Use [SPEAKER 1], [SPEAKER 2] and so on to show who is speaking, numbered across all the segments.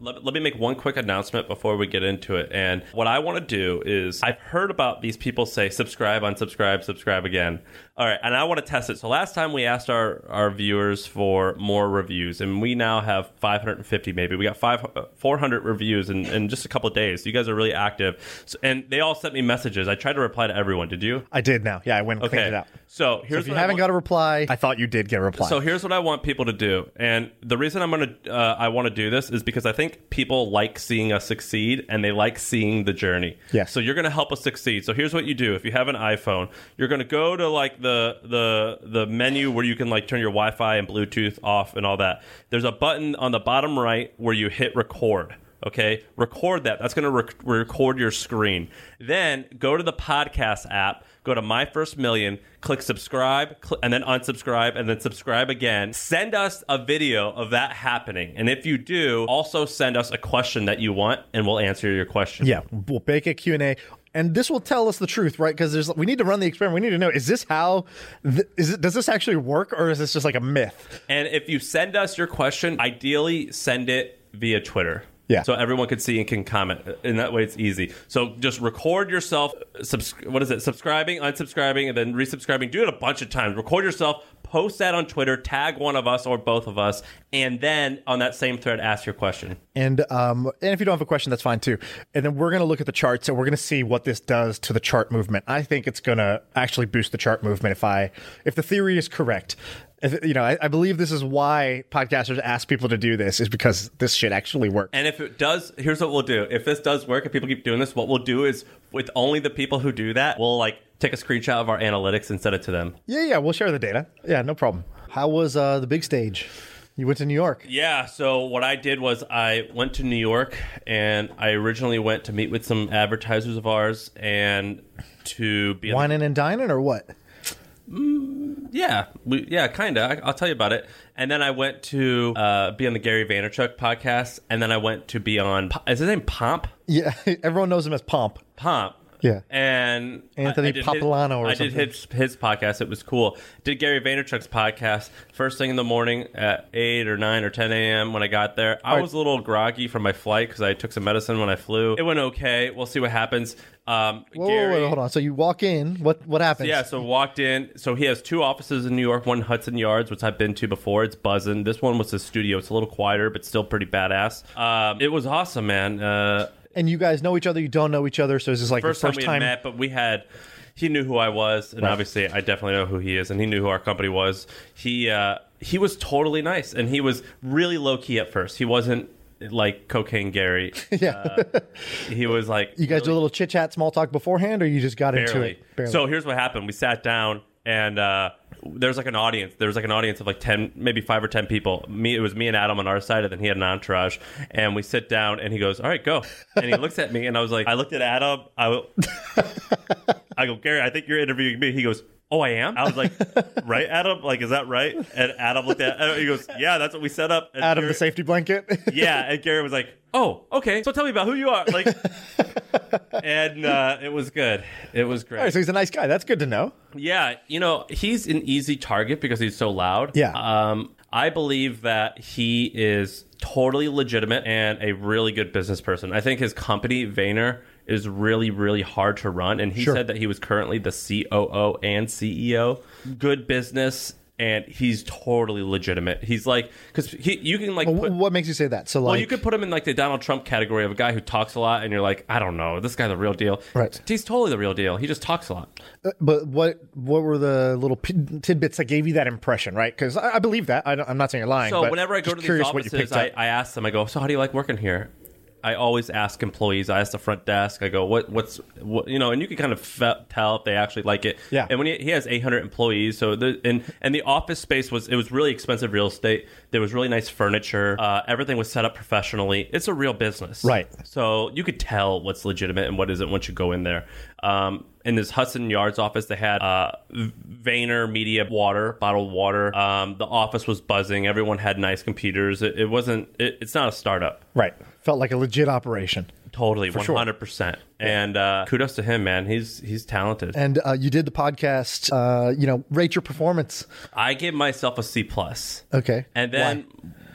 [SPEAKER 1] let, let me make one quick announcement before we get into it. And what I want to do is I've heard about these people say subscribe, unsubscribe, subscribe again. All right, and I want to test it. So last time we asked our our viewers for more reviews, and we now have 550 maybe. We got five 400 reviews in, in just a couple of days. You guys are really active, so, and they all sent me messages. I tried to reply to everyone. Did you?
[SPEAKER 2] I did now. Yeah, I went and cleaned
[SPEAKER 1] Okay.
[SPEAKER 2] it out.
[SPEAKER 1] So
[SPEAKER 2] So
[SPEAKER 1] here's
[SPEAKER 2] if you
[SPEAKER 1] what I
[SPEAKER 2] haven't
[SPEAKER 1] want-
[SPEAKER 2] got a reply, I thought you did get a reply.
[SPEAKER 1] so here's what I want people to do, and the reason I'm gonna uh, I want to do this is because I think people like seeing us succeed, and they like seeing the journey.
[SPEAKER 2] Yes.
[SPEAKER 1] So you're gonna help us succeed. So here's what you do: if you have an iPhone, you're gonna go to like the the the menu where you can like turn your Wi-Fi and Bluetooth off and all that. There's a button on the bottom right where you hit record. Okay, record that. That's going to rec- record your screen. Then go to the podcast app, go to My First Million, click subscribe, cl- and then unsubscribe, and then subscribe again. Send us a video of that happening. And if you do, also send us a question that you want, and we'll answer your question.
[SPEAKER 2] yeah, we'll bake a Q&A. And this will tell us the truth, right? Because there's we need to run the experiment. We need to know is this how th- is it, does this actually work or is this just like a myth?
[SPEAKER 1] And if you send us your question, ideally send it via Twitter.
[SPEAKER 2] Yeah.
[SPEAKER 1] So everyone can see and can comment. And that way it's easy. So just record yourself. Subs- what is it? Subscribing, unsubscribing, and then resubscribing. Do it a bunch of times. Record yourself. Post that on Twitter. Tag one of us or both of us. And then on that same thread, ask your question.
[SPEAKER 2] And um and if you don't have a question, that's fine too. And then we're gonna look at the charts and we're gonna see what this does to the chart movement. I think it's gonna actually boost the chart movement if I if the theory is correct. If, you know, I, I believe this is why podcasters ask people to do this is because this shit actually works.
[SPEAKER 1] And if it does, here's what we'll do. If this does work, if people keep doing this, what we'll do is with only the people who do that, we'll like take a screenshot of our analytics and send it to them.
[SPEAKER 2] Yeah, yeah, we'll share the data. Yeah, no problem.
[SPEAKER 3] How was uh, the big stage?
[SPEAKER 2] You went to New York.
[SPEAKER 1] Yeah, so what I did was I went to New York and I originally went to meet with some advertisers of ours and to be on
[SPEAKER 3] Whining and dining or what?
[SPEAKER 1] yeah, we, yeah, kind of. I'll tell you about it. And then I went to uh, be on the Gary Vaynerchuk podcast and then I went to be on is his name Pomp?
[SPEAKER 2] Yeah, everyone knows him as Pomp.
[SPEAKER 1] Pomp.
[SPEAKER 2] Yeah.
[SPEAKER 1] And
[SPEAKER 2] Anthony
[SPEAKER 1] did
[SPEAKER 2] Popolano or
[SPEAKER 1] his, I
[SPEAKER 2] something.
[SPEAKER 1] did his, his podcast. It was cool. Did Gary Vaynerchuk's podcast first thing in the morning at 8 or 9 or 10 a.m. when I got there. I was a little groggy from my flight because I took some medicine when I flew. It went okay. We'll see what happens. Um,
[SPEAKER 3] Whoa, whoa,
[SPEAKER 1] Gary,
[SPEAKER 3] whoa, hold on. So you walk in. What what happens?
[SPEAKER 1] yeah, so walked in. So he has two offices in New York, one in Hudson Yards, which I've been to before. It's buzzing. This one was his studio. It's a little quieter, but still pretty badass. Um, it was awesome, man. Uh,
[SPEAKER 3] And you guys know each other. You don't know each other. So it's just like
[SPEAKER 1] first,
[SPEAKER 3] the first
[SPEAKER 1] time we
[SPEAKER 3] time.
[SPEAKER 1] had met, but we had he knew who I was, and obviously I definitely know who he is, and he knew who our company was. He uh, he was totally nice, and he was really low key at first. He wasn't like cocaine Gary.
[SPEAKER 3] yeah.
[SPEAKER 1] uh, he was like
[SPEAKER 3] you guys do a little chit chat, small talk beforehand, or you just got into
[SPEAKER 1] barely.
[SPEAKER 3] it? Barely.
[SPEAKER 1] So here's what happened. We sat down and uh there's like an audience. There was like an audience of like ten, maybe five or ten people. Me, it was me and Adam on our side, and then he had an entourage. And we sit down, and he goes, "All right, go." And he looks at me, and I was like, I looked at Adam. I, w- I go, Gary, I think you're interviewing me. He goes, Oh, I am. I was like, Right, Adam? Like, is that right? And Adam looked at. uh, He goes, Yeah, that's what we set up. And
[SPEAKER 2] Out of
[SPEAKER 1] Gary-
[SPEAKER 2] the safety blanket.
[SPEAKER 1] yeah, and Gary was like, "Oh, okay. So tell me about who you are." Like, and uh, it was good. It was great.
[SPEAKER 2] so he's a nice guy. That's good to know.
[SPEAKER 1] Yeah, you know, he's an easy target because he's so loud.
[SPEAKER 2] Yeah.
[SPEAKER 1] Um, I believe that he is totally legitimate and a really good business person. I think his company, Vayner, is really, really hard to run. And he said that he was currently the COO and CEO. Good business. And he's totally legitimate. He's like, because he, you can like
[SPEAKER 3] Wh-
[SPEAKER 1] put,
[SPEAKER 3] what makes you say that? So like,
[SPEAKER 1] well, you could put him in like the Donald Trump category of a guy who talks a lot, and you're like, I don't know, this guy the real deal.
[SPEAKER 3] Right.
[SPEAKER 1] He's totally the real deal. He just talks a lot.
[SPEAKER 3] uh,
[SPEAKER 2] But what what were the little p- tidbits that gave you that impression, right? Because I, I believe that. I don't, I'm not saying you're lying.
[SPEAKER 1] So
[SPEAKER 2] but
[SPEAKER 1] whenever I go to
[SPEAKER 2] just
[SPEAKER 1] these
[SPEAKER 2] curious what you
[SPEAKER 1] offices,
[SPEAKER 2] picked
[SPEAKER 1] I,
[SPEAKER 2] up.
[SPEAKER 1] I ask them, I go, so how do you like working here? I always ask employees. I ask the front desk. I go, "What? What's? What, you know?" And you can kind of fe- tell if they actually like it.
[SPEAKER 2] Yeah.
[SPEAKER 1] And when he, he has 800 employees, so the and and the office space was it was really expensive real estate. There was really nice furniture. Uh, everything was set up professionally. It's a real business,
[SPEAKER 2] Right.
[SPEAKER 1] So you could tell what's legitimate and what isn't once you go in there. Um, in this Hudson Yards office, they had uh, Vayner Media water, bottled water. Um, the office was buzzing. Everyone had nice computers. It, it wasn't. It, it's not a startup.
[SPEAKER 2] Right.
[SPEAKER 3] Felt like a legit operation.
[SPEAKER 1] Totally, one
[SPEAKER 2] sure.
[SPEAKER 1] hundred percent. And uh, kudos to him, man. He's he's talented.
[SPEAKER 3] And uh, you did the podcast. Uh, you know, rate your performance.
[SPEAKER 1] I give myself a C plus.
[SPEAKER 3] Okay.
[SPEAKER 1] And then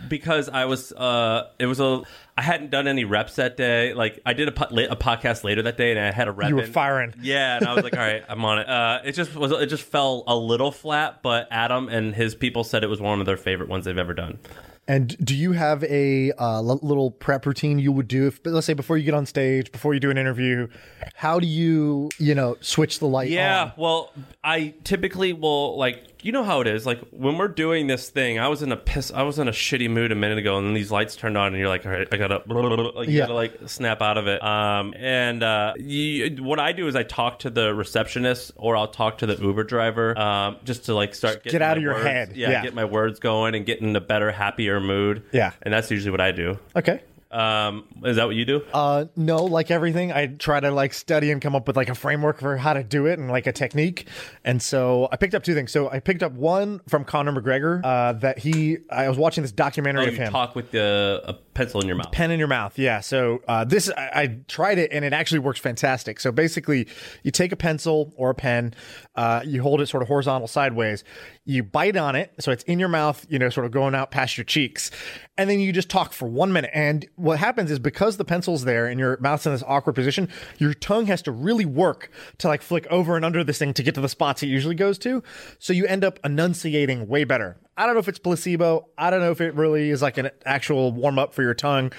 [SPEAKER 1] because I was uh it was a I hadn't done any reps that day. Like I did a, po- la- a podcast later that day and I had a rep.
[SPEAKER 2] You were
[SPEAKER 1] in.
[SPEAKER 2] firing.
[SPEAKER 1] Yeah, and I was like, all right, I'm on it. Uh it just was it just fell a little flat, but Adam and his people said it was one of their favorite ones they've ever done.
[SPEAKER 3] And do you have a uh, l- little prep routine you would do? If let's say before you get on stage,
[SPEAKER 2] Before you do an interview,
[SPEAKER 3] how do you you know switch the light?
[SPEAKER 1] Yeah,
[SPEAKER 2] Um,
[SPEAKER 3] on?
[SPEAKER 1] well, I typically will like you know how it is. Like when we're doing this thing, I was in a piss, I was in a shitty mood a minute ago, and then these lights turned on, and you're like, all right, I gotta, like, you
[SPEAKER 3] Yeah.
[SPEAKER 1] gotta like snap out of it. Um, and uh, you, what I do is I talk to the receptionist, or I'll talk to the Uber driver, um, just to like start getting
[SPEAKER 2] get out
[SPEAKER 1] my
[SPEAKER 2] of your
[SPEAKER 1] words-
[SPEAKER 2] head.
[SPEAKER 1] Yeah,
[SPEAKER 2] Yeah.
[SPEAKER 1] get my words going and get in a better, happier mood.
[SPEAKER 2] Yeah.
[SPEAKER 1] and that's usually what I do.
[SPEAKER 2] okay.
[SPEAKER 1] Um, is that what you do?
[SPEAKER 2] Uh, no, like everything, I try to like study and come up with like a framework for how to do it and like a technique. And so I picked up two things. So I picked up one from Conor McGregor uh, that he. I was watching this documentary
[SPEAKER 1] Oh,
[SPEAKER 2] of
[SPEAKER 1] you
[SPEAKER 2] him.
[SPEAKER 1] talk with the a pencil in your mouth.
[SPEAKER 2] pen in your mouth. Yeah. So uh, this I, I tried it and it actually works fantastic. So basically, you take a pencil or a pen, uh, you hold it sort of horizontal sideways, you bite on it, so it's in your mouth, you know, sort of going out past your cheeks, and then you just talk for one minute. And what happens is because the pencil's there and your mouth's in this awkward position, your tongue has to really work to like flick over and under this thing to get to the spots it usually goes to. So you end up enunciating way better. I don't know if it's placebo. I don't know if it really is like an actual warm up for your tongue,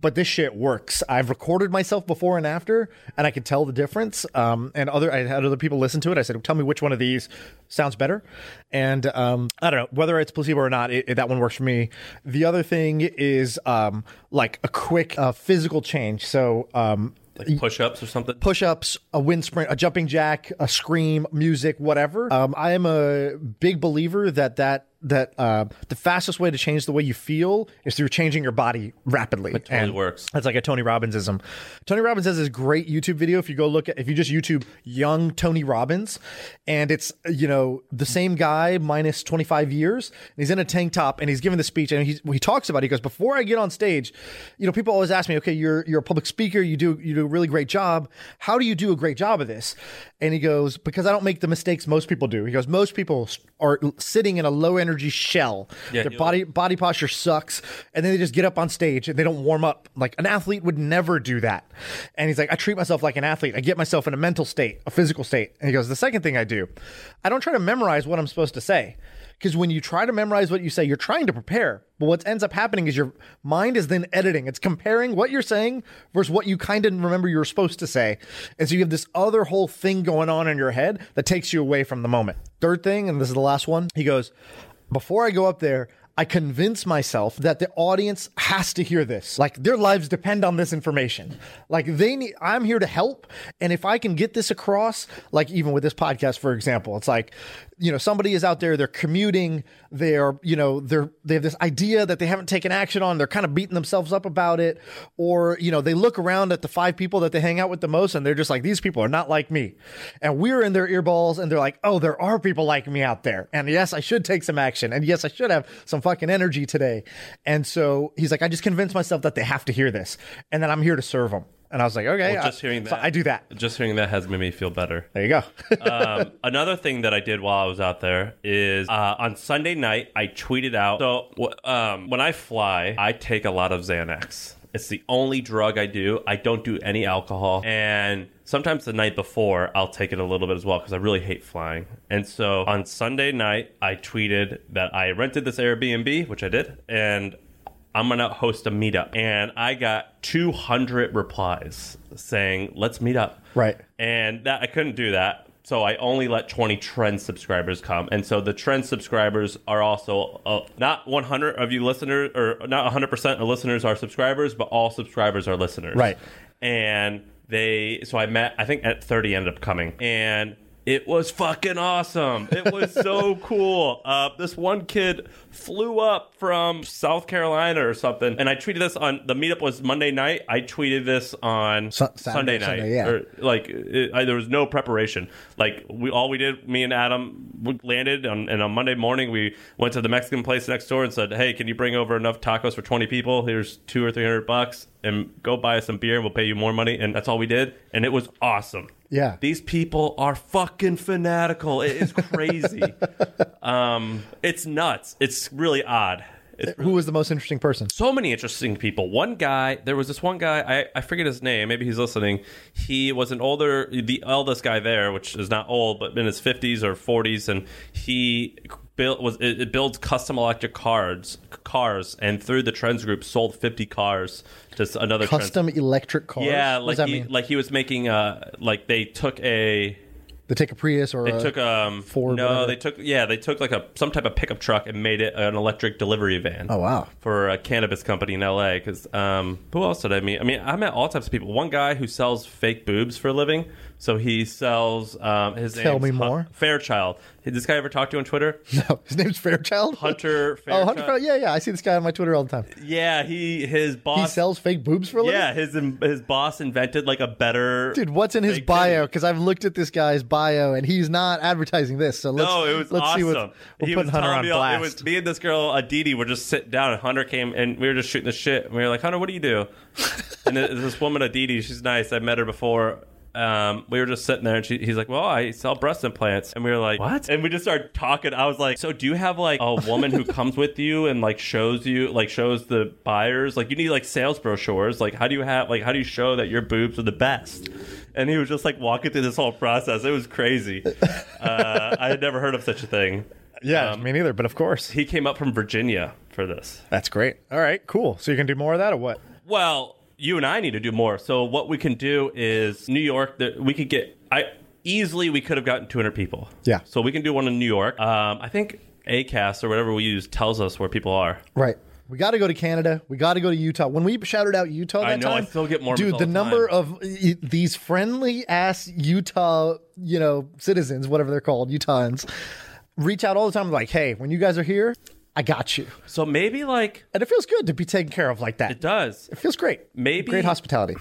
[SPEAKER 2] but this shit works. I've recorded myself before and after, and I could tell the difference. Um, and other, I had other people listen to it. I said, "Tell me which one of these sounds better." And um, I don't know whether it's placebo or not. It, it- that one works for me. The other thing is um, like a quick uh, physical change. So um,
[SPEAKER 1] Like push ups or something.
[SPEAKER 3] push-ups, a wind sprint, a jumping jack, a scream, music, whatever. Um, I am a big believer that that that uh, the fastest way to change the way you feel is through changing your body rapidly. It
[SPEAKER 1] totally works.
[SPEAKER 2] That's like a Tony Robbinsism. Tony Robbins has this great YouTube video. If you go look at, if you just YouTube young Tony Robbins, and it's you know the same guy minus twenty five years, and he's in a tank top and he's giving the speech, and he he talks about it. he goes before I get on stage, you know people always ask me, okay, you're you're a public speaker, you do you do a really great job. How do you do a great job of this? And he goes because I don't make the mistakes most people do. He goes most people are sitting in a low energy shell. Their
[SPEAKER 1] you-
[SPEAKER 2] body body posture sucks and then they just get up on stage and they don't warm up like an athlete would never do that and he's like i treat myself like an athlete i get myself in a mental state a physical state and he goes the second thing i do i don't try to memorize what i'm supposed to say because when you try to memorize what you say you're trying to prepare but what ends up happening is your mind is then editing it's comparing what you're saying versus what you kind of remember you were supposed to say and so you have this other whole thing going on in your head that takes you away from the moment
[SPEAKER 3] Third thing, and this is the last one.
[SPEAKER 2] he goes
[SPEAKER 3] Before I go up there, I convince myself that the audience has to hear this. Like
[SPEAKER 2] Like their lives depend on this information. Like they need I'm here to help and if I can get this across, like even with this podcast for example, it's like you know somebody is out there they're commuting, they're you know they're they have this idea that they haven't taken action on, they're kind of beating themselves up about it or you know they look around at the five people that they hang out with the most and they're just like these people are not like me. And we're in their earballs and they're like, "Oh, there are people like me out there." And yes, I should take some action. And yes, I should have some fucking energy today. And so he's like, I just convinced myself that they have to hear this and that I'm here to serve them. And I was like, okay,
[SPEAKER 1] Well, Oh, just
[SPEAKER 2] I,
[SPEAKER 1] hearing that,
[SPEAKER 2] so I do that.
[SPEAKER 1] Just hearing that has made me feel better.
[SPEAKER 2] There you go.
[SPEAKER 1] um, another thing that I did while I was out there is uh, on Sunday night I tweeted out. So wh- um, when I fly, I take a lot of Xanax. It's the only drug I do. I don't do any alcohol, and sometimes the night before I'll take it a little bit as well because I really hate flying. And so on Sunday night I tweeted that I rented this Airbnb, which I did, and I'm gonna host a meetup. And I got 200 replies saying, "Let's meet up."
[SPEAKER 2] Right.
[SPEAKER 1] and that I couldn't do that. So I only let 20 trend subscribers come. And so the trend subscribers are also uh, not 100 of you listeners, or not 100% of listeners are subscribers, but all subscribers are listeners.
[SPEAKER 4] Right.
[SPEAKER 1] And they, so I met, I think at 30 ended up coming. And it was fucking awesome. It was so cool. Uh, this one kid flew up from South Carolina or something, and I tweeted this on the meetup was Monday night. I tweeted this on
[SPEAKER 2] Su-
[SPEAKER 1] Sunday,
[SPEAKER 2] Sunday,
[SPEAKER 1] night.
[SPEAKER 2] Sunday, yeah.
[SPEAKER 1] or, like it, I, there was no preparation. Like we all we did, me and Adam we landed, on, and on Monday morning we went to the Mexican place next door and said, "Hey, can you bring over enough tacos for twenty people? Here's two or three hundred bucks, and go buy us some beer, and we'll pay you more money." And that's all we did, and it was awesome.
[SPEAKER 2] Yeah.
[SPEAKER 1] These people are fucking fanatical. It is crazy. um, it's nuts. It's really odd. It's
[SPEAKER 2] Who was the most interesting person?
[SPEAKER 1] so many interesting people. One guy, there was this one guy, I, I forget his name, maybe he's listening. He was an older, the eldest guy there, which is not old, but in his 50s or 40s, and he built was it, it builds custom electric cars cars and through the trends group sold 50 cars to s- another Trends-
[SPEAKER 2] Custom electric cars.
[SPEAKER 1] yeah
[SPEAKER 2] what does
[SPEAKER 1] like
[SPEAKER 2] that
[SPEAKER 1] he,
[SPEAKER 2] mean?
[SPEAKER 1] like he was making uh like they took a
[SPEAKER 2] they take a Prius or
[SPEAKER 1] they
[SPEAKER 2] a,
[SPEAKER 1] took um
[SPEAKER 2] Ford,
[SPEAKER 1] no
[SPEAKER 2] Uh, whatever.
[SPEAKER 1] they took yeah they took like a some type of pickup truck and made it an electric delivery van
[SPEAKER 2] Oh wow.
[SPEAKER 1] for a cannabis company in LA. Because um, who else did I meet? I mean, I met all types of people. One guy who sells fake boobs for a living. So he sells um, his
[SPEAKER 2] Tell
[SPEAKER 1] name's
[SPEAKER 2] me
[SPEAKER 1] Hun-
[SPEAKER 2] more.
[SPEAKER 1] Fairchild. Did this guy ever talk to you on Twitter?
[SPEAKER 2] No, his name's Fairchild.
[SPEAKER 1] Hunter Fairchild.
[SPEAKER 2] Oh, Hunter Fairchild. Yeah, yeah. I see this guy on my Twitter all the time.
[SPEAKER 1] Yeah, he his boss.
[SPEAKER 2] He sells fake boobs for a living.
[SPEAKER 1] yeah, his his boss invented like a better
[SPEAKER 2] Dude, what's in his
[SPEAKER 1] Fake
[SPEAKER 2] bio? Because I've looked at this guy's bio and he's not advertising this. So let's
[SPEAKER 1] no, Oh, it was
[SPEAKER 2] let's
[SPEAKER 1] awesome.
[SPEAKER 2] see what we're
[SPEAKER 1] he
[SPEAKER 2] putting
[SPEAKER 1] was
[SPEAKER 2] Hunter
[SPEAKER 1] telling
[SPEAKER 2] on
[SPEAKER 1] me all-
[SPEAKER 2] blast.
[SPEAKER 1] It was me and this girl Aditi were just sitting down, and Hunter came, and we were just shooting the shit. And we were like, Hunter, what do you do? and th- this woman Aditi, she's nice. I met her before. Um, we were just sitting there, and she, he's like, "Well, I sell breast implants," and we were like, "What?" And we just started talking. I was like, "So, do you have like a woman who comes with you and like shows you, like shows the buyers, like you need like sales brochures, like how do you have, like how do you show that your boobs are the best?" And he was just like walking through this whole process. It was crazy. Uh, I had never heard of such a thing.
[SPEAKER 4] Yeah,
[SPEAKER 1] um,
[SPEAKER 4] me neither. But of course,
[SPEAKER 1] He came up from Virginia for this.
[SPEAKER 4] that's great. All right, cool. So you can do more of that, or what?
[SPEAKER 1] Well, you and I need to do more. So what we can do is New York. That we could get. I easily we could have gotten 200 people.
[SPEAKER 2] Yeah.
[SPEAKER 1] So we can do one in New York. Um, I think Acast or whatever we use tells us where people are.
[SPEAKER 2] Right. We got to go to Canada. We got to go to Utah. When we shouted out Utah that
[SPEAKER 1] I know, I
[SPEAKER 2] time,
[SPEAKER 1] still get Mormons
[SPEAKER 2] Dude,
[SPEAKER 1] all
[SPEAKER 2] the
[SPEAKER 1] the
[SPEAKER 2] number
[SPEAKER 1] time.
[SPEAKER 2] of y- these friendly ass Utah, you know, citizens, whatever they're called, Utahns, reach out all the time. Like, hey, when you guys are here, I got you.
[SPEAKER 1] So maybe like
[SPEAKER 2] And it feels good to be taken care of like that.
[SPEAKER 1] it does.
[SPEAKER 2] It feels great.
[SPEAKER 1] Maybe-
[SPEAKER 2] great hospitality.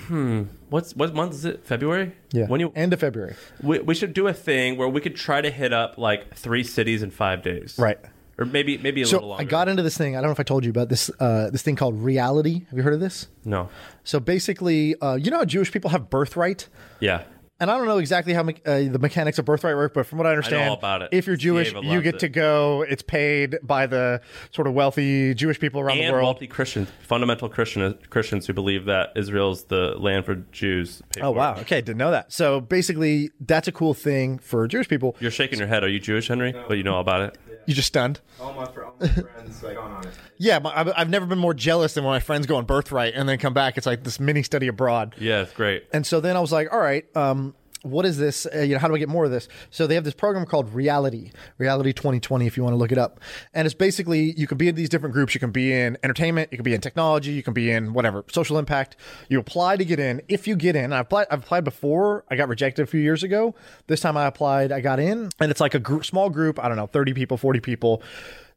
[SPEAKER 1] What's what month is it? February.
[SPEAKER 2] Yeah.
[SPEAKER 1] When you
[SPEAKER 2] end of February.
[SPEAKER 1] we, we should do a thing where we could try to hit up like three cities in five days.
[SPEAKER 4] Right.
[SPEAKER 1] Or maybe maybe a little
[SPEAKER 2] So
[SPEAKER 1] longer.
[SPEAKER 2] I got into this thing. I don't know if I told you about this. Uh, this thing called reality. Have you heard of this?
[SPEAKER 1] no.
[SPEAKER 2] So basically, uh, you know how Jewish people have birthright.
[SPEAKER 1] Yeah.
[SPEAKER 2] and I don't know exactly how me- uh, the mechanics of birthright work, but from what I understand,
[SPEAKER 1] about it.
[SPEAKER 4] If you're Jewish,
[SPEAKER 1] Diego
[SPEAKER 4] you
[SPEAKER 1] loves
[SPEAKER 4] get
[SPEAKER 1] it.
[SPEAKER 4] to go. It's paid by the sort of wealthy Jewish people around the
[SPEAKER 1] and
[SPEAKER 4] world.
[SPEAKER 1] wealthy Christians, fundamental Christian Christians who believe that Israel's the land for Jews. Pay
[SPEAKER 4] Oh
[SPEAKER 1] for it.
[SPEAKER 4] wow! Okay, didn't know that.
[SPEAKER 2] So basically, that's a cool thing for Jewish people.
[SPEAKER 1] You're shaking your head. Are you Jewish, Henry? But you know all about it.
[SPEAKER 2] You just stunned.
[SPEAKER 5] All my, fr- all my friends like gone on it.
[SPEAKER 4] Yeah, my, I've I've never been more jealous than when my friends go on birthright and then come back. It's like this mini study abroad.
[SPEAKER 1] Yeah, it's great.
[SPEAKER 2] And so then I was like, all right, um, what is this? Uh, you know, how do I get more of this? So they have this program called Reality, Reality 2020, if you want to look it up. And it's basically you can be in these different groups. You can be in entertainment, you can be in technology, you can be in whatever social impact. You apply to get in. If you get in, I applied. I've applied before. I got rejected a few years ago. This time I applied. I got in, and it's like a group, small group. I don't know, 30 people, 40 people.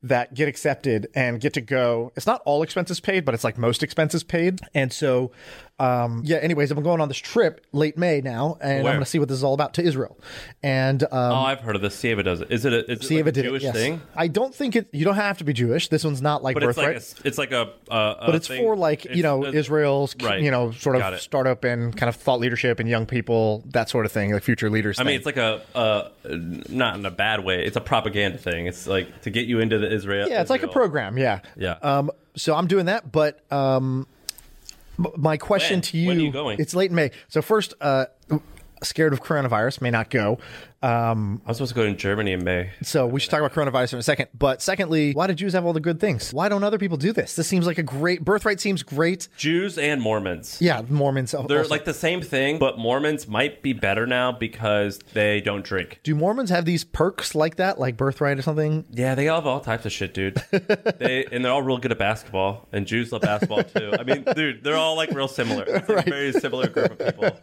[SPEAKER 2] that get accepted and get to go. It's not all expenses paid, but it's like most expenses paid. And so, um, yeah. Anyways, I'm going on this trip late May now, and
[SPEAKER 1] Where?
[SPEAKER 2] I'm going to see what this is all about to Israel. And um,
[SPEAKER 1] Oh, I've heard of this. Sieva does it. Is it a, is it
[SPEAKER 2] Sieva
[SPEAKER 1] like a
[SPEAKER 2] did it,
[SPEAKER 1] Jewish
[SPEAKER 2] yes.
[SPEAKER 1] thing?
[SPEAKER 2] I don't think it. You don't have to be Jewish. This one's not like
[SPEAKER 1] But it's like
[SPEAKER 2] birthright.
[SPEAKER 1] a, s- it's like a, a, a
[SPEAKER 2] but it's
[SPEAKER 1] thing-
[SPEAKER 2] for like
[SPEAKER 1] it's-
[SPEAKER 2] you know
[SPEAKER 1] it's-
[SPEAKER 2] Israel's
[SPEAKER 1] right.
[SPEAKER 2] you know sort
[SPEAKER 1] Got
[SPEAKER 2] of
[SPEAKER 1] it.
[SPEAKER 2] startup and kind of thought leadership and young people that sort of thing, like future leaders.
[SPEAKER 1] I mean, it's like a, a not in a bad way. It's a propaganda thing. It's like to get you into the Israel.
[SPEAKER 2] yeah, it's like a
[SPEAKER 1] Israel.
[SPEAKER 2] program. Yeah,
[SPEAKER 1] Yeah.
[SPEAKER 2] Um, so I'm doing that, but um, m- my question
[SPEAKER 1] When?
[SPEAKER 2] to you,
[SPEAKER 1] When are you going?
[SPEAKER 2] it's late in May. So first, uh, scared of coronavirus, may not go. Um,
[SPEAKER 1] I'm supposed to go to Germany in May.
[SPEAKER 2] so we should talk about coronavirus in a second. But secondly, why do Jews have all the good things? Why don't other people do this? This seems like a great birthright. Seems great.
[SPEAKER 1] Jews and Mormons.
[SPEAKER 2] Yeah, Mormons. al-
[SPEAKER 1] They're
[SPEAKER 2] also-
[SPEAKER 1] like the same thing, but Mormons might be better now because they don't drink.
[SPEAKER 2] do Mormons have these perks like that, like birthright or something?
[SPEAKER 1] Yeah, they all have all types of shit, dude. they and they're all real good at basketball, and Jews love basketball too. I mean, dude, they're all like real similar. It's a Very similar group of people.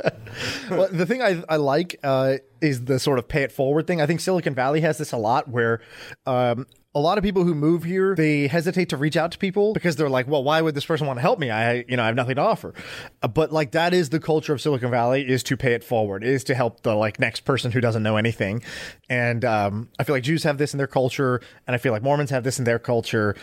[SPEAKER 2] well, the thing I, I like uh, is the sort of pay it forward thing. I think Silicon Valley has this a lot where. Um, a lot of people who move here, they hesitate to reach out to people because they're like, "Well, why would this person want to help me? I, you know, I have nothing to offer." Uh, But like that is the culture of Silicon Valley is to pay it forward, is to help the like next person who doesn't know anything. And um, I feel like Jews have this in their culture, and I feel like Mormons have this in their culture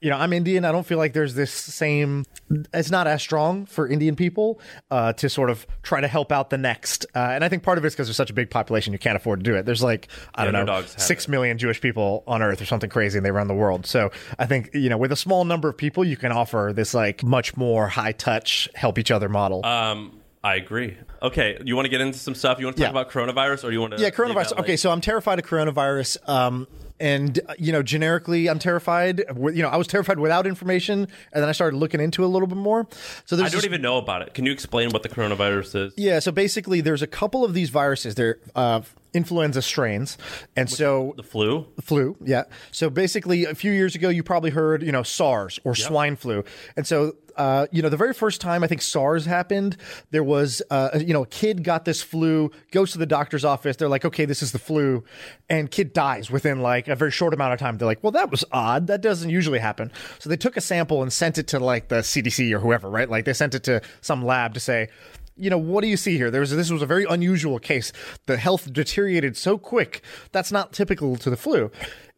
[SPEAKER 2] you know, I'm Indian. I don't feel like there's this same. It's not as strong for Indian people uh, to sort of try to help out the next. Uh, and I think part of it's because there's such a big population, you can't afford to do it. There's like I
[SPEAKER 1] Yeah,
[SPEAKER 2] don't
[SPEAKER 1] no
[SPEAKER 2] know,
[SPEAKER 1] dogs have
[SPEAKER 2] six million Jewish people on Earth or something crazy, and they run the world. So I think you know, with a small number of people, you can offer this like much more high touch, help each other model.
[SPEAKER 1] Um, I agree. Okay, you want to get into some stuff? You want to talk
[SPEAKER 2] Yeah.
[SPEAKER 1] about coronavirus, or you want to?
[SPEAKER 2] yeah, coronavirus. Okay, so I'm terrified of coronavirus. Um, and uh, you know, generically, I'm terrified. With- You know, I was terrified without information, and then I started looking into it a little bit more. So there's
[SPEAKER 1] I don't
[SPEAKER 2] this-
[SPEAKER 1] even know about it. Can you explain what the coronavirus is?
[SPEAKER 2] Yeah, so basically, there's a couple of these viruses. They're uh, influenza strains, and so
[SPEAKER 1] The flu.
[SPEAKER 2] flu. Yeah. So basically, a few years ago, you probably heard, you know, SARS or swine flu. And so, uh, you know, the very first time I think SARS happened, there was, uh, you know, a kid got this flu, goes to the doctor's office. They're like, okay, this is the flu. And kid dies within like a very short amount of time. They're like, well, that was odd. That doesn't usually happen. So they took a sample and sent it to like the CDC or whoever, right? Like they sent it to some lab to say, you know, what do you see here? There was this was a very unusual case. The health deteriorated so quick. That's not typical to the flu.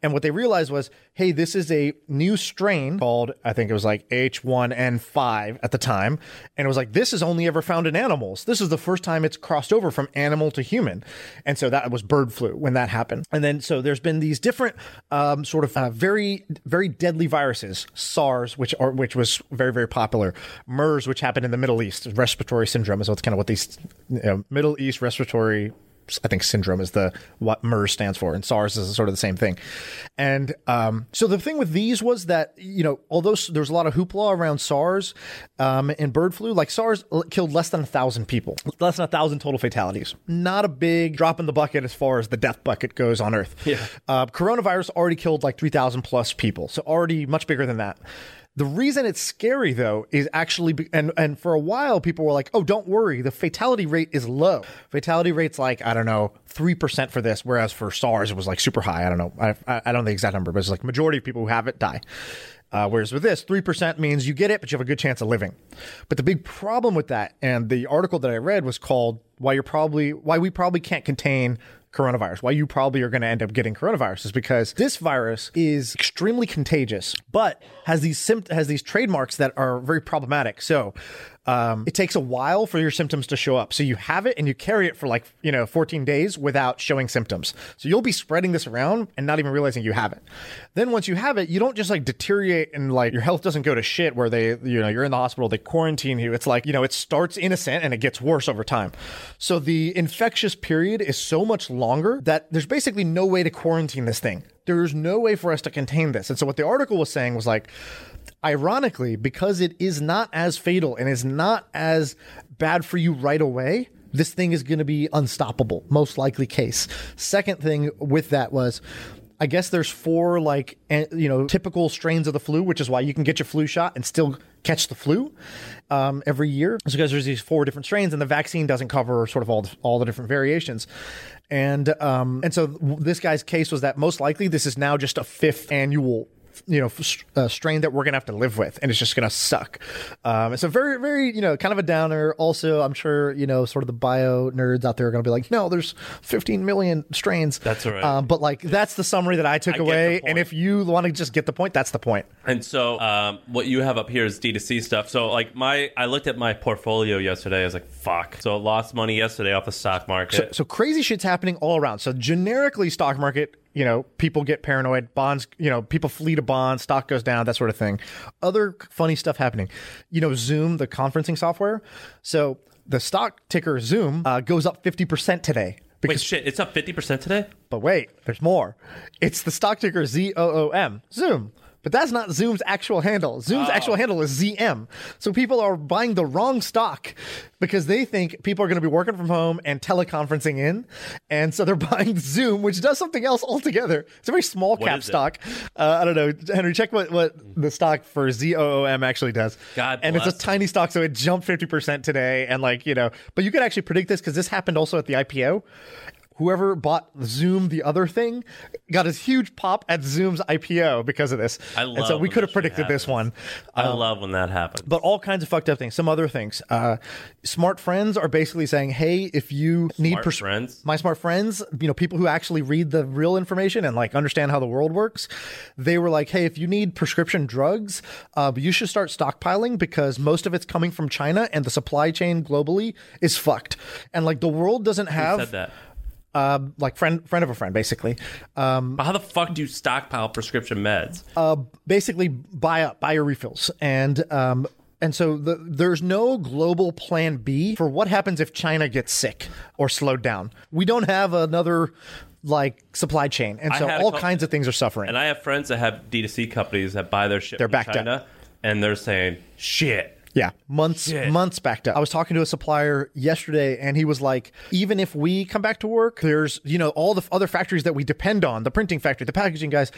[SPEAKER 2] And what they realized was, hey, this is a new strain called I think it was like H1N5 at the time, and it was like this is only ever found in animals. This is the first time it's crossed over from animal to human. And so that was bird flu when that happened. And then so there's been these different um, sort of uh, very very deadly viruses, SARS, which are which was very very popular, MERS, which happened in the Middle East, respiratory syndrome is what's kind of what these you know, Middle East respiratory. I think syndrome is the what MERS stands for, and SARS is sort of the same thing. And um, so the thing with these was that you know, although s- there was a lot of hoopla around SARS um, and bird flu, like SARS l- killed less than a thousand people, less than a thousand total fatalities. Not a big drop in the bucket as far as the death bucket goes on Earth. Yeah, uh, coronavirus already killed like three thousand plus people, so already much bigger than that. The reason it's scary though is actually be- and and for a while people were like, "Oh, don't worry, the fatality rate is low." Fatality rate's like, I don't know, 3% for this whereas for SARS it was like super high. I don't know. I I I don't know the exact number, but it's like majority of people who have it die. Uh, whereas with this, 3% means you get it, but you have a good chance of living. But the big problem with that, and the article that I read was called Why You're Probably Why We Probably Can't Contain Coronavirus. Why you probably are going to end up getting coronavirus is because this virus is extremely contagious, but has these sympt- has these trademarks that are very problematic. So um, it takes a while for your symptoms to show up. So you have it and you carry it for like you know 14 days without showing symptoms. So you'll be spreading this around and not even realizing you have it. Then once you have it, you don't just like deteriorate and like your health doesn't go to shit where they you know you're in the hospital they quarantine you. It's like you know it starts innocent and it gets worse over time. So the infectious period is so much longer that there's basically no way to quarantine this thing. There's no way for us to contain this. And so what the article was saying was like ironically, because it is not as fatal and is not as bad for you right away, this thing is going to be unstoppable, most likely case. Second thing with that was. I guess there's four like an- you know typical strains of the flu, which is why you can get your flu shot and still catch the flu um, every year. It's because there's these four different strains, and the vaccine doesn't cover sort of all the, all the different variations. And um, and so w- this guy's case was that most likely this is now just a fifth annual you know f- uh, strain that we're gonna have to live with and it's just gonna suck um it's a very very you know kind of a downer also i'm sure you know sort of the bio nerds out there are gonna be like no there's 15 million strains
[SPEAKER 1] That's all right.
[SPEAKER 2] um, but like that's the summary that i took
[SPEAKER 1] the
[SPEAKER 2] away
[SPEAKER 1] point.
[SPEAKER 2] and if you want to just get the point that's the point
[SPEAKER 1] And so, um, what you have up here is D2C stuff. So, like my, I looked at my portfolio yesterday. I was like, "Fuck!" So, I lost money yesterday off the stock market.
[SPEAKER 2] So, so crazy shit's happening all around. So generically, stock market, you know, people get paranoid. Bonds, you know, people flee to bonds. Stock goes down. That sort of thing. Other funny stuff happening. You know, Zoom, the conferencing software. So the stock ticker Zoom uh, goes up fifty percent today.
[SPEAKER 1] Wait, shit, it's up 50% today?
[SPEAKER 2] But wait, there's more. It's the stock ticker Z O O M, Zoom. But that's not Zoom's actual handle. Zoom's
[SPEAKER 1] Oh.
[SPEAKER 2] actual handle is ZM. So people are buying the wrong stock because they think people are going to be working from home and teleconferencing in. And so they're buying Zoom, which does something else altogether. It's a very small cap
[SPEAKER 1] is it?
[SPEAKER 2] stock. Uh, I don't know. Henry, check what, what the stock for ZOOM actually does.
[SPEAKER 1] God
[SPEAKER 2] And it's a
[SPEAKER 1] bless them.
[SPEAKER 2] tiny stock, so it jumped 50% today. And like, you know, but you could actually predict this because this happened also at the IPO whoever bought Zoom, the other thing, got a huge pop at Zoom's IPO because of this.
[SPEAKER 1] I
[SPEAKER 2] and
[SPEAKER 1] love
[SPEAKER 2] so we
[SPEAKER 1] when
[SPEAKER 2] could
[SPEAKER 1] that
[SPEAKER 2] have
[SPEAKER 1] shit
[SPEAKER 2] predicted this
[SPEAKER 1] happens.
[SPEAKER 2] one.
[SPEAKER 1] I love when that happens.
[SPEAKER 2] Um, But all kinds of fucked up things. Some other things. Uh, smart friends are basically saying, "Hey, if you need
[SPEAKER 1] Smart friends?
[SPEAKER 2] my smart friends, you know, people who actually read the real information and like understand how the world works, they were like, "Hey, if you need prescription drugs, uh, you should start stockpiling because most of it's coming from China and the supply chain globally is fucked, and like the world doesn't
[SPEAKER 1] Who
[SPEAKER 2] have
[SPEAKER 1] said that.
[SPEAKER 2] um, like friend friend of a friend, basically. Um,
[SPEAKER 1] But how the fuck do you stockpile prescription meds?
[SPEAKER 2] basically, buy up, buy your refills, and um, and so the, there's no global plan B for what happens if China gets sick or slowed down. We don't have another like supply chain, and
[SPEAKER 1] I
[SPEAKER 2] so
[SPEAKER 1] had a
[SPEAKER 2] all
[SPEAKER 1] couple-
[SPEAKER 2] kinds of things are suffering.
[SPEAKER 1] and I have friends that have D2C companies that buy their shit
[SPEAKER 2] They're
[SPEAKER 1] from
[SPEAKER 2] backed up.
[SPEAKER 1] China, and they're saying, shit.
[SPEAKER 2] Yeah, months months backed up. I was talking to a supplier yesterday and he was like, even if we come back to work, there's, you know, all the f- other factories that we depend on, the printing factory, the packaging guys,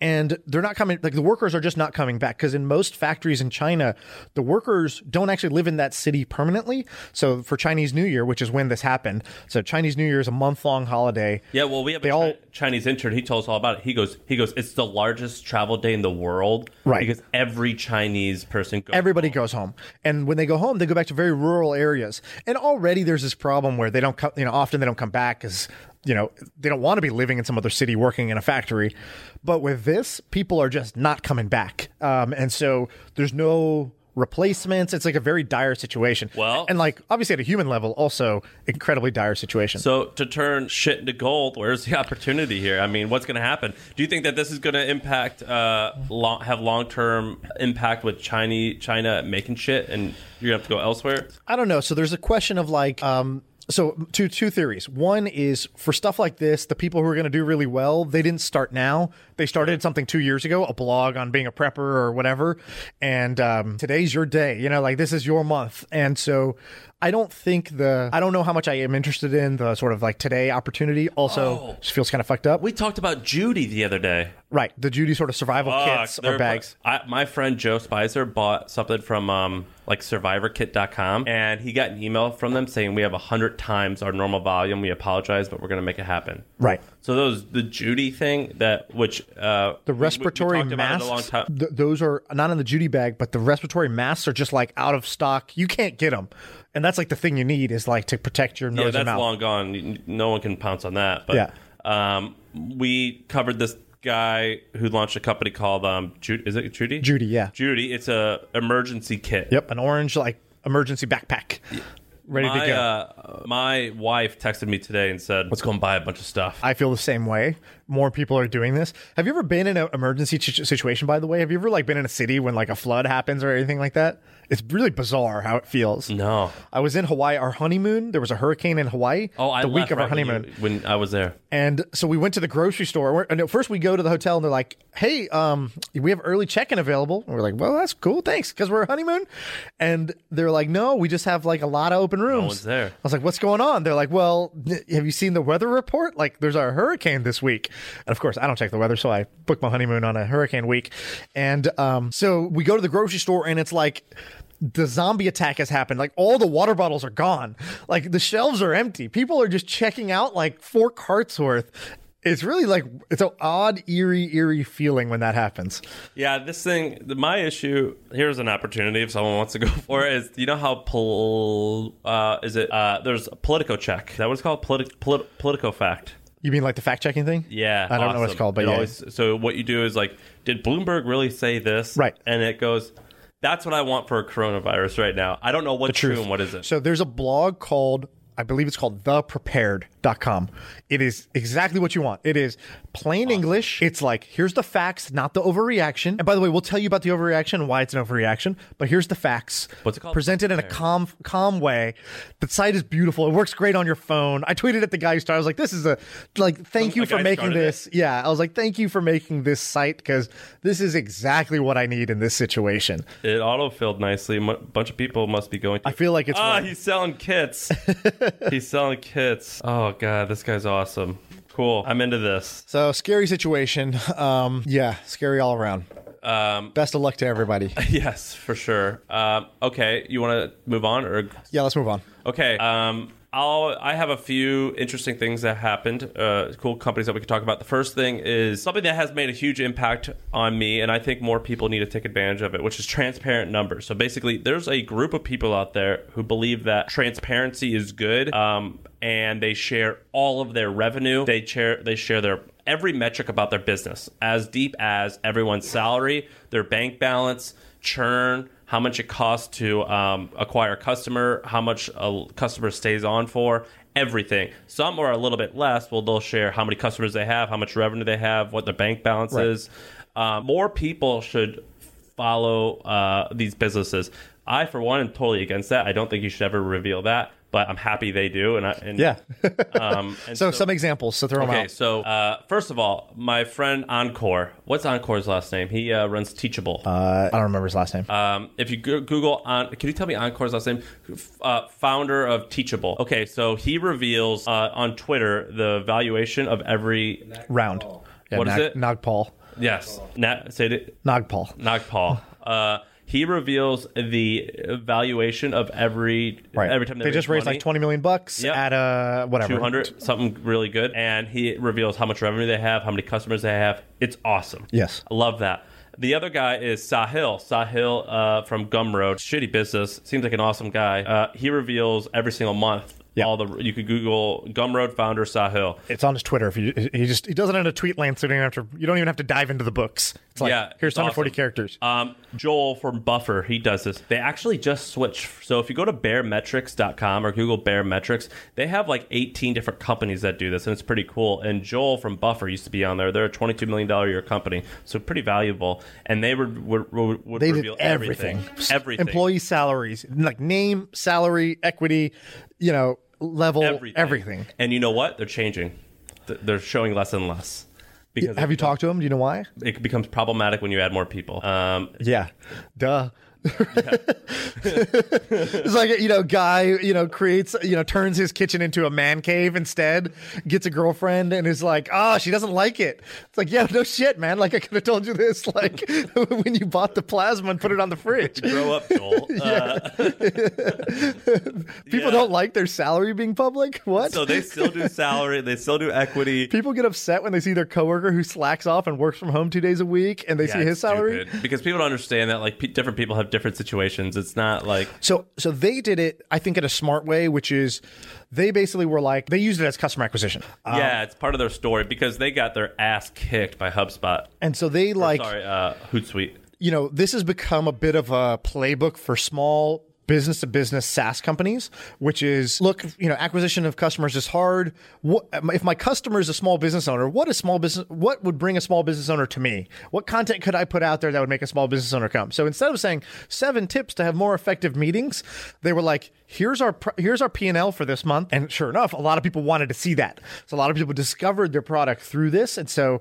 [SPEAKER 2] and they're not coming like the workers are just not coming back because in most factories in China, the workers don't actually live in that city permanently. So for Chinese New Year, which is when this happened, so Chinese New Year is a month-long holiday.
[SPEAKER 1] Yeah, well, we have
[SPEAKER 2] They
[SPEAKER 1] a
[SPEAKER 2] all-
[SPEAKER 1] Chi- Chinese intern. He told us all about it. He goes, he goes, it's the largest travel day in the world,
[SPEAKER 2] Right.
[SPEAKER 1] Because every Chinese person goes.
[SPEAKER 2] everybody goes home and when they go home they go back to very rural areas and already there's this problem where they don't come you know often they don't come back because you know they don't want to be living in some other city working in a factory but with this people are just not coming back um, and so there's no replacements it's like a very dire situation
[SPEAKER 1] Well-
[SPEAKER 2] and like obviously at a human level also incredibly dire situation
[SPEAKER 1] So to turn shit into gold, where's the opportunity here? I mean, what's going to happen? Do you think that this is going to impact, uh, lo- have long term impact with China, China making shit, and you're going to have to go elsewhere?
[SPEAKER 2] I don't know. So there's a question of like, um, so two two theories. One is for stuff like this, the people who are going to do really well, they didn't start now. They started something two years ago, a blog on being a prepper or whatever. And um, today's your day, you know, like this is your month. And so I don't think the I don't know how much I am interested in the sort of like today opportunity.
[SPEAKER 1] Oh.
[SPEAKER 2] Also, just feels kind of fucked up.
[SPEAKER 1] We talked about Judy the other day.
[SPEAKER 2] right, the Judy sort of survival kits
[SPEAKER 1] Fuck, they're
[SPEAKER 2] or bags.
[SPEAKER 1] fu- I, my friend Joe Spicer bought something from um, like survivorkit.com and he got an email from them saying we have 100 times our normal volume. We apologize, but we're going to make it happen.
[SPEAKER 2] Right.
[SPEAKER 1] So those the Judy thing that which uh
[SPEAKER 2] The respiratory masks, th- those are not in the Judy bag, but the respiratory masks are just like out of stock. You can't get them, and that's like the thing you need is like to protect your nose
[SPEAKER 1] yeah,
[SPEAKER 2] and
[SPEAKER 1] that's
[SPEAKER 2] mouth.
[SPEAKER 1] long gone. N- No one can pounce on that. But um, we covered this guy who launched a company called um, Ju- is it Judy?
[SPEAKER 2] Judy, yeah.
[SPEAKER 1] Judy. It's a emergency kit.
[SPEAKER 2] Yep, an orange like emergency backpack, ready
[SPEAKER 1] my,
[SPEAKER 2] to go.
[SPEAKER 1] Uh, my wife texted me today and said, "Let's go and buy a bunch of stuff."
[SPEAKER 2] I feel the same way. More people are doing this. Have you ever been in an emergency situ- situation? By the way, have you ever like been in a city when like a flood happens or anything like that? It's really bizarre how it feels.
[SPEAKER 1] no.
[SPEAKER 2] I was in Hawaii our honeymoon. There was a hurricane in Hawaii.
[SPEAKER 1] Oh, I
[SPEAKER 2] the week
[SPEAKER 1] left
[SPEAKER 2] of our
[SPEAKER 1] right when you-
[SPEAKER 2] honeymoon.
[SPEAKER 1] when, I was there.
[SPEAKER 2] And so we went to the grocery store. We're- And at first, we go to the hotel, and they're like, "Hey, um, we have early check-in available." And we're like, "Well, that's cool, thanks," because we're honeymoon. And they're like, "No, we just have like a lot of open rooms."
[SPEAKER 1] one's there.
[SPEAKER 2] I was like, "What's going on?" They're like, "Well, n- have you seen the weather report? Like, there's a hurricane this week." And of course, I don't check the weather, so I booked my honeymoon on a hurricane week. And um, so we go to the grocery store, and it's like. The zombie attack has happened. Like all the water bottles are gone. Like the shelves are empty. People are just checking out like four carts worth. It's really like it's an odd, eerie, eerie feeling when that happens.
[SPEAKER 1] Yeah, this thing. th- My issue here's an opportunity if someone wants to go for it. Is you know how pol uh, is it? Uh, there's a Politico check. Is that what it's called? Politi- polit- Politico fact.
[SPEAKER 2] You mean like the fact checking thing?
[SPEAKER 1] Yeah,
[SPEAKER 2] I don't know what it's
[SPEAKER 1] awesome.
[SPEAKER 2] called, but
[SPEAKER 1] It
[SPEAKER 2] yeah.
[SPEAKER 1] always- so what you do is like, did Bloomberg really say this?
[SPEAKER 2] Right.
[SPEAKER 1] and it goes. That's what I want for a coronavirus right now. I don't know what's true and what isn't.
[SPEAKER 2] So there's a blog called I believe it's called theprepared.com. It is exactly what you want. It is plain English. It's like, here's the facts, not the overreaction. And by the way, we'll tell you about the overreaction and why it's an overreaction, but here's the facts.
[SPEAKER 1] What's it called?
[SPEAKER 2] Presented in a calm calm way. The site is beautiful. It works great on your phone. I tweeted at the guy who started. I was like, this is a like thank you
[SPEAKER 1] Like,
[SPEAKER 2] for
[SPEAKER 1] I
[SPEAKER 2] making
[SPEAKER 1] started it.
[SPEAKER 2] this. Yeah. I was like, thank you for making this site because this is exactly what I need in this situation.
[SPEAKER 1] It auto filled nicely. A bunch of people must be going.
[SPEAKER 2] I feel like it's
[SPEAKER 1] Ah,
[SPEAKER 2] right.
[SPEAKER 1] he's selling kits. he's selling kits. Oh god, this guy's awesome. Cool. I'm into this.
[SPEAKER 2] So scary situation. Um, yeah, scary all around. Um, Best of luck to everybody.
[SPEAKER 1] Yes, for sure. Um, okay, you want to move on or
[SPEAKER 2] Yeah, let's move on.
[SPEAKER 1] okay? Um, I'll. I have a few interesting things that happened. Uh, cool companies that we could talk about. The first thing is something that has made a huge impact on me, and I think more people need to take advantage of it, which is transparent numbers. So basically, there's a group of people out there who believe that transparency is good. Um, and they share all of their revenue. They share they share their every metric about their business, as deep as everyone's salary, their bank balance, churn, how much it costs to um, acquire a customer, how much a customer stays on for, everything. Some are a little bit less. Well, they'll share how many customers they have, how much revenue they have, what their bank balance is. Uh, more people should follow uh, these businesses. I, for one, am totally against that. I don't think you should ever reveal that, but I'm happy they do. And, I, and
[SPEAKER 2] Yeah.
[SPEAKER 1] um, and
[SPEAKER 2] So, some examples. So throw them
[SPEAKER 1] Okay,
[SPEAKER 2] out.
[SPEAKER 1] so uh, first of all, my friend Encore. What's Encore's last name? He uh, runs Teachable.
[SPEAKER 2] Uh, I don't remember his last name.
[SPEAKER 1] um, if you go- Google, on, can you tell me Encore's last name? F- Uh, founder of Teachable. Okay, so he reveals uh, on Twitter the valuation of every.
[SPEAKER 2] Round. Yeah,
[SPEAKER 1] What is
[SPEAKER 2] Nag-
[SPEAKER 1] it?
[SPEAKER 2] Nagpal.
[SPEAKER 1] Yes, Nat, say it.
[SPEAKER 2] Nagpal.
[SPEAKER 1] Nagpal. Uh, he reveals the valuation of every
[SPEAKER 2] Right.
[SPEAKER 1] every time they,
[SPEAKER 2] they just raised
[SPEAKER 1] money.
[SPEAKER 2] like 20 million bucks
[SPEAKER 1] Yep.
[SPEAKER 2] at a whatever.
[SPEAKER 1] 200 something really good and he reveals how much revenue they have how many customers they have it's awesome
[SPEAKER 2] Yes.
[SPEAKER 1] i love that the other guy is Sahil. Sahil uh, from Gumroad. Shitty business. Seems like an awesome guy. Uh, he reveals every single month
[SPEAKER 2] Yeah.
[SPEAKER 1] all the. You could Google Gumroad founder Sahil.
[SPEAKER 2] It's on his Twitter. If you, he just he doesn't end a tweet land, so you don't have to. You don't even have to dive into the books. It's like
[SPEAKER 1] Yeah,
[SPEAKER 2] here's
[SPEAKER 1] it's
[SPEAKER 2] 140
[SPEAKER 1] awesome.
[SPEAKER 2] characters.
[SPEAKER 1] Um, Joel from Buffer, he does this. They actually just switched. So if you go to bearmetrics.com or Google Bear Metrics, they have like 18 different companies that do this, and it's pretty cool. And Joel from Buffer used to be on there. They're a $22 million a year company, so pretty valuable. And they would, would, would, would
[SPEAKER 2] they did
[SPEAKER 1] reveal
[SPEAKER 2] everything.
[SPEAKER 1] Everything. everything.
[SPEAKER 2] Employee salaries, like name, salary, equity. You know, level, everything.
[SPEAKER 1] And you know what? They're changing. Th- They're showing less and less. Because
[SPEAKER 2] Have you talked to him? Do you know why?
[SPEAKER 1] it becomes problematic when you add more people. Um,
[SPEAKER 2] Yeah. Duh. it's like you know, guy you know creates you know turns his kitchen into a man cave instead, gets a girlfriend, and is like, ah, she doesn't like it. It's like, yeah, no shit, man. Like I could have told you this, like when you bought the plasma and put it on the fridge. People
[SPEAKER 1] grow up, Joel. Uh, yeah.
[SPEAKER 2] don't like their salary being public. What?
[SPEAKER 1] so they still do salary. They still do equity.
[SPEAKER 2] People get upset when they see their coworker who slacks off and works from home two days a week, and they see
[SPEAKER 1] Yeah,
[SPEAKER 2] his
[SPEAKER 1] it's
[SPEAKER 2] salary.
[SPEAKER 1] stupid. because people don't understand that like pe different people have different situations. It's not like
[SPEAKER 2] So so they did it, I think, in a smart way, which is they basically were like they used it as customer acquisition. Uh,
[SPEAKER 1] yeah, it's part of their story because they got their ass kicked by HubSpot.
[SPEAKER 2] and so they like
[SPEAKER 1] Sorry, uh, Hootsuite.
[SPEAKER 2] you know, this has become a bit of a playbook for small business to business SaaS companies, which is look, you know, acquisition of customers is hard. What if my customer is a small business owner? What is small business? What would bring a small business owner to me? What content could I put out there that would make a small business owner come? So instead of saying seven tips to have more effective meetings, they were like, here's our pr- here's our P and L for this month. And sure enough, a lot of people wanted to see that. So a lot of people discovered their product through this, and so.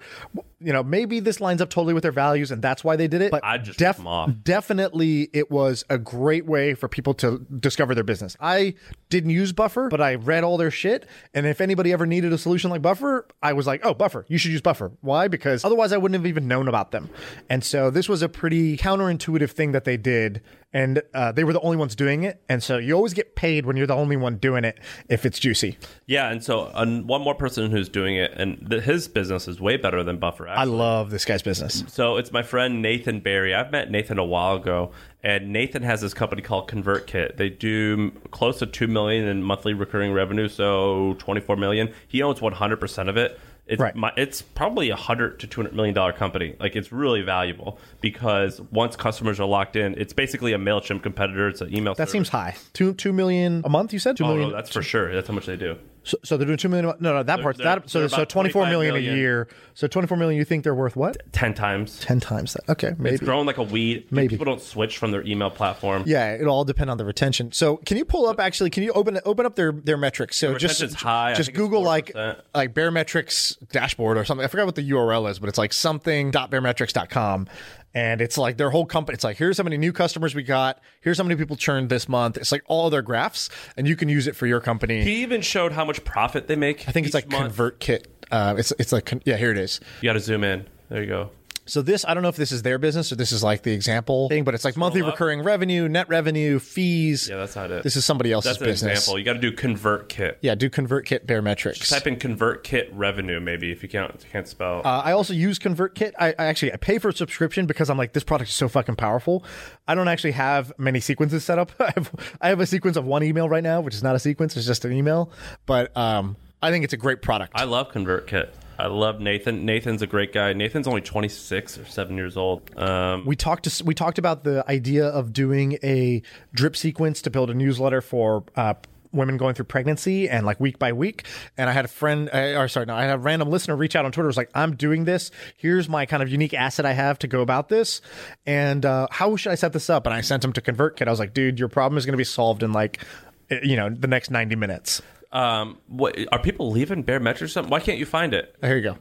[SPEAKER 2] You know, maybe this lines up totally with their values, and that's why they did it. But
[SPEAKER 1] I just rip 'em off.
[SPEAKER 2] Definitely, it was a great way for people to discover their business. I didn't use Buffer, but I read all their shit. And if anybody ever needed a solution like Buffer, I was like, oh, Buffer, you should use Buffer. Why? Because otherwise, I wouldn't have even known about them. And so, this was a pretty counterintuitive thing that they did. And uh, they were the only ones doing it. And so, you always get paid when you're the only one doing it if it's juicy.
[SPEAKER 1] Yeah, and so and one more person who's doing it, and th- his business is way better than Buffer.
[SPEAKER 2] I
[SPEAKER 1] Actually.
[SPEAKER 2] love this guy's business.
[SPEAKER 1] so it's my friend Nathan Barry. I've met Nathan a while ago, and Nathan has this company called ConvertKit. They do close to two million in monthly recurring revenue, so twenty four million. He owns one hundred percent of it. It's
[SPEAKER 6] Right.
[SPEAKER 1] my, it's probably a hundred to two hundred million dollar company. Like it's really valuable because once customers are locked in, it's basically a Mailchimp competitor. It's an email.
[SPEAKER 6] That seems high. Two two million a month. You said two
[SPEAKER 1] Oh
[SPEAKER 6] million.
[SPEAKER 1] no, that's for sure. That's how much they do.
[SPEAKER 6] so, so they're doing two million. a month. No, no, that part.
[SPEAKER 1] they're-
[SPEAKER 6] That so
[SPEAKER 1] they're
[SPEAKER 6] so
[SPEAKER 1] about
[SPEAKER 6] twenty four
[SPEAKER 1] 25
[SPEAKER 6] million a
[SPEAKER 1] million.
[SPEAKER 6] year. So twenty four million. You think they're worth what?
[SPEAKER 1] Ten times.
[SPEAKER 6] Ten times that. Okay, maybe.
[SPEAKER 1] It's growing like a weed. Dude,
[SPEAKER 6] Maybe.
[SPEAKER 1] people don't switch from their email platform.
[SPEAKER 2] Yeah, it'll all depend on the retention. So, can you pull up actually? Can you open open up their their metrics? So just
[SPEAKER 1] retention's high. I
[SPEAKER 2] just
[SPEAKER 1] think it's
[SPEAKER 2] Google like
[SPEAKER 1] 4%.
[SPEAKER 2] like bare metrics dashboard or something. I forgot what the URL is, but it's like something dot baremetrics.com. and it's like their whole company. It's like here's how many new customers we got. Here's how many people churned this month. It's like all their graphs, and you can use it for your company.
[SPEAKER 1] He even showed how much profit they make.
[SPEAKER 2] I think it's like ConvertKit. Uh, it's it's like con- yeah, here it is.
[SPEAKER 1] You got to zoom in. There you go.
[SPEAKER 2] So this, I don't know if this is their business or this is like the example thing, but it's like monthly
[SPEAKER 1] up.
[SPEAKER 2] recurring revenue, net revenue, fees.
[SPEAKER 1] Yeah, that's not it.
[SPEAKER 2] This is somebody else's
[SPEAKER 1] That's an
[SPEAKER 2] business.
[SPEAKER 1] example. You got to do ConvertKit.
[SPEAKER 2] Yeah, do ConvertKit bare metrics.
[SPEAKER 1] Type in ConvertKit revenue, maybe if you can't can't spell.
[SPEAKER 6] Uh, I also use ConvertKit. I, I actually I pay for a subscription because I'm like this product is so fucking powerful. I don't actually have many sequences set up. I have, I have a sequence of one email right now, which is not a sequence; it's just an email.
[SPEAKER 2] But um, I think it's a great product.
[SPEAKER 1] I love ConvertKit. I love Nathan. Nathan's a great guy. Nathan's only 26 or 7 years old. Um,
[SPEAKER 6] We talked to, we talked about the idea of doing a drip sequence to build a newsletter for uh, women going through pregnancy and like week by week. And I had a friend, uh, or sorry, no, I had a random listener reach out on Twitter. Was like, I'm doing this. Here's my kind of unique asset I have to go about this. And uh, how should I set this up? And I sent him to ConvertKit. I was like, dude, your problem is going to be solved in like, uh, you know, the next 90 minutes.
[SPEAKER 1] um, what are people leaving Bare Metrics or something? Why can't you find it?
[SPEAKER 2] Here you go.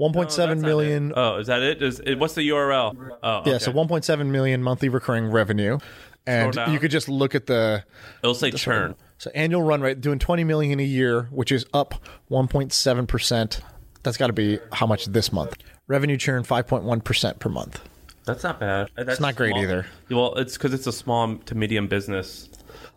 [SPEAKER 6] 1.7
[SPEAKER 1] That's not
[SPEAKER 6] million.
[SPEAKER 1] it. Oh, is that it? Is it? What's the URL? Oh,
[SPEAKER 2] Yeah,
[SPEAKER 1] okay.
[SPEAKER 2] so 1.7 million monthly recurring revenue, and
[SPEAKER 1] Scroll down.
[SPEAKER 2] you could just look at the
[SPEAKER 1] it'll say churn.
[SPEAKER 2] so annual run rate doing 20 million a year, which is up 1.7 percent. That's got to be how much this month. Revenue churn 5.1 percent per month.
[SPEAKER 1] That's not bad. That's
[SPEAKER 2] not great
[SPEAKER 1] small.
[SPEAKER 2] either.
[SPEAKER 1] Well, it's because it's a small to medium business.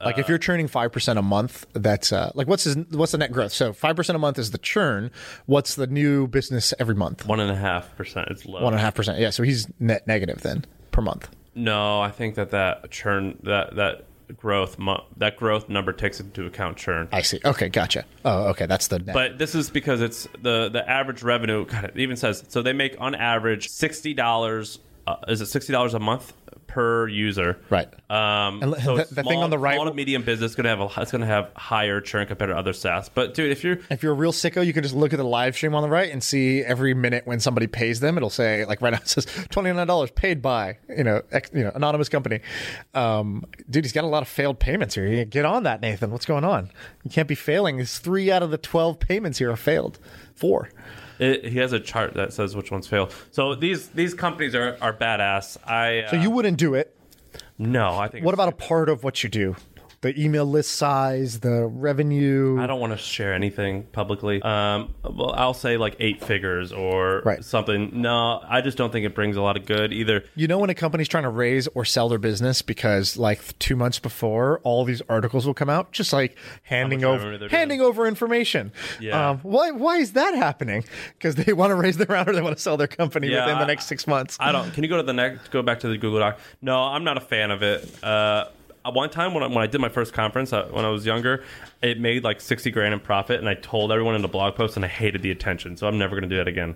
[SPEAKER 2] Like if you're churning five percent a month, that's uh, like what's his, what's the net growth? So five percent a month is the churn. What's the new business every month?
[SPEAKER 1] One and a half percent. It's low.
[SPEAKER 2] One and a half percent. Yeah, so he's net negative then per month.
[SPEAKER 1] No, I think that that churn that that growth mo- that growth number takes into account churn.
[SPEAKER 2] I see. Okay, gotcha. Oh, okay, that's the net.
[SPEAKER 1] But this is because it's the the average revenue. God, it even says so. They make on average sixty dollars. Uh, is it sixty dollars a month per user?
[SPEAKER 2] right.
[SPEAKER 1] Um,
[SPEAKER 2] And
[SPEAKER 1] so
[SPEAKER 2] the-
[SPEAKER 1] it's
[SPEAKER 2] the thing
[SPEAKER 1] small-
[SPEAKER 2] on the right-
[SPEAKER 1] small to medium business is gonna have a, it's gonna have higher churn compared to other SaaS. But dude, if you're
[SPEAKER 2] If you're a real sicko, you can just look at the live stream on the right and see every minute when somebody pays them. It'll say like right now it says twenty nine dollars paid by you know ex, you know anonymous company. Um, dude, he's got a lot of failed payments here. You Get on that, Nathan. What's going on? You can't be failing. It's three out of the twelve payments here are failed. Four.
[SPEAKER 1] it, he has a chart that says which ones fail. So these these companies are are badass. I uh,
[SPEAKER 6] So you wouldn't do it.
[SPEAKER 1] no. I think
[SPEAKER 6] What about a part of what you do? The email list size, the revenue.
[SPEAKER 1] I don't want to share anything publicly. Um, well, I'll say like eight figures or
[SPEAKER 6] Right.
[SPEAKER 1] something. No, I just don't think it brings a lot of good either.
[SPEAKER 2] You know when a company's trying to raise or sell their business because like two months before, all these articles will come out just like handing
[SPEAKER 1] much
[SPEAKER 2] over
[SPEAKER 1] revenue they're doing.
[SPEAKER 2] handing over information.
[SPEAKER 1] Yeah.
[SPEAKER 2] Um, why why is that happening? Because they want to raise their round or they want to sell their company
[SPEAKER 1] Yeah,
[SPEAKER 2] within the
[SPEAKER 1] I-
[SPEAKER 2] next six months.
[SPEAKER 1] I don't. Can you go to the next? Go back to the Google Doc. No, I'm not a fan of it. Uh, one time when I, when I did my first conference uh, when I was younger, it made like sixty grand in profit, and I told everyone in the blog post, and I hated the attention. So I'm never going to do that again.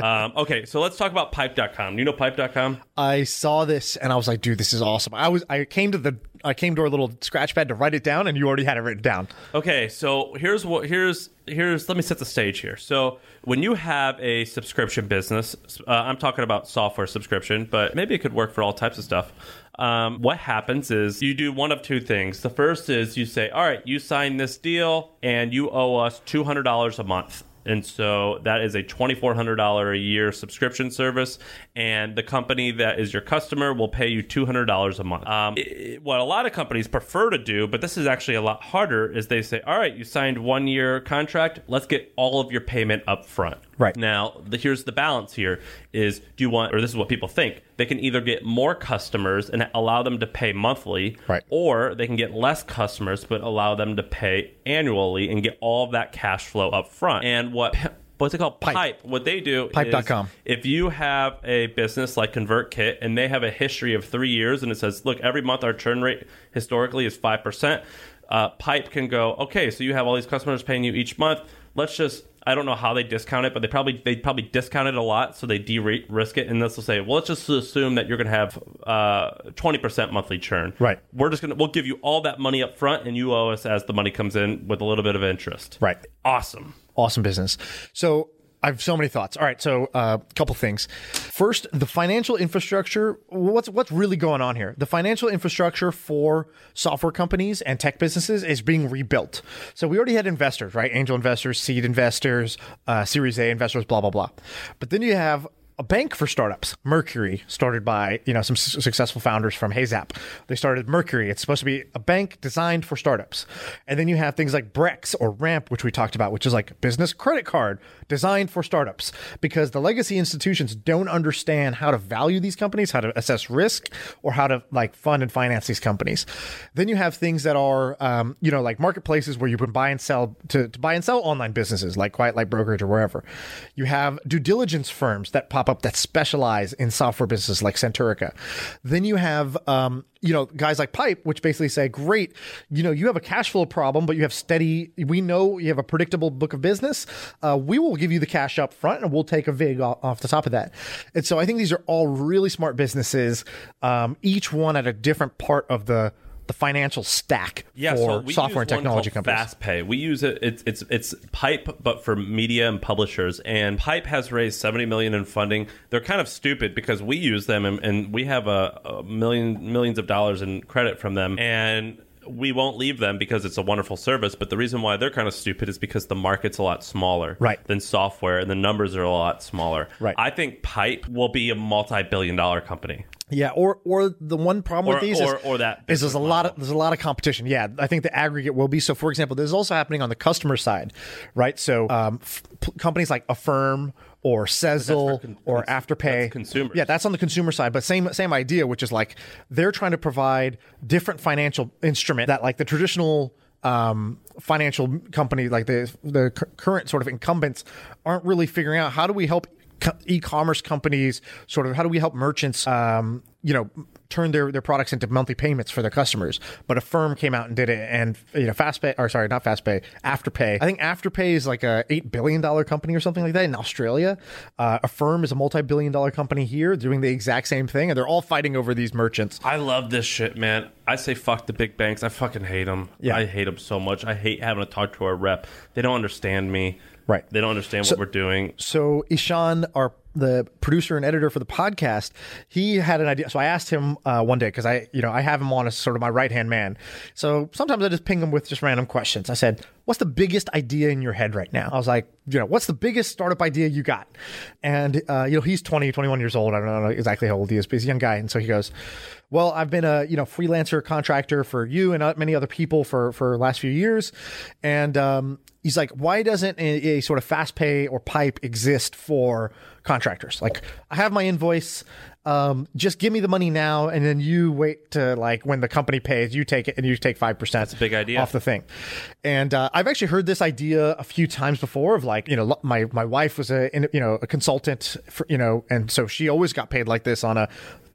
[SPEAKER 1] um, okay, so let's talk about Pipe.com. You know Pipe.com?
[SPEAKER 2] I saw this and I was like, dude, this is awesome. I was I came to the I came to our little scratch pad to write it down and you already had it written down.
[SPEAKER 1] Okay, so here's what here's here's let me set the stage here. So when you have a subscription business, uh, I'm talking about software subscription, but maybe it could work for all types of stuff. Um, what happens is you do one of two things. The first is you say, "All right, you sign this deal, and you owe us two hundred dollars a month." And so that is a $2,400 a year subscription service. And the company that is your customer will pay you $200 a month. Um, it- what a lot of companies prefer to do, but this is actually a lot harder, is they say, all right, you signed one year contract. Let's get all of your payment up front.
[SPEAKER 6] Right.
[SPEAKER 1] Now, the, here's the balance here is do you want, or this is what people think, they can either get more customers and allow them to pay monthly,
[SPEAKER 2] Right.
[SPEAKER 1] or they can get less customers but allow them to pay annually and get all of that cash flow up front. And what what's it called? Pipe. What they do
[SPEAKER 2] Pipe.com.
[SPEAKER 1] is if you have a business like ConvertKit and they have a history of three years and it says, look, every month our churn rate historically is five percent, uh, Pipe can go, okay, so you have all these customers paying you each month. Let's just I don't know how they discount it, but they probably they probably discount it a lot, so they de-risk it, and this will say, well, let's just assume that you're going to have uh, twenty percent monthly churn.
[SPEAKER 2] Right.
[SPEAKER 1] We're just gonna we'll give you all that money up front, and you owe us as the money comes in with a little bit of interest.
[SPEAKER 2] Right.
[SPEAKER 1] Awesome.
[SPEAKER 2] Awesome business. So I have so many thoughts. All right, so a uh, couple things. First, the financial infrastructure. What's what's really going on here? The financial infrastructure for software companies and tech businesses is being rebuilt. So we already had investors, right? Angel investors, seed investors, uh, Series A investors, blah blah blah. But then you have a bank for startups, Mercury, started by you know some s- successful founders from HeyZap. They started Mercury. It's supposed to be a bank designed for startups, and then you have things like Brex or Ramp, which we talked about, which is like a business credit card designed for startups because the legacy institutions don't understand how to value these companies, how to assess risk, or how to like fund and finance these companies. Then you have things that are um, you know like marketplaces where you can buy and sell to, to buy and sell online businesses like Quiet Light Brokerage or wherever. You have due diligence firms that pop up that specialize in software businesses like Centurica. Then you have um, you know guys like Pipe, which basically say, "Great, you know you have a cash flow problem, but you have steady. We know you have a predictable book of business. Uh, we will give you the cash up front, and we'll take a vig off, off the top of that." And so I think these are all really smart businesses, um, each one at a different part of the the financial stack
[SPEAKER 1] yeah,
[SPEAKER 2] for
[SPEAKER 1] so we
[SPEAKER 2] software and
[SPEAKER 1] use one
[SPEAKER 2] technology
[SPEAKER 1] called
[SPEAKER 2] companies.
[SPEAKER 1] FastPay. We use it. It's it's it's Pipe, but for media and publishers. And Pipe has raised seventy million in funding. They're kind of stupid because we use them and, and we have a, a million millions of dollars in credit from them. And we won't leave them because it's a wonderful service. But the reason why they're kind of stupid is because the market's a lot smaller
[SPEAKER 2] Right.
[SPEAKER 1] than software, and the numbers are a lot smaller.
[SPEAKER 2] Right.
[SPEAKER 1] I think Pipe will be a multi-billion-dollar company.
[SPEAKER 2] Yeah, or or the one problem
[SPEAKER 1] Or-
[SPEAKER 2] with these
[SPEAKER 1] or-
[SPEAKER 2] is,
[SPEAKER 1] or that
[SPEAKER 2] is there's a lot of there's a lot of competition. Yeah, I think the aggregate will be so. For example, this is also happening on the customer side, right? So um, f- p- companies like Affirm or Sezzle
[SPEAKER 1] con-
[SPEAKER 2] or
[SPEAKER 1] that's-
[SPEAKER 2] Afterpay,
[SPEAKER 1] that's consumers.
[SPEAKER 2] Yeah, that's on the consumer side, but same same idea, which is like they're trying to provide different financial instrument that like the traditional um, financial company, like the the cu- current sort of incumbents, aren't really figuring out how do we help co- e-commerce companies sort of how do we help merchants um, you know turn their, their products into monthly payments for their customers but a firm came out and did it and you know fastpay or sorry not fastpay afterpay i think afterpay is like a $8 billion company or something like that in australia uh, a firm is a multi-billion dollar company here doing the exact same thing and they're all fighting over these merchants
[SPEAKER 1] I love this shit, man. I say fuck the big banks. I fucking hate them.
[SPEAKER 2] Yeah.
[SPEAKER 1] I hate them so much. I hate having to talk to our rep. They don't understand me.
[SPEAKER 2] Right.
[SPEAKER 1] They don't understand what we're doing.
[SPEAKER 2] so Ishan, our the producer and editor for the podcast, he had an idea. So I asked him uh, one day because I, you know, I have him on as sort of my right hand man. So sometimes I just ping him with just random questions. I said, "What's the biggest idea in your head right now?" I was like, "You know, what's the biggest startup idea you got?" And uh, you know, he's 20, 21 years old. I don't know exactly how old he is, but he's a young guy. And so he goes, "Well, I've been a you know freelancer contractor for you and uh, many other people for for the last few years, and." um he's like, why doesn't a, a sort of fast pay or pipe exist for contractors? Like, I have my invoice. Um, just give me the money now, and then you wait to like when the company pays, you take it and you take five percent. That's
[SPEAKER 1] a big idea.
[SPEAKER 2] off the thing. And uh, I've actually heard this idea a few times before. Of like, you know, lo- my my wife was a in- you know a consultant, for, you know, and so she always got paid like this on a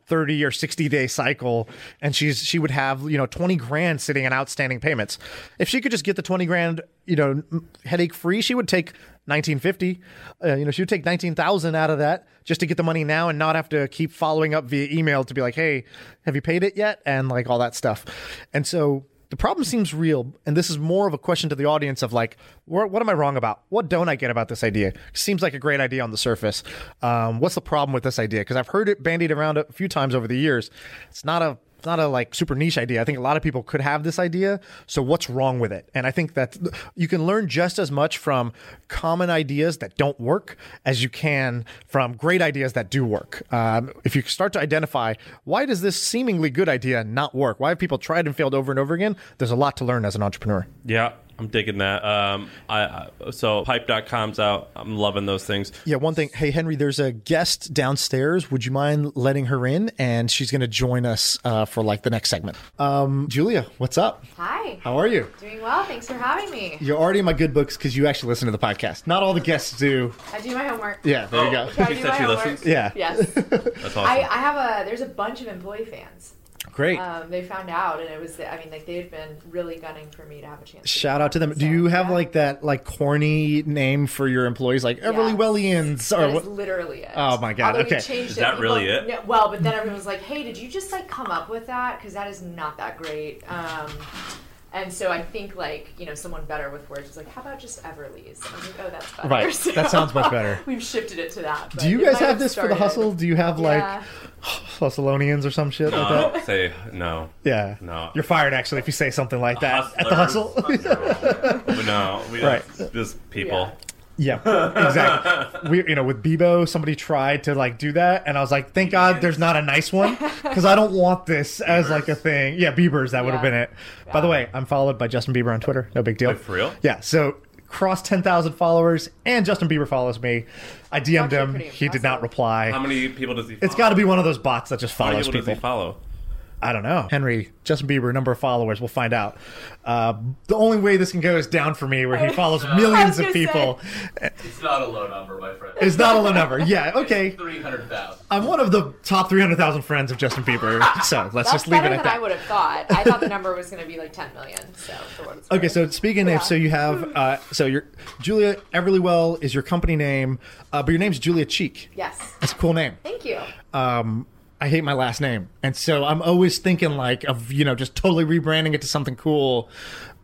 [SPEAKER 2] 30 or 60 day cycle and she's she would have you know 20 grand sitting in outstanding payments if she could just get the 20 grand you know headache free she would take 1950 uh, you know she would take 19000 out of that just to get the money now and not have to keep following up via email to be like hey have you paid it yet and like all that stuff and so the problem seems real and this is more of a question to the audience of like what, what am i wrong about what don't i get about this idea seems like a great idea on the surface um, what's the problem with this idea because i've heard it bandied around a few times over the years it's not a it's not a like super niche idea i think a lot of people could have this idea so what's wrong with it and i think that you can learn just as much from common ideas that don't work as you can from great ideas that do work um, if you start to identify why does this seemingly good idea not work why have people tried and failed over and over again there's a lot to learn as an entrepreneur
[SPEAKER 1] Yeah. I'm digging that. Um, I, I so pipe.com's out. I'm loving those things.
[SPEAKER 2] yeah one thing hey henry there's a guest downstairs would you mind letting her in and she's going to join us uh, for like the next segment um, julia what's up
[SPEAKER 5] Hi.
[SPEAKER 2] how are you
[SPEAKER 5] Doing well. Thanks for having me.
[SPEAKER 2] You're already in my good books because you actually listen to the podcast. Not all the guests do.
[SPEAKER 5] I do my homework.
[SPEAKER 2] Yeah, there you go.
[SPEAKER 5] I
[SPEAKER 1] She
[SPEAKER 5] do
[SPEAKER 1] said
[SPEAKER 5] my
[SPEAKER 1] she
[SPEAKER 5] homework.
[SPEAKER 1] listens?
[SPEAKER 2] Yeah.
[SPEAKER 5] Yes.
[SPEAKER 1] That's
[SPEAKER 5] I,
[SPEAKER 1] awesome.
[SPEAKER 5] I have a. There's a bunch of employee fans.
[SPEAKER 2] Great.
[SPEAKER 5] Um, they found out, and it was. I mean, like they had been really gunning for me to have a chance.
[SPEAKER 2] Shout out to them. Do you have like that like corny name for your employees, like Everly Wellians or
[SPEAKER 5] That
[SPEAKER 2] what?
[SPEAKER 5] is literally it.
[SPEAKER 2] Oh my God,
[SPEAKER 5] Although we
[SPEAKER 2] okay.
[SPEAKER 5] changed
[SPEAKER 1] Is
[SPEAKER 5] it,
[SPEAKER 1] that
[SPEAKER 5] people-
[SPEAKER 1] really it?
[SPEAKER 5] No, well, but then everyone was like, "Hey, did you just like come up with that? Because that is not that great." Um, and so I think like you know someone better with words was like, "How about just Everly's?" And I was like, "Oh, that's better."
[SPEAKER 2] Right.
[SPEAKER 5] So
[SPEAKER 2] That sounds much better.
[SPEAKER 5] We've shifted it to that. but
[SPEAKER 2] Do you
[SPEAKER 5] it
[SPEAKER 2] guys
[SPEAKER 5] might
[SPEAKER 2] have this for the
[SPEAKER 5] started-
[SPEAKER 2] hustle? Do you have
[SPEAKER 5] Yeah.
[SPEAKER 2] like Hustlonians or some shit like that?
[SPEAKER 1] Uh, say no.
[SPEAKER 2] Yeah.
[SPEAKER 1] No.
[SPEAKER 2] You're fired actually if you say something like that at the
[SPEAKER 1] Hustlers.
[SPEAKER 2] hustle.
[SPEAKER 1] no, we
[SPEAKER 2] Right.
[SPEAKER 1] just people.
[SPEAKER 2] yeah, exactly. We, you know, with Bebo, somebody tried to like do that, and I was like, thank God there's not a nice one because I don't want this as like a thing. Yeah, Bieber's that would have
[SPEAKER 5] Yeah.
[SPEAKER 2] been it. By the way, I'm followed by Justin Bieber on Twitter. No big deal.
[SPEAKER 1] Wait, for real?
[SPEAKER 2] Yeah. So crossed 10,000 followers, and Justin Bieber follows me. I DM'd
[SPEAKER 5] actually
[SPEAKER 2] him.
[SPEAKER 5] pretty
[SPEAKER 2] He did not
[SPEAKER 5] impressive.
[SPEAKER 2] reply.
[SPEAKER 1] How many people does he? Follow?
[SPEAKER 2] it's got to be one of those bots that just
[SPEAKER 1] How many
[SPEAKER 2] follows
[SPEAKER 1] people,
[SPEAKER 2] people.
[SPEAKER 1] does he follow?
[SPEAKER 2] I don't know. Henry, Justin Bieber, number of followers. We'll find out. Uh, the only way this can go is down for me, where he follows millions of
[SPEAKER 5] gonna
[SPEAKER 2] people.
[SPEAKER 7] It's not a low number, my friend.
[SPEAKER 2] It's not a low number. Yeah, okay.
[SPEAKER 7] 300,000.
[SPEAKER 2] I'm one of the top 300,000 friends of Justin Bieber, so let's
[SPEAKER 5] That's
[SPEAKER 2] just leave
[SPEAKER 5] better
[SPEAKER 2] it
[SPEAKER 5] than
[SPEAKER 2] at
[SPEAKER 5] I
[SPEAKER 2] that.
[SPEAKER 5] would have thought. I thought the number was going to be like 10 million. So for what it's
[SPEAKER 2] Okay,
[SPEAKER 5] worth.
[SPEAKER 2] so speaking
[SPEAKER 5] Yeah.
[SPEAKER 2] of, so you have, uh, so your Julia Everlywell is your company name, uh, but your name's Julia Cheek.
[SPEAKER 5] yes,
[SPEAKER 2] That's a cool name.
[SPEAKER 5] thank you.
[SPEAKER 2] um, I hate my last name, and so I'm always thinking like of you know just totally rebranding it to something cool.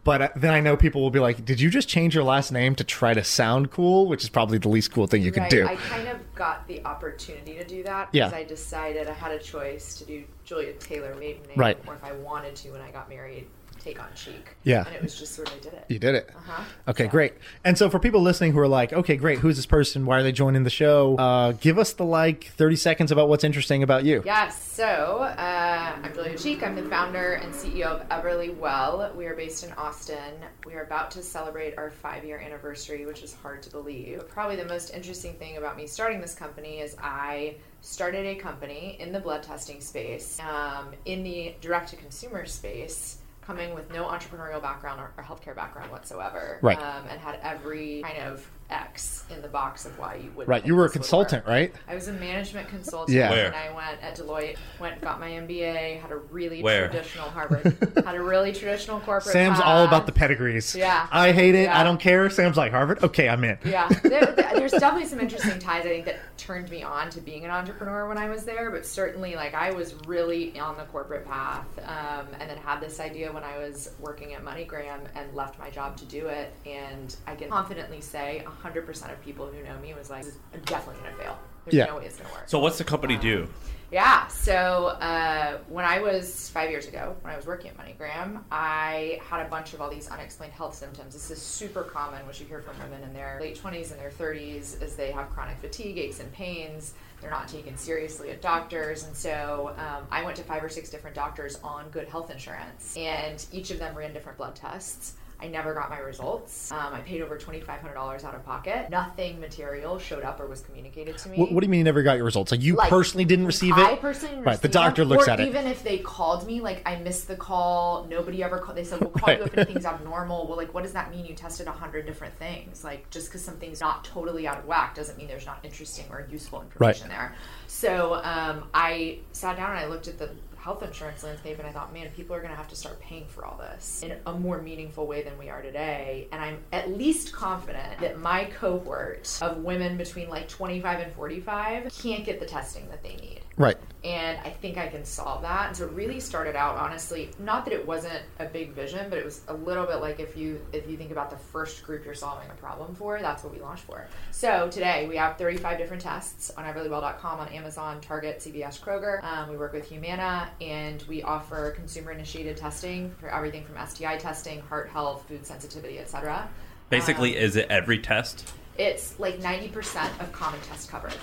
[SPEAKER 2] But uh, then I know people will be like, "Did you just change your last name to try to sound cool?" Which is probably the least cool thing you can
[SPEAKER 5] right.
[SPEAKER 2] do.
[SPEAKER 5] I kind of got the opportunity to do that
[SPEAKER 2] Yeah.
[SPEAKER 5] because I decided I had a choice to do Julia Taylor maiden name,
[SPEAKER 2] Right.
[SPEAKER 5] or if I wanted to when I got married, take on Cheek.
[SPEAKER 2] Yeah.
[SPEAKER 5] and it was just sort of I did it.
[SPEAKER 2] you did it.
[SPEAKER 5] Uh-huh.
[SPEAKER 2] Okay, great. And so for people listening who are like, "Okay, great. Who's this person? Why are they joining the show?" Uh, give us the like 30 seconds about what's interesting about you.
[SPEAKER 5] Yes, so uh, I'm Julia Cheek. I'm the founder and CEO of Everly Well. We are based in Austin. We are about to celebrate our five year anniversary, which is hard to believe. Probably the most interesting thing about me starting this company is I started a company in the blood testing space, um, in the direct to consumer space. Coming with no entrepreneurial background or, or healthcare background whatsoever,
[SPEAKER 2] Right.
[SPEAKER 5] Um, and had every kind of X in the box of why you would.
[SPEAKER 2] Right, you were a consultant, right?
[SPEAKER 5] I was a management consultant,
[SPEAKER 2] Yeah.
[SPEAKER 1] Where?
[SPEAKER 5] and I went at Deloitte, went got my MBA, had a really
[SPEAKER 1] Where?
[SPEAKER 5] traditional Harvard, had a really traditional corporate.
[SPEAKER 2] Sam's all
[SPEAKER 5] path.
[SPEAKER 2] about the pedigrees.
[SPEAKER 5] Yeah.
[SPEAKER 2] I hate it.
[SPEAKER 5] Yeah.
[SPEAKER 2] I don't care. Sam's like Harvard. Okay, I'm in.
[SPEAKER 5] Yeah, there, there- there's definitely some interesting ties I think that turned me on to being an entrepreneur when I was there, but certainly like I was really on the corporate path, um, and then had this idea when I was working at MoneyGram and left my job to do it, and I can confidently say 100% of people who know me was like, I'm definitely gonna fail. There's
[SPEAKER 2] Yeah.
[SPEAKER 5] no way it's gonna work.
[SPEAKER 1] So what's the company do?
[SPEAKER 5] Yeah. So uh, when I was five years ago, when I was working at MoneyGram, I had a bunch of all these unexplained health symptoms. This is super common, which you hear from women in their late 20s and their 30s, is they have chronic fatigue, aches, and pains. They're not taken seriously at doctors. And so um, I went to five or six different doctors on good health insurance, and each of them ran different blood tests. I never got my results. Um, I paid over $2,500 out of pocket. Nothing material showed up or was communicated to me.
[SPEAKER 2] What, what do you mean you never got your results? Like you
[SPEAKER 5] Like,
[SPEAKER 2] personally didn't receive it?
[SPEAKER 5] I personally
[SPEAKER 2] Right, the
[SPEAKER 5] received
[SPEAKER 2] doctor
[SPEAKER 5] them,
[SPEAKER 2] looks
[SPEAKER 5] or
[SPEAKER 2] at it.
[SPEAKER 5] Even if they called me, like I missed the call. Nobody ever called. They said we'll call
[SPEAKER 2] Right.
[SPEAKER 5] you if anything's abnormal. Well, like what does that mean? You tested a hundred different things. Like just because something's not totally out of whack doesn't mean there's not interesting or useful information there. So um, I sat down and I looked at the health insurance landscape and I thought, man, people are going to have to start paying for all this in a more meaningful way than we are today. And I'm at least confident that my cohort of women between like 25 and 45 can't get the testing that they need
[SPEAKER 2] right.
[SPEAKER 5] and I think I can solve that. And so it really started out honestly, not that it wasn't a big vision, but it was a little bit like if you if you think about the first group you're solving a problem for, that's what we launched for. So today we have 35 different tests on everlywell.com, on Amazon, Target, CVS, Kroger. Um, we work with Humana, and we offer consumer-initiated testing for everything from STI testing, heart health, food sensitivity, etc.
[SPEAKER 1] Basically, is it every test?
[SPEAKER 5] It's like 90% of common test coverage.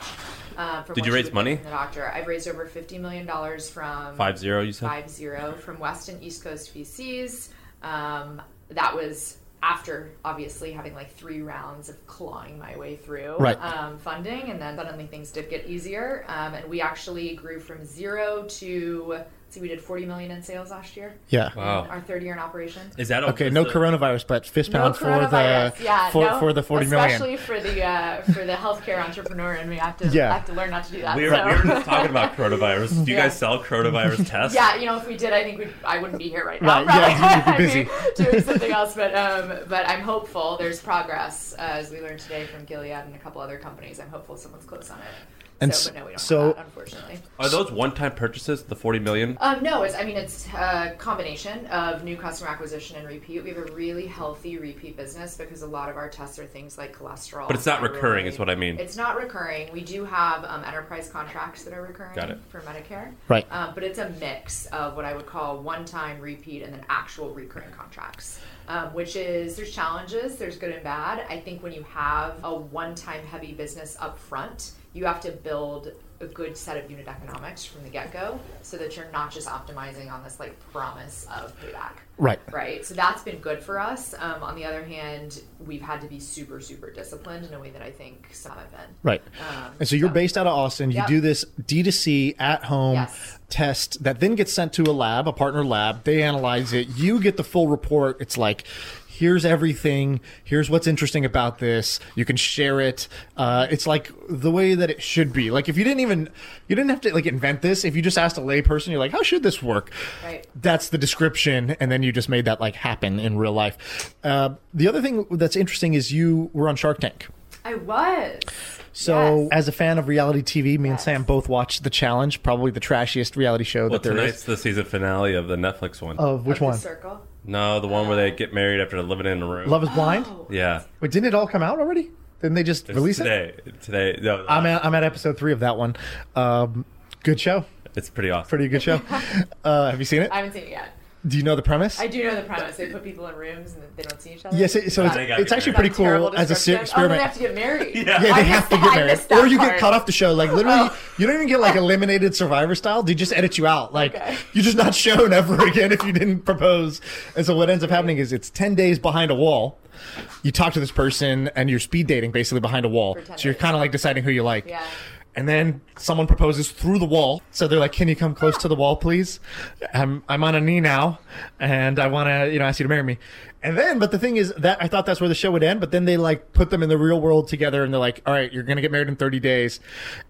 [SPEAKER 5] Um, from
[SPEAKER 1] Did
[SPEAKER 5] what
[SPEAKER 1] you raise
[SPEAKER 5] would get
[SPEAKER 1] money?
[SPEAKER 5] From the doctor. I've raised over $50 million from
[SPEAKER 1] Five zero, you said.
[SPEAKER 5] five zero from West and East Coast VCs. Um, that was after obviously having like three rounds of clawing my way through
[SPEAKER 2] Right.
[SPEAKER 5] um, funding, and then suddenly things did get easier, um, and we actually grew from zero to See, we did 40 million in sales last year.
[SPEAKER 2] Yeah.
[SPEAKER 1] Wow.
[SPEAKER 5] Our third year in operation.
[SPEAKER 1] Is that
[SPEAKER 2] Okay, no
[SPEAKER 1] corona?
[SPEAKER 2] coronavirus, but fist pound for the
[SPEAKER 5] coronavirus. yeah,
[SPEAKER 2] for,
[SPEAKER 5] no,
[SPEAKER 2] for the forty million.
[SPEAKER 5] Especially for the uh, for the healthcare entrepreneur and we have to
[SPEAKER 2] Yeah.
[SPEAKER 5] I have to learn not to do that.
[SPEAKER 1] We were,
[SPEAKER 5] so.
[SPEAKER 1] we were just talking about coronavirus. Do you
[SPEAKER 5] Yeah.
[SPEAKER 1] guys sell coronavirus tests?
[SPEAKER 5] Yeah, you know, if we did, I think we'd, I wouldn't be here right now.
[SPEAKER 2] Right, yeah,
[SPEAKER 5] probably.
[SPEAKER 2] you'd be
[SPEAKER 5] I'd be doing something else, but um, but I'm hopeful. There's progress, uh, as we learned today from Gilead and a couple other companies. I'm hopeful someone's close on it.
[SPEAKER 2] And s-
[SPEAKER 5] so, but no, we don't
[SPEAKER 2] so-
[SPEAKER 5] have that, unfortunately.
[SPEAKER 1] Are those one-time purchases? The forty million?
[SPEAKER 5] Um, no, it's, I mean, it's a combination of new customer acquisition and repeat. We have a really healthy repeat business because a lot of our tests are things like cholesterol.
[SPEAKER 1] But it's not
[SPEAKER 5] thyroid.
[SPEAKER 1] recurring, is what I mean.
[SPEAKER 5] It's not recurring. We do have um, enterprise contracts that are recurring
[SPEAKER 1] Got it.
[SPEAKER 5] for Medicare.
[SPEAKER 2] Right.
[SPEAKER 5] Um, but it's a mix of what I would call one time repeat and then actual recurring contracts, um, which is there's challenges, there's good and bad. I think when you have a one time heavy business up front, you have to build a good set of unit economics from the get go so that you're not just optimizing on this like promise of payback.
[SPEAKER 2] Right.
[SPEAKER 5] Right. So that's been good for us. Um, on the other hand, we've had to be super, super disciplined in a way that I think some have been.
[SPEAKER 2] Right.
[SPEAKER 5] Um,
[SPEAKER 2] and so you're based out of Austin. You
[SPEAKER 5] Yep.
[SPEAKER 2] do this D2C at home
[SPEAKER 5] Yes.
[SPEAKER 2] test that then gets sent to a lab, a partner lab. They analyze it. You get the full report. It's like, here's everything. Here's what's interesting about this. You can share it. Uh, it's like the way that it should be. Like if you didn't even, you didn't have to like invent this. If you just asked a layperson, you're like, how should this work?
[SPEAKER 5] Right.
[SPEAKER 2] that's the description and then you just made that like happen in real life uh, the other thing that's interesting is you were on shark tank
[SPEAKER 5] I was.
[SPEAKER 2] so
[SPEAKER 5] Yes.
[SPEAKER 2] as a fan of reality tv me and
[SPEAKER 5] Yes.
[SPEAKER 2] sam both watched the challenge probably the trashiest reality show
[SPEAKER 1] Well,
[SPEAKER 2] that there is. Oh.
[SPEAKER 1] tonight's the season finale of the Netflix one.
[SPEAKER 2] of which
[SPEAKER 5] The
[SPEAKER 2] one
[SPEAKER 5] Circle.
[SPEAKER 1] no, the one where
[SPEAKER 5] Oh.
[SPEAKER 1] they get married after living in a room.
[SPEAKER 2] love is blind
[SPEAKER 1] Yeah.
[SPEAKER 2] wait didn't it all come out already didn't they just release it
[SPEAKER 1] today. Today. No, uh,
[SPEAKER 2] I'm at, I'm at episode three of that one um, good show
[SPEAKER 1] it's pretty awesome.
[SPEAKER 2] pretty good show uh, have you seen it
[SPEAKER 5] I haven't seen it yet.
[SPEAKER 2] do you know the premise
[SPEAKER 5] I do know the premise. They put people in rooms and they don't see each other.
[SPEAKER 2] yes it, so it's,
[SPEAKER 1] They gotta
[SPEAKER 2] it's
[SPEAKER 1] be
[SPEAKER 2] actually
[SPEAKER 1] married.
[SPEAKER 2] pretty cool as a ser-
[SPEAKER 5] Oh, then
[SPEAKER 2] experiment
[SPEAKER 5] they have to get married.
[SPEAKER 1] Yeah.
[SPEAKER 2] Yeah,
[SPEAKER 5] I
[SPEAKER 2] they
[SPEAKER 5] missed
[SPEAKER 2] have to
[SPEAKER 5] that-
[SPEAKER 2] get
[SPEAKER 5] I
[SPEAKER 2] married,
[SPEAKER 5] missed that
[SPEAKER 2] or you get
[SPEAKER 5] part.
[SPEAKER 2] cut off the show. Like literally,
[SPEAKER 5] Oh.
[SPEAKER 2] you don't even get like eliminated Survivor style. They just edit you out. Like
[SPEAKER 5] Okay.
[SPEAKER 2] you're just not shown ever again if you didn't propose. And so what ends up happening is it's ten days behind a wall. You talk to this person and you're speed dating basically behind a wall.
[SPEAKER 5] 10
[SPEAKER 2] So you're
[SPEAKER 5] days.
[SPEAKER 2] kind of like deciding who you like.
[SPEAKER 5] Yeah.
[SPEAKER 2] And then someone proposes through the wall. So they're like, "Can you come close to the wall, please? I'm I'm on a knee now, and I want to you know ask you to marry me." And then, but the thing is that I thought that's where the show would end. But then they like put them in the real world together, and they're like, "All right, you're gonna get married in 30 days,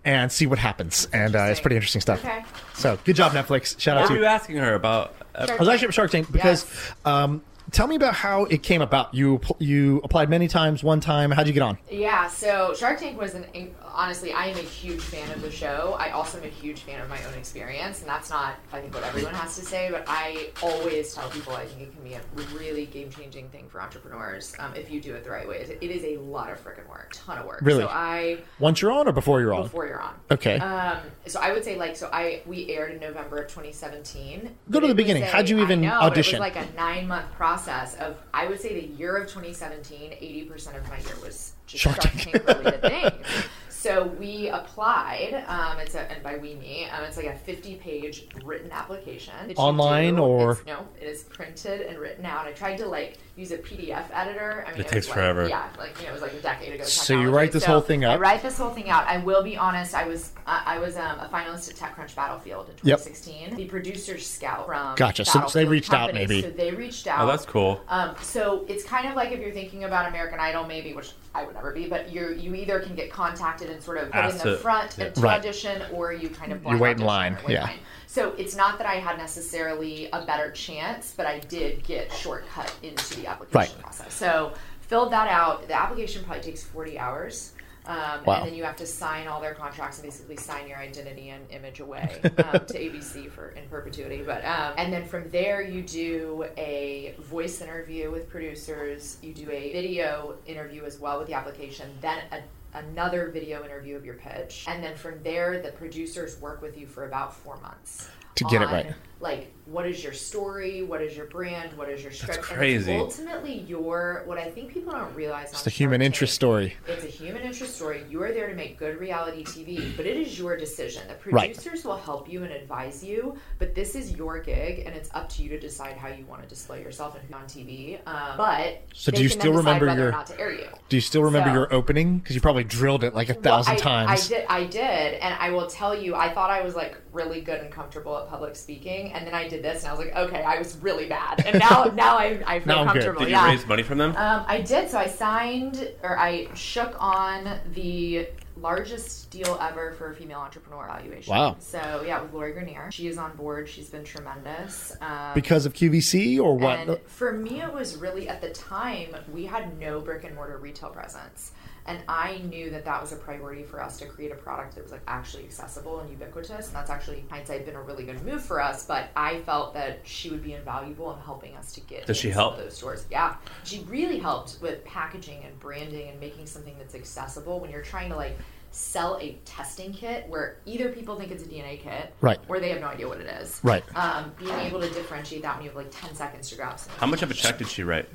[SPEAKER 2] and see what happens." And uh, it's pretty interesting stuff.
[SPEAKER 5] Okay.
[SPEAKER 2] So good job, Netflix. Shout out
[SPEAKER 1] What
[SPEAKER 2] to
[SPEAKER 1] were you
[SPEAKER 2] you.
[SPEAKER 1] asking her about? uh,
[SPEAKER 2] I was actually at Shark Tank because. Um, Tell me about how it came about. You pl- you applied many times, one time. How'd you get on?
[SPEAKER 5] Yeah, so Shark Tank was an honestly, I am a huge fan of the show. I also am a huge fan of my own experience, and that's not I think what everyone has to say, but I always tell people I think it can be a really game changing thing for entrepreneurs um, if you do it the right way. It is a lot of freaking work, ton of work.
[SPEAKER 2] Really?
[SPEAKER 5] So I
[SPEAKER 2] Once you're on or before you're on?
[SPEAKER 5] before you're on.
[SPEAKER 2] Okay.
[SPEAKER 5] Um, so I would say like so I we aired in November of 2017.
[SPEAKER 2] Go to
[SPEAKER 5] But
[SPEAKER 2] the
[SPEAKER 5] it was
[SPEAKER 2] beginning.
[SPEAKER 5] a-
[SPEAKER 2] How'd you
[SPEAKER 5] I
[SPEAKER 2] even
[SPEAKER 5] know, but
[SPEAKER 2] audition?
[SPEAKER 5] It was like a nine month process of I would say the year of 2017. 80 percent of my year was just
[SPEAKER 2] Shark
[SPEAKER 5] Shark
[SPEAKER 2] Tank.
[SPEAKER 5] Tank related things. So we applied. Um, it's a, and by we me, um, it's like a 50 page written application. that you
[SPEAKER 2] Online
[SPEAKER 5] do.
[SPEAKER 2] or-
[SPEAKER 5] It's- no? It is printed and written out. I tried to like use a PDF editor. I mean,
[SPEAKER 1] It
[SPEAKER 5] was
[SPEAKER 1] takes
[SPEAKER 5] like-
[SPEAKER 1] forever.
[SPEAKER 5] Yeah, like you know, it was like a decade ago.
[SPEAKER 2] So you
[SPEAKER 5] technology.
[SPEAKER 2] write this whole thing
[SPEAKER 5] I
[SPEAKER 2] up.
[SPEAKER 5] write this whole thing out. I will be honest. I was uh, I was um, a finalist at TechCrunch Battlefield in
[SPEAKER 2] Yep.
[SPEAKER 5] 2016. The producers scout from
[SPEAKER 2] Gotcha. So- so they
[SPEAKER 5] Battlefield
[SPEAKER 2] reached out,
[SPEAKER 5] companies.
[SPEAKER 2] maybe.
[SPEAKER 5] So they reached out.
[SPEAKER 1] Oh, that's cool.
[SPEAKER 5] Um, so it's kind of like if you're thinking about American Idol, maybe which I would never be, but you are you either can get contacted and sort of put in the
[SPEAKER 1] Asset.
[SPEAKER 5] front and to
[SPEAKER 2] Right.
[SPEAKER 5] audition, or you kind of
[SPEAKER 2] You wait in
[SPEAKER 5] audition or
[SPEAKER 2] line,
[SPEAKER 5] wait in
[SPEAKER 2] yeah.
[SPEAKER 5] line. So it's not that I had necessarily a better chance, but I did get shortcut into the application
[SPEAKER 2] Right.
[SPEAKER 5] process. So filled that out. The application probably takes 40 hours. Um,
[SPEAKER 2] Wow.
[SPEAKER 5] And then you have to sign all their contracts and basically sign your identity and image away um, to ABC for in perpetuity. But um, and then from there you do a voice interview with producers. You do a video interview as well with the application. Then a another video interview of your pitch and then from there the producers work with you for about four months
[SPEAKER 2] To get it
[SPEAKER 5] on,
[SPEAKER 2] right.
[SPEAKER 5] like what is your story what is your brand what is your script And it's
[SPEAKER 1] crazy.
[SPEAKER 5] ultimately your what i think people don't realize
[SPEAKER 2] It's the human interest story.
[SPEAKER 5] it's a human interest story. You are there to make good reality TV, but it is your decision. The
[SPEAKER 2] Right.
[SPEAKER 5] producers will help you and advise you, but this is your gig, and it's up to you to decide how you want to display yourself and who on TV. Um, but
[SPEAKER 2] So
[SPEAKER 5] they
[SPEAKER 2] do you
[SPEAKER 5] can
[SPEAKER 2] still
[SPEAKER 5] then decide
[SPEAKER 2] remember
[SPEAKER 5] whether
[SPEAKER 2] your-
[SPEAKER 5] or not to air you?
[SPEAKER 2] Do you still remember
[SPEAKER 5] So-
[SPEAKER 2] your opening? Because you probably drilled it like a
[SPEAKER 5] Well,
[SPEAKER 2] thousand
[SPEAKER 5] I-
[SPEAKER 2] times.
[SPEAKER 5] I did, I did, and I will tell you, I thought I was like really good and comfortable at public speaking, thing, and then I did this, and I was like, okay, I was really bad, and now now I, I feel
[SPEAKER 2] Now I'm good.
[SPEAKER 5] comfortable.
[SPEAKER 1] Did you
[SPEAKER 5] yeah.
[SPEAKER 1] raise money from them?
[SPEAKER 5] Um, I did. So I signed or I shook on the largest deal ever for a female entrepreneur valuation.
[SPEAKER 3] Wow.
[SPEAKER 5] So yeah, with Lori Grenier, she is on board. She's been tremendous. Um,
[SPEAKER 3] because of QVC or what?
[SPEAKER 5] and for me, it was really at the time we had no brick and mortar retail presence. And I knew that that was a priority for us to create a product that was like actually accessible and ubiquitous. And that's actually, in hindsight, been a really good move for us. But I felt that she would be invaluable in helping us to get
[SPEAKER 1] Does she
[SPEAKER 5] into some of
[SPEAKER 1] help?
[SPEAKER 5] those stores. Yeah, she really helped with packaging and branding and making something that's accessible when you're trying to like sell a testing kit where either people think it's a DNA kit,
[SPEAKER 3] Right.
[SPEAKER 5] or they have no idea what it is,
[SPEAKER 3] Right.
[SPEAKER 5] um, being able to differentiate that when you have like 10 seconds to grab something.
[SPEAKER 1] How much of a check did she write?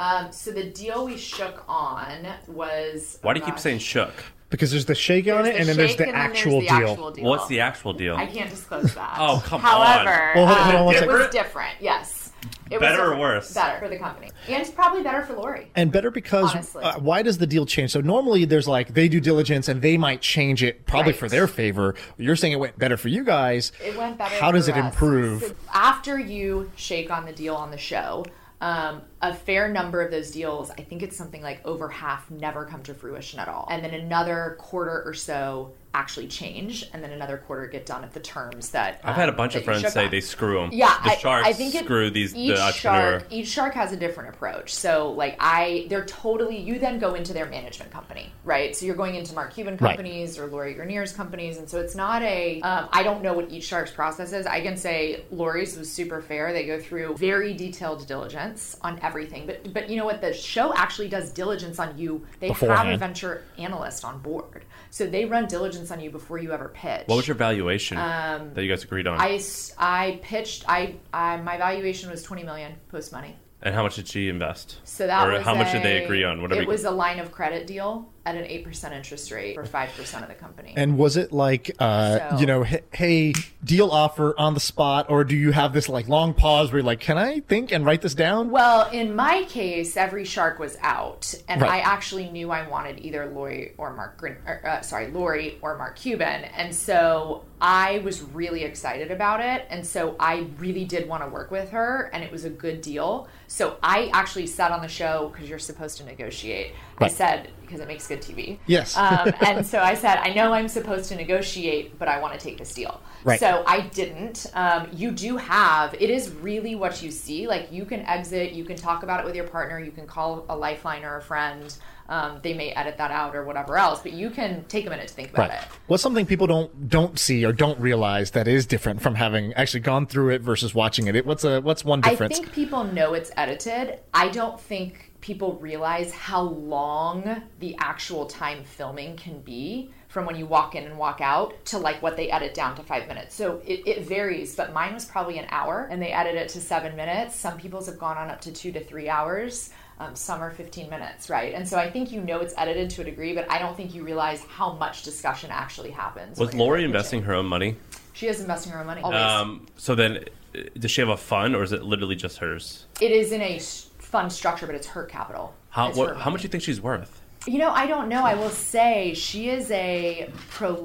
[SPEAKER 5] Um, so the deal we shook on was.
[SPEAKER 1] Why do you
[SPEAKER 5] oh
[SPEAKER 1] keep
[SPEAKER 5] gosh.
[SPEAKER 1] saying shook?
[SPEAKER 2] Because there's the shake on
[SPEAKER 5] There's
[SPEAKER 2] it,
[SPEAKER 5] the
[SPEAKER 2] and then there's
[SPEAKER 5] shake
[SPEAKER 2] the
[SPEAKER 5] and then
[SPEAKER 2] actual
[SPEAKER 5] there's the
[SPEAKER 2] deal.
[SPEAKER 5] actual deal.
[SPEAKER 1] What's the actual deal?
[SPEAKER 5] I can't disclose that.
[SPEAKER 1] Oh, come
[SPEAKER 5] However,
[SPEAKER 2] Well, hold on, hold on
[SPEAKER 5] um,
[SPEAKER 2] one
[SPEAKER 5] it was
[SPEAKER 1] second.
[SPEAKER 5] different. Yes. It
[SPEAKER 1] Better or
[SPEAKER 5] different.
[SPEAKER 1] worse?
[SPEAKER 5] Better for the company, and it's probably better for Lori.
[SPEAKER 3] and better because
[SPEAKER 5] Honestly.
[SPEAKER 3] uh, why does the deal change? So normally there's like they do diligence and they might change it probably
[SPEAKER 5] Right.
[SPEAKER 3] for their favor. You're saying it went better for you guys.
[SPEAKER 5] It went better.
[SPEAKER 3] How does
[SPEAKER 5] for
[SPEAKER 3] it
[SPEAKER 5] us.
[SPEAKER 3] improve?
[SPEAKER 5] So after you shake on the deal on the show? Um, a fair number of those deals, I think it's something like over half, never come to fruition at all, and then another quarter or so actually change, and then another quarter get done at the terms that
[SPEAKER 1] I've had a bunch of friends say they screw them.
[SPEAKER 5] yeah,
[SPEAKER 1] the
[SPEAKER 5] I-
[SPEAKER 1] sharks
[SPEAKER 5] I, think it,
[SPEAKER 1] screw these
[SPEAKER 5] Each
[SPEAKER 1] the entrepreneur.
[SPEAKER 5] shark, each shark has a different approach. So, like, I they're totally. You then go into their management company, right? So you're going into Mark Cuban
[SPEAKER 3] Right.
[SPEAKER 5] companies or Lori Grenier's companies, and so it's not a. Um, I don't know what each shark's process is. I can say Lori's was super fair. They go through very detailed diligence on everything, but but you know what? The show actually does diligence on you. They have a
[SPEAKER 3] Beforehand.
[SPEAKER 5] venture analyst on board, so they run diligence on you before you ever pitch.
[SPEAKER 1] What was your valuation that you guys agreed on?
[SPEAKER 5] um, I, s- I pitched I, I my valuation was 20 million post money
[SPEAKER 1] and how much did she invest?
[SPEAKER 5] so that
[SPEAKER 1] or
[SPEAKER 5] was
[SPEAKER 1] how much did they
[SPEAKER 5] a-
[SPEAKER 1] agree on? Whatever.
[SPEAKER 5] it
[SPEAKER 1] you-
[SPEAKER 5] was a line of credit deal at an 8% interest rate for 5% of the company
[SPEAKER 3] And was it like, uh,
[SPEAKER 5] So-
[SPEAKER 3] you know, h- hey, deal offer on the spot, or do you have this like long pause where you're like, can I think and write this down?
[SPEAKER 5] well in my case every shark was out and
[SPEAKER 3] Right.
[SPEAKER 5] i actually knew i wanted either lori or mark Grin- or, uh, sorry lori or mark cuban and so i was really excited about it and so i really did want to work with her and it was a good deal so i actually sat on the show because you're supposed to negotiate i
[SPEAKER 3] Right.
[SPEAKER 5] said because it makes good tv
[SPEAKER 3] Yes.
[SPEAKER 5] um, and so I said, I know I'm supposed to negotiate, but I want to take this deal.
[SPEAKER 3] Right.
[SPEAKER 5] So I didn't. Um, you do have, it is really what you see. Like you can exit, you can talk about it with your partner, you can call a lifeline or a friend. Um, they may edit that out or whatever else, but you can take a minute to think about
[SPEAKER 3] Right.
[SPEAKER 5] it.
[SPEAKER 3] What's something people don't don't see or don't realize that is different from having actually gone through it versus watching it? It- What's a what's one difference?
[SPEAKER 5] I think people know it's edited. I don't think people realize how long the actual time filming can be from when you walk in and walk out to like what they edit down to five minutes. So it, it varies, but mine was probably an hour and they edit it to seven minutes. Some people's have gone on up to two to three hours. Um, some are 15 minutes, right? And so I think you know it's edited to a degree, but I don't think you realize how much discussion actually happens.
[SPEAKER 1] was
[SPEAKER 5] when you're
[SPEAKER 1] Lori
[SPEAKER 5] pitching.
[SPEAKER 1] investing her own money?
[SPEAKER 5] She is investing her own money. Always.
[SPEAKER 1] Um, so then, uh, does she have a fund, or is it literally just hers?
[SPEAKER 5] It is in a s- fund structure, but it's her capital.
[SPEAKER 1] How
[SPEAKER 5] It's her
[SPEAKER 1] what, how
[SPEAKER 5] money.
[SPEAKER 1] much do you think she's worth?
[SPEAKER 5] You know, I don't know. I will say she is a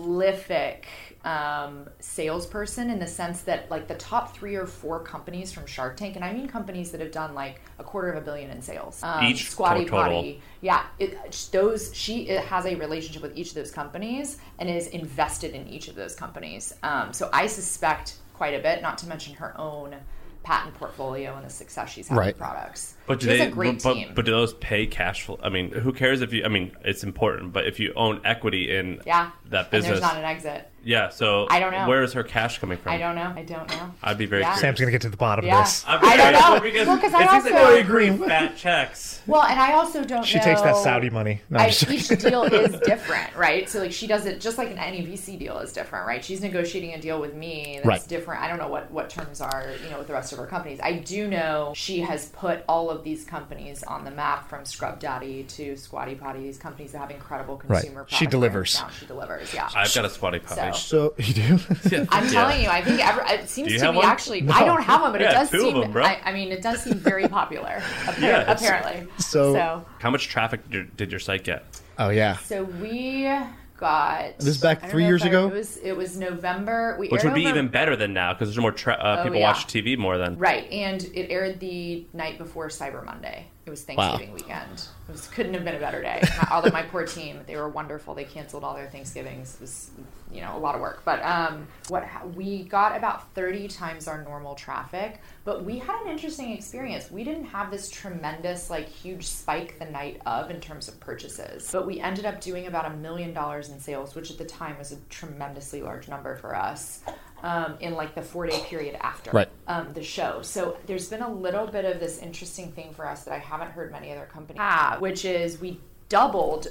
[SPEAKER 5] prolific um, salesperson in the sense that, like, the top three or four companies from Shark Tank, and I mean companies that have done like a quarter of a billion in sales. Um,
[SPEAKER 1] Each
[SPEAKER 5] Squatty
[SPEAKER 1] total.
[SPEAKER 5] Potty. Yeah, it, those she it has a relationship with each of those companies and is invested in each of those companies. Um, so I suspect quite a bit, not to mention her own patent portfolio and the success she's had
[SPEAKER 3] Right.
[SPEAKER 5] with products.
[SPEAKER 1] But do
[SPEAKER 5] she has
[SPEAKER 1] they?
[SPEAKER 5] a great
[SPEAKER 1] but,
[SPEAKER 5] team.
[SPEAKER 1] But, do those pay cash flow? I mean, who cares if you? I mean, it's important, but if you own equity in
[SPEAKER 5] yeah,
[SPEAKER 1] that
[SPEAKER 5] And
[SPEAKER 1] business,
[SPEAKER 5] there's not an exit.
[SPEAKER 1] yeah. So
[SPEAKER 5] I don't know.
[SPEAKER 1] Where is her cash coming from?
[SPEAKER 5] I don't know. I don't know.
[SPEAKER 1] I'd be very
[SPEAKER 5] Yeah.
[SPEAKER 1] curious.
[SPEAKER 2] Sam's gonna get to the bottom
[SPEAKER 5] Yeah.
[SPEAKER 2] of this.
[SPEAKER 1] I'm
[SPEAKER 5] I don't
[SPEAKER 1] curious,
[SPEAKER 5] know.
[SPEAKER 1] because
[SPEAKER 5] Well, 'cause I
[SPEAKER 1] it seems like
[SPEAKER 5] also-
[SPEAKER 1] Lori Green fat checks.
[SPEAKER 5] Well, and I also don't
[SPEAKER 2] She
[SPEAKER 5] know.
[SPEAKER 2] takes that Saudi money. No, I'm
[SPEAKER 5] I,
[SPEAKER 2] just
[SPEAKER 5] each deal is different, right? So like she does it just like an any VC deal is different, right? She's negotiating a deal with me that's
[SPEAKER 3] Right.
[SPEAKER 5] different. I don't know what what terms are, you know, with the rest of her companies. I do know she has put all of these companies on the map from Scrub Daddy to Squatty Potty, these companies that have incredible consumer
[SPEAKER 3] She
[SPEAKER 5] product
[SPEAKER 3] delivers.
[SPEAKER 5] brands Now she delivers, yeah.
[SPEAKER 1] I've got a squatty potty.
[SPEAKER 5] So-
[SPEAKER 3] so you do.
[SPEAKER 5] I'm telling you, I think every, it seems
[SPEAKER 1] Do you
[SPEAKER 5] to
[SPEAKER 1] have
[SPEAKER 5] be
[SPEAKER 1] one?
[SPEAKER 5] actually. I don't have one, but
[SPEAKER 1] Yeah,
[SPEAKER 5] it does
[SPEAKER 1] two of
[SPEAKER 5] seem.
[SPEAKER 1] them, bro.
[SPEAKER 5] I, I mean, it does seem very popular. Appar-
[SPEAKER 1] Yeah, it's-
[SPEAKER 5] apparently.
[SPEAKER 3] So-
[SPEAKER 5] so
[SPEAKER 1] How much traffic did your, did your site get?
[SPEAKER 3] oh yeah.
[SPEAKER 5] So we got
[SPEAKER 2] This is back
[SPEAKER 5] I don't
[SPEAKER 2] three
[SPEAKER 5] know
[SPEAKER 2] years
[SPEAKER 5] if I-
[SPEAKER 2] ago?
[SPEAKER 5] It was it was November. We
[SPEAKER 1] Which
[SPEAKER 5] aired
[SPEAKER 1] would be
[SPEAKER 5] over-
[SPEAKER 1] even better than now because there's more tra- uh,
[SPEAKER 5] Oh,
[SPEAKER 1] people
[SPEAKER 5] yeah.
[SPEAKER 1] watch TV more than.
[SPEAKER 5] right, and it aired the night before Cyber Monday. It was Thanksgiving weekend. It was, couldn't have been a better day. My- Although my poor team, they were wonderful. They canceled all their Thanksgivings. It was you know a lot of work, but um, what ha- we got about thirty times our normal traffic. But we had an interesting experience. We didn't have this tremendous like huge spike the night of in terms of purchases, but we ended up doing about a million dollars in sales, which at the time was a tremendously large number for us um, in like the four day period after
[SPEAKER 2] Right.
[SPEAKER 5] um, the show. So there's been a little bit of this interesting thing for us that I haven't heard many other companies
[SPEAKER 1] Ah.
[SPEAKER 5] have, which is we doubled.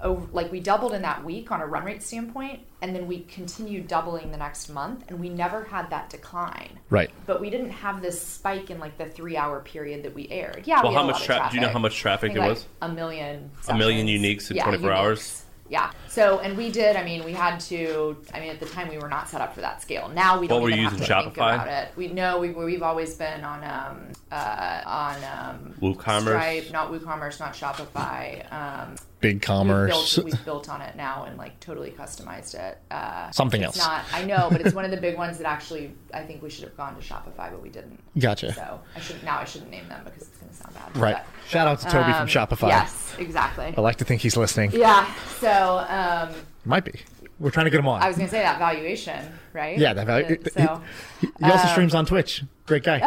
[SPEAKER 5] Over, like we doubled in that week on a run rate standpoint, and then we continued doubling the next month, and we never had that decline.
[SPEAKER 2] Right.
[SPEAKER 5] But we didn't have this spike in like the three-hour period that we aired. Yeah.
[SPEAKER 1] Well,
[SPEAKER 5] we
[SPEAKER 1] how
[SPEAKER 5] had a
[SPEAKER 1] much
[SPEAKER 5] lot of
[SPEAKER 1] tra- do you know how much traffic
[SPEAKER 5] I think,
[SPEAKER 1] it
[SPEAKER 5] like,
[SPEAKER 1] was?
[SPEAKER 5] A million.
[SPEAKER 1] A million
[SPEAKER 5] sessions.
[SPEAKER 1] uniques in
[SPEAKER 5] Yeah,
[SPEAKER 1] 24 hours?
[SPEAKER 5] yeah. So, and we did. I mean, we had to. I mean, at the time, we were not set up for that scale. Now we don't
[SPEAKER 1] What were
[SPEAKER 5] even
[SPEAKER 1] you
[SPEAKER 5] have
[SPEAKER 1] using,
[SPEAKER 5] to think
[SPEAKER 1] Shopify?
[SPEAKER 5] about it. We know we, we've always been on um uh on um
[SPEAKER 1] WooCommerce?
[SPEAKER 5] Stripe, not WooCommerce, not Shopify. Um,
[SPEAKER 2] Big
[SPEAKER 5] we've
[SPEAKER 2] commerce.
[SPEAKER 5] built, we've built on it now and like totally customized it. Uh,
[SPEAKER 2] Something
[SPEAKER 5] it's
[SPEAKER 2] else.
[SPEAKER 5] Not, I know, but it's one of the big ones that actually I think we should have gone to Shopify, but we didn't.
[SPEAKER 2] Gotcha.
[SPEAKER 5] So I should now I shouldn't name them because it's going to sound bad.
[SPEAKER 2] Right.
[SPEAKER 5] But,
[SPEAKER 2] Shout out to Toby from
[SPEAKER 5] um,
[SPEAKER 2] Shopify.
[SPEAKER 5] Yes, exactly.
[SPEAKER 2] I like to think he's listening.
[SPEAKER 5] Yeah. So. um
[SPEAKER 2] Might be. We're trying to get him on.
[SPEAKER 5] I was gonna say that valuation, right?
[SPEAKER 2] yeah, that value.
[SPEAKER 5] Uh, So,
[SPEAKER 2] he, he
[SPEAKER 5] uh,
[SPEAKER 2] also streams on Twitch. Great guy.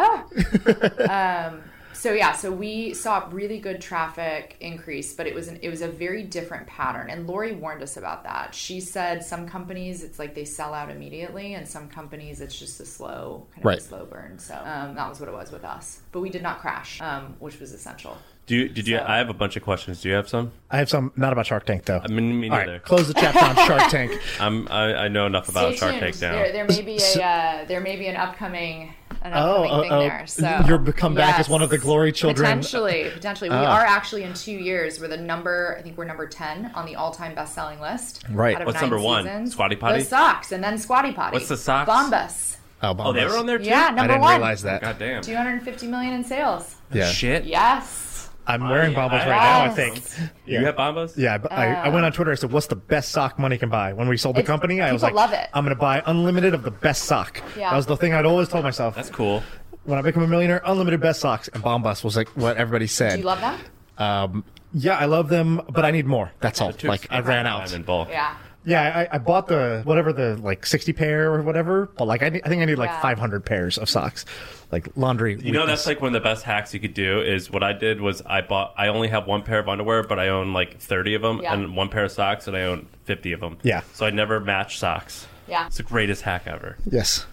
[SPEAKER 5] so yeah, so we saw really good traffic increase, but it was an, it was a very different pattern. And Lori warned us about that. She said some companies it's like they sell out immediately, and some companies it's just a slow kind of
[SPEAKER 2] Right.
[SPEAKER 5] a slow burn. So um, that was what it was with us. But we did not crash, um, which was essential.
[SPEAKER 1] Do you, did you?
[SPEAKER 5] So-
[SPEAKER 1] I have a bunch of questions. Do you have some?
[SPEAKER 2] I have some not about Shark Tank though.
[SPEAKER 1] I mean, me
[SPEAKER 2] All
[SPEAKER 1] neither.
[SPEAKER 2] right, close the chapter on Shark Tank.
[SPEAKER 1] I'm, I, I know enough about
[SPEAKER 5] Stay
[SPEAKER 1] Shark
[SPEAKER 5] tuned.
[SPEAKER 1] Tank now.
[SPEAKER 5] There, there may be a uh, there may be an upcoming. An
[SPEAKER 2] Oh,
[SPEAKER 5] upcoming
[SPEAKER 2] oh,
[SPEAKER 5] thing
[SPEAKER 2] oh.
[SPEAKER 5] there. So
[SPEAKER 2] You're become back as
[SPEAKER 5] Yes.
[SPEAKER 2] one of the glory children. Ah.
[SPEAKER 5] Potentially, potentially, we are actually in two years. We're the number. I think we're number ten on the all-time best-selling list.
[SPEAKER 2] Right.
[SPEAKER 5] out of
[SPEAKER 1] What's
[SPEAKER 5] nine
[SPEAKER 1] number one?
[SPEAKER 5] seasons.
[SPEAKER 1] Squatty Potty?
[SPEAKER 5] The socks, and then squatty potty.
[SPEAKER 1] What's the socks?
[SPEAKER 5] Bombas.
[SPEAKER 2] Oh,
[SPEAKER 1] Oh, they
[SPEAKER 2] bombas.
[SPEAKER 1] were on there too.
[SPEAKER 2] I
[SPEAKER 5] Yeah, number
[SPEAKER 2] didn't
[SPEAKER 5] one.
[SPEAKER 2] realize that.
[SPEAKER 1] God damn.
[SPEAKER 5] Two hundred and fifty million in sales.
[SPEAKER 2] yeah,
[SPEAKER 1] Shit.
[SPEAKER 5] Yes.
[SPEAKER 2] I'm wearing bombas
[SPEAKER 1] I-
[SPEAKER 2] right now. I
[SPEAKER 5] Yes.
[SPEAKER 2] think.
[SPEAKER 1] You have bombas?
[SPEAKER 2] Yeah, but I, I went on Twitter. I said, "What's the best sock money can buy?" When we sold the
[SPEAKER 5] Um. It's-
[SPEAKER 2] company, I was like,
[SPEAKER 5] people love it.
[SPEAKER 2] "I'm going to buy unlimited of the best sock."
[SPEAKER 5] Yeah.
[SPEAKER 2] That was the thing I'd always told myself.
[SPEAKER 1] That's cool.
[SPEAKER 2] when I become a millionaire, unlimited best socks. And Bombas was like what everybody said.
[SPEAKER 5] Do you love them?
[SPEAKER 2] Um, yeah, I love them, but I need more. That's all.
[SPEAKER 1] They're too
[SPEAKER 2] Like I
[SPEAKER 1] expensive.
[SPEAKER 2] ran out.
[SPEAKER 1] I'm in bulk.
[SPEAKER 5] Yeah.
[SPEAKER 2] Yeah, I, I bought the whatever the like sixty pair or whatever, but like I, need, I think I need like
[SPEAKER 5] Yeah.
[SPEAKER 2] five hundred pairs of socks, like laundry.
[SPEAKER 1] You know, that's like one of the best hacks you could do is what I did was I bought, I only have one pair of underwear, but I own like 30 of them
[SPEAKER 5] Yeah.
[SPEAKER 1] and one pair of socks and I own 50 of them.
[SPEAKER 2] Yeah.
[SPEAKER 1] So I never match socks.
[SPEAKER 5] Yeah.
[SPEAKER 1] It's the greatest hack ever.
[SPEAKER 2] yes.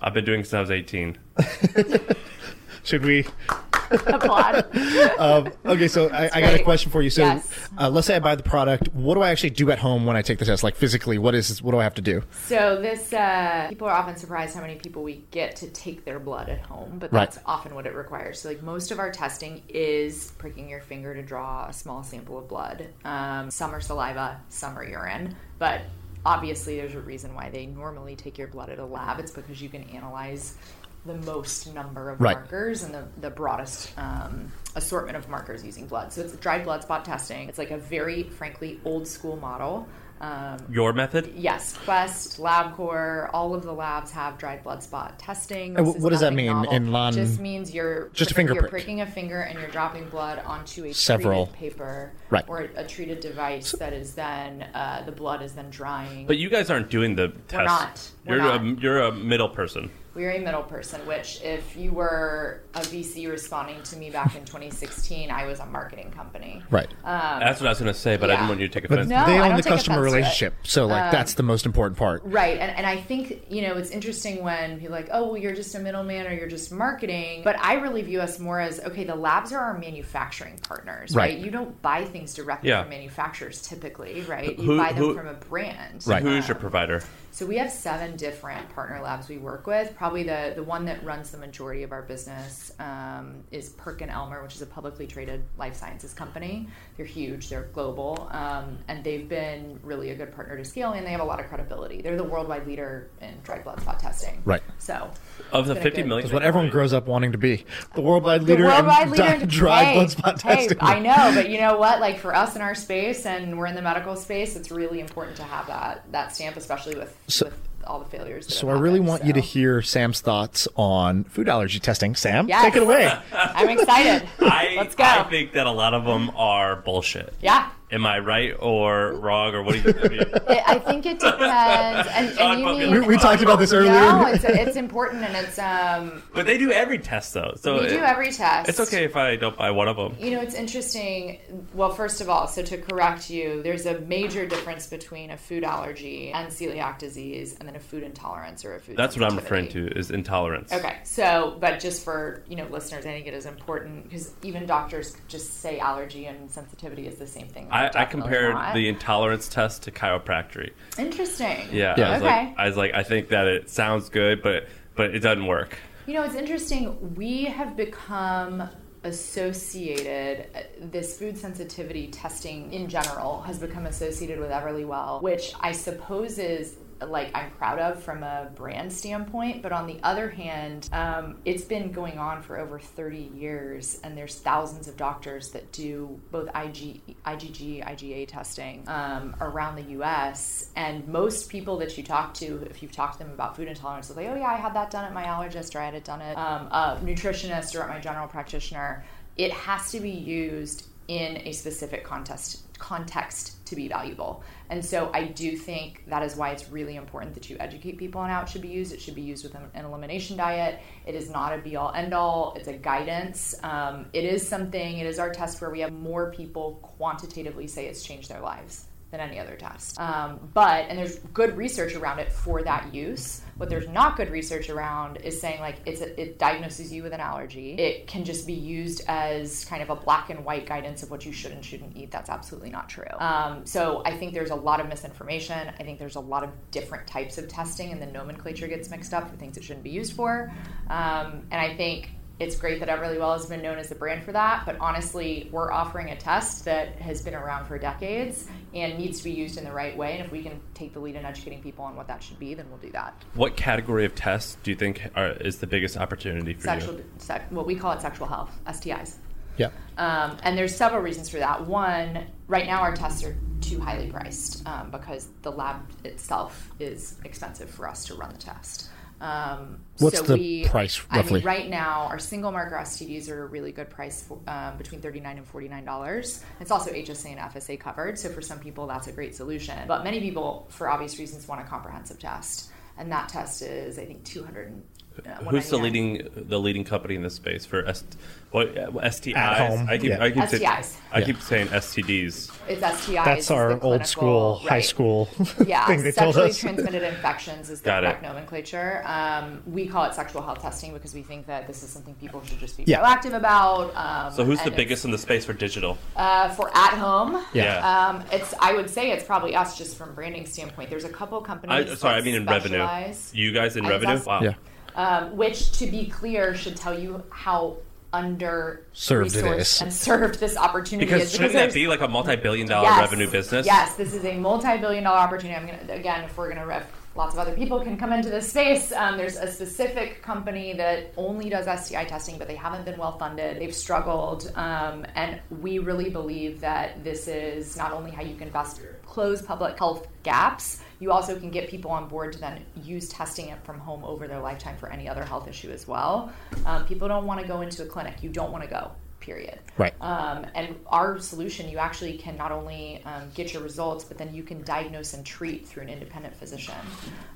[SPEAKER 1] I've been doing it since I was 18.
[SPEAKER 2] Should we?
[SPEAKER 5] Applaud.
[SPEAKER 2] Um, okay, so I, I got a
[SPEAKER 5] great.
[SPEAKER 2] question for you. So
[SPEAKER 5] Yes.
[SPEAKER 2] uh, let's say I buy the product. What do I actually do at home when I take the test? Like physically, what is what do I have to do?
[SPEAKER 5] So this uh, people are often surprised how many people we get to take their blood at home, but
[SPEAKER 2] Right.
[SPEAKER 5] that's often what it requires. So like most of our testing is pricking your finger to draw a small sample of blood. Um, some are saliva, some are urine, but obviously there's a reason why they normally take your blood at a lab. It's because you can analyze the most number of
[SPEAKER 2] Right.
[SPEAKER 5] markers and the, the broadest um, assortment of markers using blood. So it's dried blood spot testing. It's like a very frankly old school model. Um,
[SPEAKER 1] Your method?
[SPEAKER 5] Yes, Quest, LabCorp, all of the labs have dried blood spot testing.
[SPEAKER 2] And
[SPEAKER 5] This
[SPEAKER 2] wh-
[SPEAKER 5] is
[SPEAKER 2] what does that
[SPEAKER 5] nothing
[SPEAKER 2] mean
[SPEAKER 5] novel.
[SPEAKER 2] in non-
[SPEAKER 5] Just means you're
[SPEAKER 2] Just a
[SPEAKER 5] prick-
[SPEAKER 2] finger
[SPEAKER 5] You're
[SPEAKER 2] prick.
[SPEAKER 5] pricking a finger and you're dropping blood onto a
[SPEAKER 2] Several.
[SPEAKER 5] treated paper
[SPEAKER 2] Right.
[SPEAKER 5] or a, a treated device that is then uh, the blood is then drying.
[SPEAKER 1] But you guys aren't doing the test.
[SPEAKER 5] not. We're
[SPEAKER 1] you're, A,
[SPEAKER 5] not.
[SPEAKER 1] you're a middle person.
[SPEAKER 5] we're a middle person, which if you were a VC responding to me back in 2016, I was a marketing company.
[SPEAKER 2] Right.
[SPEAKER 1] That's what I was going to say, but I
[SPEAKER 5] Um, yeah.
[SPEAKER 1] didn't want you to take
[SPEAKER 2] But
[SPEAKER 1] offense.
[SPEAKER 5] Uh, No,
[SPEAKER 2] they
[SPEAKER 5] I
[SPEAKER 2] own
[SPEAKER 5] don't
[SPEAKER 2] the
[SPEAKER 5] take
[SPEAKER 2] customer
[SPEAKER 5] offense to it.
[SPEAKER 2] relationship, so like
[SPEAKER 5] Um,
[SPEAKER 2] that's the most important part.
[SPEAKER 5] Right. And, and I think, you know, it's interesting when people are like, oh, well, you're just a middleman or you're just marketing. But I really view us more as, okay, the labs are our manufacturing partners, right?
[SPEAKER 2] Right.
[SPEAKER 5] You don't buy things directly
[SPEAKER 1] Yeah.
[SPEAKER 5] from manufacturers typically, right? You
[SPEAKER 1] Who-
[SPEAKER 5] buy them
[SPEAKER 1] who-
[SPEAKER 5] from a brand.
[SPEAKER 2] Right.
[SPEAKER 1] Who is your provider?
[SPEAKER 5] So we have seven different partner labs we work with. Probably the, the one that runs the majority of our business um, is Perkin Elmer, which is a publicly traded life sciences company. They're huge, they're global, um, and they've been really a good partner to scale, and they have a lot of credibility. They're the worldwide leader in dry blood spot testing.
[SPEAKER 8] Right.
[SPEAKER 5] So
[SPEAKER 1] Of the
[SPEAKER 5] it's been a
[SPEAKER 1] 50
[SPEAKER 5] good-
[SPEAKER 1] million
[SPEAKER 2] What everyone grows up wanting to be the worldwide leader
[SPEAKER 5] the worldwide
[SPEAKER 2] in
[SPEAKER 5] leader
[SPEAKER 2] di-
[SPEAKER 5] in
[SPEAKER 2] dry
[SPEAKER 5] hey,
[SPEAKER 2] blood spot
[SPEAKER 5] hey,
[SPEAKER 2] testing.
[SPEAKER 5] I know, but you know what? Like for us in our space, and we're in the medical space, it's really important to have that that stamp, especially with, with all the failures. That
[SPEAKER 2] So I
[SPEAKER 5] have
[SPEAKER 2] really
[SPEAKER 5] happened,
[SPEAKER 2] want you to
[SPEAKER 5] so.
[SPEAKER 2] hear Sam's thoughts on food allergy testing. Sam,
[SPEAKER 5] Yes.
[SPEAKER 2] take it away.
[SPEAKER 5] I'm excited.
[SPEAKER 1] I,
[SPEAKER 5] Let's go.
[SPEAKER 1] I think that a lot of them are bullshit.
[SPEAKER 5] yeah.
[SPEAKER 1] Am I right or wrong or what do you think? I mean,
[SPEAKER 5] I I think it depends, and, and you
[SPEAKER 1] Unpopular.
[SPEAKER 5] need.
[SPEAKER 2] we, we talked about this earlier.
[SPEAKER 5] no, it's, it's important, and it's um.
[SPEAKER 1] but they do every test though, so
[SPEAKER 5] We
[SPEAKER 1] it-
[SPEAKER 5] do every test.
[SPEAKER 1] it's okay if I don't buy one of them.
[SPEAKER 5] You know, it's interesting. Well, first of all, so to correct you, there's a major difference between a food allergy and celiac disease, and then a food intolerance or a food.
[SPEAKER 1] That's what I'm referring
[SPEAKER 5] sensitivity.
[SPEAKER 1] to is intolerance.
[SPEAKER 5] Okay, so but just for you know listeners, I think it is important because even doctors just say allergy and sensitivity is the same thing.
[SPEAKER 1] I, I
[SPEAKER 5] Definitely
[SPEAKER 1] compared
[SPEAKER 5] not.
[SPEAKER 1] the intolerance test to chiropractic.
[SPEAKER 5] interesting.
[SPEAKER 1] Yeah,
[SPEAKER 2] Yeah.
[SPEAKER 1] I was
[SPEAKER 5] Okay.
[SPEAKER 1] like, I was like, I think that it sounds good, but but it doesn't work.
[SPEAKER 5] You know, it's interesting. We have become associated uh, this food sensitivity testing in general has become associated with Everlywell, which I suppose is like I'm proud of from a brand standpoint, but on the other hand, um, it's been going on for over 30 years, and there's thousands of doctors that do both IG, IgG, IgA testing um, around the U.S. And most people that you talk to, if you've talked to them about food intolerance, they'll say, "Oh yeah, I had that done at my allergist, or I had it done at um, a nutritionist, or at my general practitioner." It has to be used in a specific contest context to be valuable. And so I do think that is why it's really important that you educate people on how it should be used. It should be used with an an elimination diet. It is not a be all end all, it's a guidance. Um, it is something, it is our test where we have more people quantitatively say it's changed their lives. Than any other test. Um, but, and there's good research around it for that use. What there's not good research around is saying, like, it's a, it diagnoses you with an allergy. It can just be used as kind of a black and white guidance of what you should and shouldn't eat. That's absolutely not true. Um, so I think there's a lot of misinformation. I think there's a lot of different types of testing, and the nomenclature gets mixed up for things it shouldn't be used for. Um, and I think it's great that Everlywell has been known as the brand for that, but honestly, we're offering a test that has been around for decades and needs to be used in the right way. And if we can take the lead in educating people on what that should be, then we'll do that.
[SPEAKER 1] What category of tests do you think are, is the biggest opportunity for
[SPEAKER 5] Sexual,
[SPEAKER 1] you?
[SPEAKER 5] sex, what we call it sexual health, STIs.
[SPEAKER 2] Yeah.
[SPEAKER 5] Um, and there's several reasons for that. One, right now our tests are too highly priced um, because the lab itself is expensive for us to run the test. Um,
[SPEAKER 2] What's
[SPEAKER 5] so
[SPEAKER 2] the
[SPEAKER 5] we,
[SPEAKER 2] price,
[SPEAKER 5] I
[SPEAKER 2] roughly?
[SPEAKER 5] mean, right now, our single marker STDs are a really good price, for, um, between thirty-nine and forty-nine dollars. It's also HSA and FSA covered, so for some people that's a great solution. But many people, for obvious reasons, want a comprehensive test, and that test is, I think, two hundred. uh,
[SPEAKER 1] Who's the leading the leading company in this space for S, what, STIs?
[SPEAKER 2] At home,
[SPEAKER 1] I keep,
[SPEAKER 2] yeah.
[SPEAKER 1] I keep say-
[SPEAKER 5] STIs.
[SPEAKER 1] I keep saying STDs.
[SPEAKER 5] It's STIs.
[SPEAKER 2] That's
[SPEAKER 5] is the
[SPEAKER 2] our old
[SPEAKER 5] clinical-
[SPEAKER 2] school, high
[SPEAKER 5] right.
[SPEAKER 2] school
[SPEAKER 5] yeah,
[SPEAKER 2] thing they
[SPEAKER 5] sexually
[SPEAKER 2] told us.
[SPEAKER 5] transmitted infections is the
[SPEAKER 1] Got it.
[SPEAKER 5] correct nomenclature. Um, we call it sexual health testing because we think that this is something people should just be
[SPEAKER 2] Yeah.
[SPEAKER 5] proactive about. Um,
[SPEAKER 1] So who's the
[SPEAKER 5] and
[SPEAKER 1] biggest in the space for digital?
[SPEAKER 5] uh, for at home?
[SPEAKER 2] Yeah.
[SPEAKER 5] Um, it's I would say it's probably us just from branding standpoint. There's a couple
[SPEAKER 1] I,
[SPEAKER 5] companies.
[SPEAKER 1] sorry, I
[SPEAKER 5] that
[SPEAKER 1] mean in revenue.
[SPEAKER 5] specialize,
[SPEAKER 1] You guys in
[SPEAKER 5] I was
[SPEAKER 1] revenue?
[SPEAKER 5] asked-
[SPEAKER 1] Wow.
[SPEAKER 2] Yeah.
[SPEAKER 5] um, which, to be clear, should tell you how under
[SPEAKER 2] Served it
[SPEAKER 5] resourced
[SPEAKER 2] is.
[SPEAKER 5] and served this opportunity
[SPEAKER 1] Because
[SPEAKER 5] is.
[SPEAKER 1] shouldn't
[SPEAKER 5] there's-
[SPEAKER 1] that be like a multi-billion dollar revenue business?
[SPEAKER 5] Yes, this is a multi-billion-dollar opportunity. I'm gonna again, if we're gonna riff, lots of other people can come into this space. Um, there's a specific company that only does STI testing, but they haven't been well funded. They've struggled, um, and we really believe that this is not only how you can best close public health gaps. You also can get people on board to then use testing it from home over their lifetime for any other health issue as well. Um, people don't want to go into a clinic. You don't want to go. Period.
[SPEAKER 2] Right.
[SPEAKER 5] Um, and our solution, you actually can not only um, get your results, but then you can diagnose and treat through an independent physician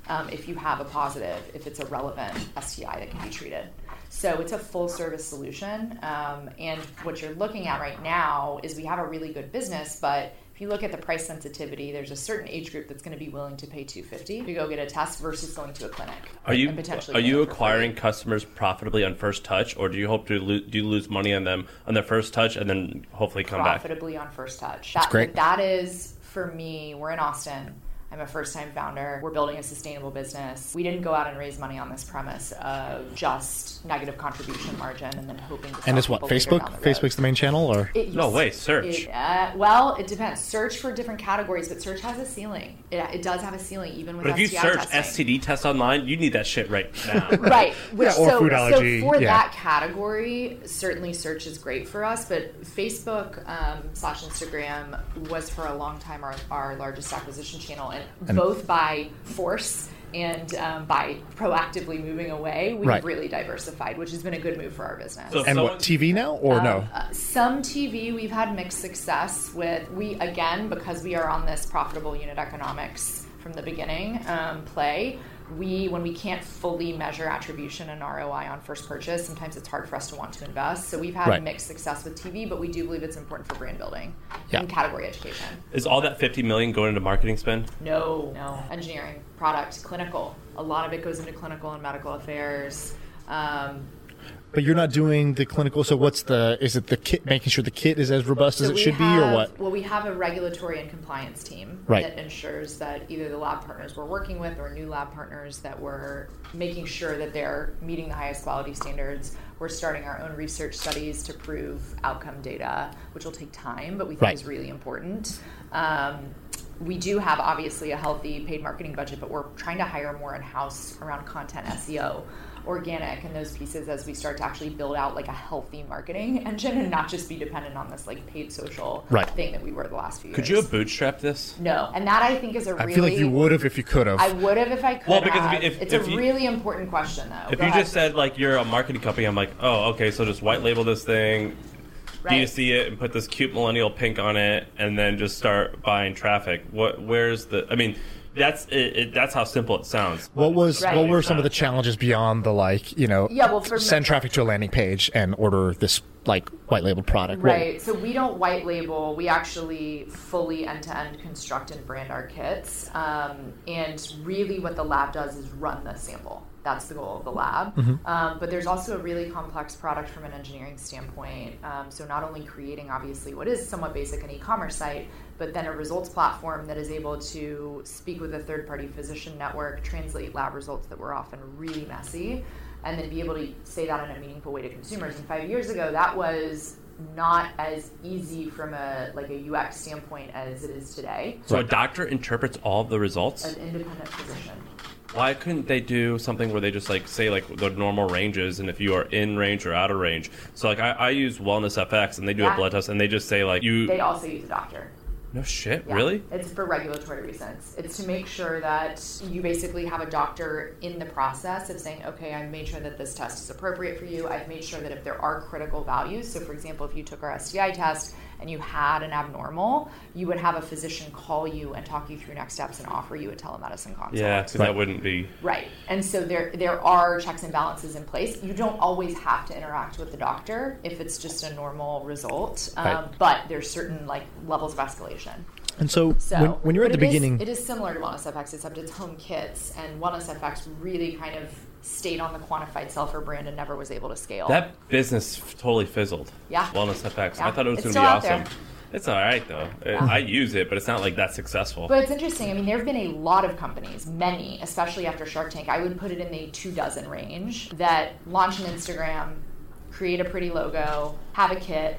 [SPEAKER 5] um, if you have a positive, if it's a relevant STI that can be treated. So it's a full service solution. Um, and what you're looking at right now is we have a really good business, but if you look at the price sensitivity, there's a certain age group that's going to be willing to pay 250 to go get a test versus going to a clinic.
[SPEAKER 1] Are you
[SPEAKER 5] and potentially
[SPEAKER 1] are
[SPEAKER 5] getting
[SPEAKER 1] you
[SPEAKER 5] it for free.
[SPEAKER 1] acquiring customers profitably on first touch, or do you hope to lo- do you lose money on them on their first touch and then hopefully come back?
[SPEAKER 5] profitably on first touch. That's
[SPEAKER 2] great.
[SPEAKER 5] That is for me. We're in Austin. I'm a first time founder. We're building a sustainable business. We didn't go out and raise money on this premise of just negative contribution margin and then hoping to
[SPEAKER 3] And
[SPEAKER 5] sell
[SPEAKER 3] it's what
[SPEAKER 5] people later
[SPEAKER 3] Facebook.
[SPEAKER 5] down the road.
[SPEAKER 3] Facebook's the main channel, or
[SPEAKER 5] It used
[SPEAKER 1] No
[SPEAKER 5] to-
[SPEAKER 1] way, search.
[SPEAKER 5] it- uh, well, it depends. Search for different categories, but search has a ceiling. It, it does have a ceiling, even with
[SPEAKER 1] But if you
[SPEAKER 5] STI
[SPEAKER 1] search
[SPEAKER 5] testing.
[SPEAKER 1] STD test online, you need that shit right now.
[SPEAKER 5] Right. Which,
[SPEAKER 2] or
[SPEAKER 5] so,
[SPEAKER 2] food
[SPEAKER 5] so
[SPEAKER 2] allergy,
[SPEAKER 5] for
[SPEAKER 2] yeah.
[SPEAKER 5] that category, certainly search is great for us, but Facebook um, slash Instagram was for a long time our, our largest acquisition channel. And, both by force and um, by proactively moving away, we've
[SPEAKER 3] Right.
[SPEAKER 5] really diversified, which has been a good move for our business.
[SPEAKER 1] So if
[SPEAKER 3] and
[SPEAKER 1] someone-
[SPEAKER 3] what TV now, or no?
[SPEAKER 5] Uh, Some TV we've had mixed success with. We again because we are on this profitable unit economics from the beginning um, play. We when we can't fully measure attribution and ROI on first purchase, sometimes it's hard for us to want to invest. So we've had
[SPEAKER 3] Right.
[SPEAKER 5] mixed success with TV, but we do believe it's important for brand building
[SPEAKER 3] Yeah.
[SPEAKER 5] and category education.
[SPEAKER 1] Is all that 50 million going into marketing spend?
[SPEAKER 5] No, no engineering, product, clinical. A lot of it goes into clinical and medical affairs. Um,
[SPEAKER 3] But you're not doing the clinical. So what's the? Is it the kit? Making sure the kit is as robust as
[SPEAKER 5] So
[SPEAKER 3] it
[SPEAKER 5] we
[SPEAKER 3] should be, or
[SPEAKER 5] have-
[SPEAKER 3] what?
[SPEAKER 5] Well, we have a regulatory and compliance team
[SPEAKER 3] Right.
[SPEAKER 5] that ensures that either the lab partners we're working with or new lab partners that we're making sure that they're meeting the highest quality standards. We're starting our own research studies to prove outcome data, which will take time, but we think
[SPEAKER 3] Right.
[SPEAKER 5] is really important. Um, we do have obviously a healthy paid marketing budget, but we're trying to hire more in house around content SEO, organic, and those pieces as we start to actually build out like a healthy marketing engine and not just be dependent on this like paid social
[SPEAKER 3] Right.
[SPEAKER 5] thing that we were the last few years.
[SPEAKER 1] Could you have bootstrapped this?
[SPEAKER 5] No, and that I think is a
[SPEAKER 3] I
[SPEAKER 5] really.
[SPEAKER 3] feel like you would have if you could have.
[SPEAKER 5] I would have if I could.
[SPEAKER 1] Well, because if-
[SPEAKER 5] have.
[SPEAKER 1] if-
[SPEAKER 5] it's
[SPEAKER 1] if
[SPEAKER 5] a
[SPEAKER 1] you-
[SPEAKER 5] really important question though.
[SPEAKER 1] If
[SPEAKER 5] Go
[SPEAKER 1] you
[SPEAKER 5] ahead.
[SPEAKER 1] just said like you're a marketing company, I'm like, oh, okay, so just white label this thing,
[SPEAKER 5] Right.
[SPEAKER 1] D2C it, and put this cute millennial pink on it, and then just start buying traffic. What? Where's the? I mean, that's it, it, that's how simple it sounds.
[SPEAKER 3] What was
[SPEAKER 5] Right.
[SPEAKER 3] what were some of the challenges beyond the like you know
[SPEAKER 5] Yeah, well, for-
[SPEAKER 3] send traffic to a landing page and order this like white labeled product What-
[SPEAKER 5] Right. So we don't white label. We actually fully end to end construct and brand our kits. Um, and really, what the lab does is run the sample. That's the goal of the lab.
[SPEAKER 3] Mm-hmm.
[SPEAKER 5] Um, but there's also a really complex product from an engineering standpoint. Um, so not only creating obviously what is somewhat basic an e-commerce site, but then a results platform that is able to speak with a third-party physician network, translate lab results that were often really messy, and then be able to say that in a meaningful way to consumers. And five years ago, that was not as easy from a like a UX standpoint as it is today.
[SPEAKER 1] So a doctor interprets all of the results.
[SPEAKER 5] An independent physician.
[SPEAKER 1] Why couldn't they do something where they just like say like the normal ranges and if you are in range or out of range? So like I, I use Wellness FX and they do
[SPEAKER 5] Yeah.
[SPEAKER 1] a blood test and they just say like you
[SPEAKER 5] They also use a doctor.
[SPEAKER 1] no shit
[SPEAKER 5] Yeah.
[SPEAKER 1] really
[SPEAKER 5] It's for regulatory reasons. It's to make sure that you basically have a doctor in the process of saying, okay, I've made sure that this test is appropriate for you. I've made sure that if there are critical values, so for example, if you took our STI test and you had an abnormal, you would have a physician call you and talk you through next steps and offer you a telemedicine consult.
[SPEAKER 1] yeah because that wouldn't be
[SPEAKER 5] Right. And so there there are checks and balances in place. You don't always have to interact with the doctor if it's just a normal result, um,
[SPEAKER 3] Right.
[SPEAKER 5] but there's certain like levels of escalation.
[SPEAKER 3] and so,
[SPEAKER 5] So
[SPEAKER 3] when, when you're at the
[SPEAKER 5] but it is-
[SPEAKER 3] beginning
[SPEAKER 5] it is similar to Wellness FX, except it's home kits, and Wellness FX really kind of stayed on the quantified self or brand and never was able to scale.
[SPEAKER 1] That business f- totally fizzled.
[SPEAKER 5] Yeah.
[SPEAKER 1] Wellness FX.
[SPEAKER 5] Yeah.
[SPEAKER 1] I thought it was
[SPEAKER 5] It's
[SPEAKER 1] going to
[SPEAKER 5] still
[SPEAKER 1] be
[SPEAKER 5] out there.
[SPEAKER 1] awesome. It's all right though. I- I use it, but it's not like that successful.
[SPEAKER 5] But it's interesting. I mean, there have been a lot of companies, many, especially after Shark Tank. I would put it in the two dozen range that launch an Instagram, create a pretty logo, have a kit,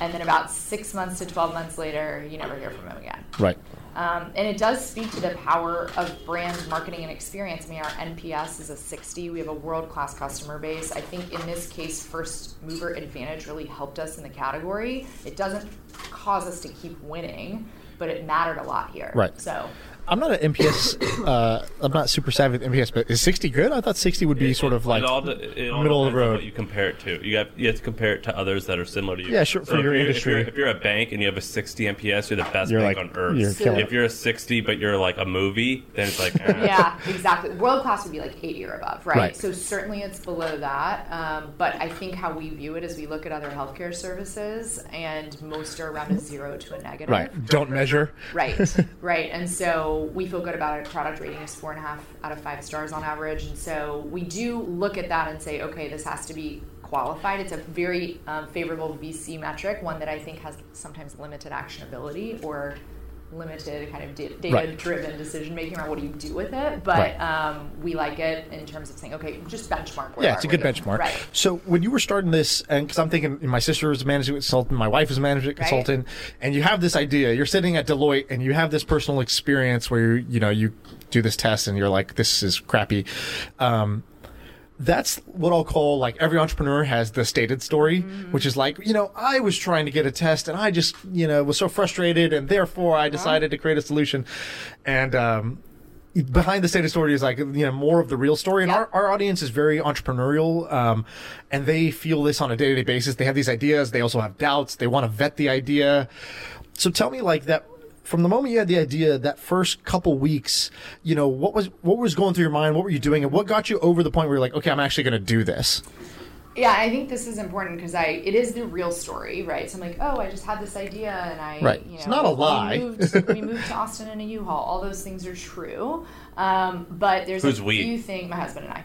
[SPEAKER 5] and then about six months to 12 months later, you never hear from them again.
[SPEAKER 3] right
[SPEAKER 5] Um, and it does speak to the power of brand marketing and experience. I mean, our NPS is a 60. We have a world class customer base. I think in this case, first mover advantage really helped us in the category. It doesn't cause us to keep winning, but it mattered a lot here.
[SPEAKER 3] Right.
[SPEAKER 5] So,
[SPEAKER 3] I'm not an MPS uh, I'm not super savvy with MPS but is 60 good I thought 60 would be sort of like
[SPEAKER 1] it all, de- it all
[SPEAKER 3] middle of
[SPEAKER 1] depends
[SPEAKER 3] the
[SPEAKER 1] on
[SPEAKER 3] road.
[SPEAKER 1] What you compare it to. You have you have to compare it to others that are similar to you.
[SPEAKER 3] Yeah, sure, for
[SPEAKER 1] if
[SPEAKER 3] your
[SPEAKER 1] you're-
[SPEAKER 3] industry.
[SPEAKER 1] If you're, if you're a bank and you have a 60 MPS, you're the best
[SPEAKER 3] You're
[SPEAKER 1] bank
[SPEAKER 3] like-
[SPEAKER 1] on earth.
[SPEAKER 3] you're
[SPEAKER 5] killing
[SPEAKER 1] if
[SPEAKER 5] it.
[SPEAKER 1] you're a 60, but you're like a movie, then it's like eh.
[SPEAKER 5] yeah, exactly. World class would be like 80 or above, right?
[SPEAKER 3] Right.
[SPEAKER 5] So, certainly it's below that. Um, but I think how we view it is we look at other healthcare services, and most are around a zero to a negative.
[SPEAKER 3] right don't measure
[SPEAKER 5] Right, right. And so we feel good about it. Product rating is four and a half out of five stars on average. And so we do look at that and say, okay, this has to be qualified. It's a very um, favorable VC metric, one that I think has sometimes limited actionability or limited kind of da- data-driven decision making around what do you do with it. But
[SPEAKER 2] Right.
[SPEAKER 5] um, we like it in terms of saying, okay, just benchmark. Where
[SPEAKER 2] Yeah,
[SPEAKER 5] are
[SPEAKER 2] it's a
[SPEAKER 5] we?
[SPEAKER 2] good benchmark.
[SPEAKER 5] Right.
[SPEAKER 2] So when you were starting this, and because I'm thinking my sister was a management consultant, my wife was a management
[SPEAKER 5] Right.
[SPEAKER 2] consultant, and you have this idea, you're sitting at Deloitte and you have this personal experience where you, you know you do this test and you're like, this is crappy. Um, that's what I'll call like every entrepreneur has the stated story, which is like, you know, I was trying to get a test and I just, you know, was so frustrated and therefore I decided to create a solution. And um, behind the stated story is like, you know, more of the real story. And our, our audience is very entrepreneurial um, and they feel this on a day to day basis. They have these ideas, they also have doubts, they want to vet the idea. So tell me like that from the moment you had the idea that first couple weeks you know what was what was going through your mind what were you doing and what got you over the point where you're like okay i'm actually going to do this
[SPEAKER 5] Yeah, I think this is important because I it is the real story, right? So I'm like, oh, I just had this idea, and I,
[SPEAKER 2] Right.
[SPEAKER 5] you know,
[SPEAKER 2] It's not a
[SPEAKER 5] we
[SPEAKER 2] lie.
[SPEAKER 5] moved- we moved to Austin in a U-Haul. All those things are true, um, but there's
[SPEAKER 1] Who's
[SPEAKER 5] a
[SPEAKER 1] we?
[SPEAKER 5] few things. My husband and I,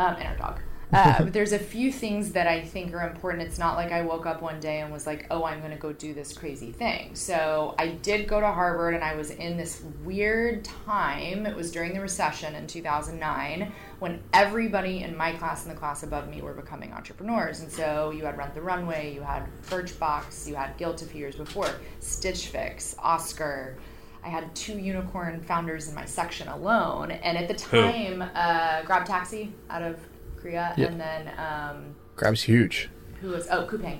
[SPEAKER 5] um, and our dog. Uh, but there's a few things that I think are important. It's not like I woke up one day and was like, "Oh, I'm going to go do this crazy thing." So I did go to Harvard, and I was in this weird time. It was during the recession in 2009 when everybody in my class and the class above me were becoming entrepreneurs. And so you had Rent the Runway, you had Birchbox, you had Guilt a few years before, Stitch Fix, Oscar. I had two unicorn founders in my section alone, and at the time, uh, Grab Taxi out of Korea, and then um,
[SPEAKER 2] grab's huge
[SPEAKER 5] who was oh Coupang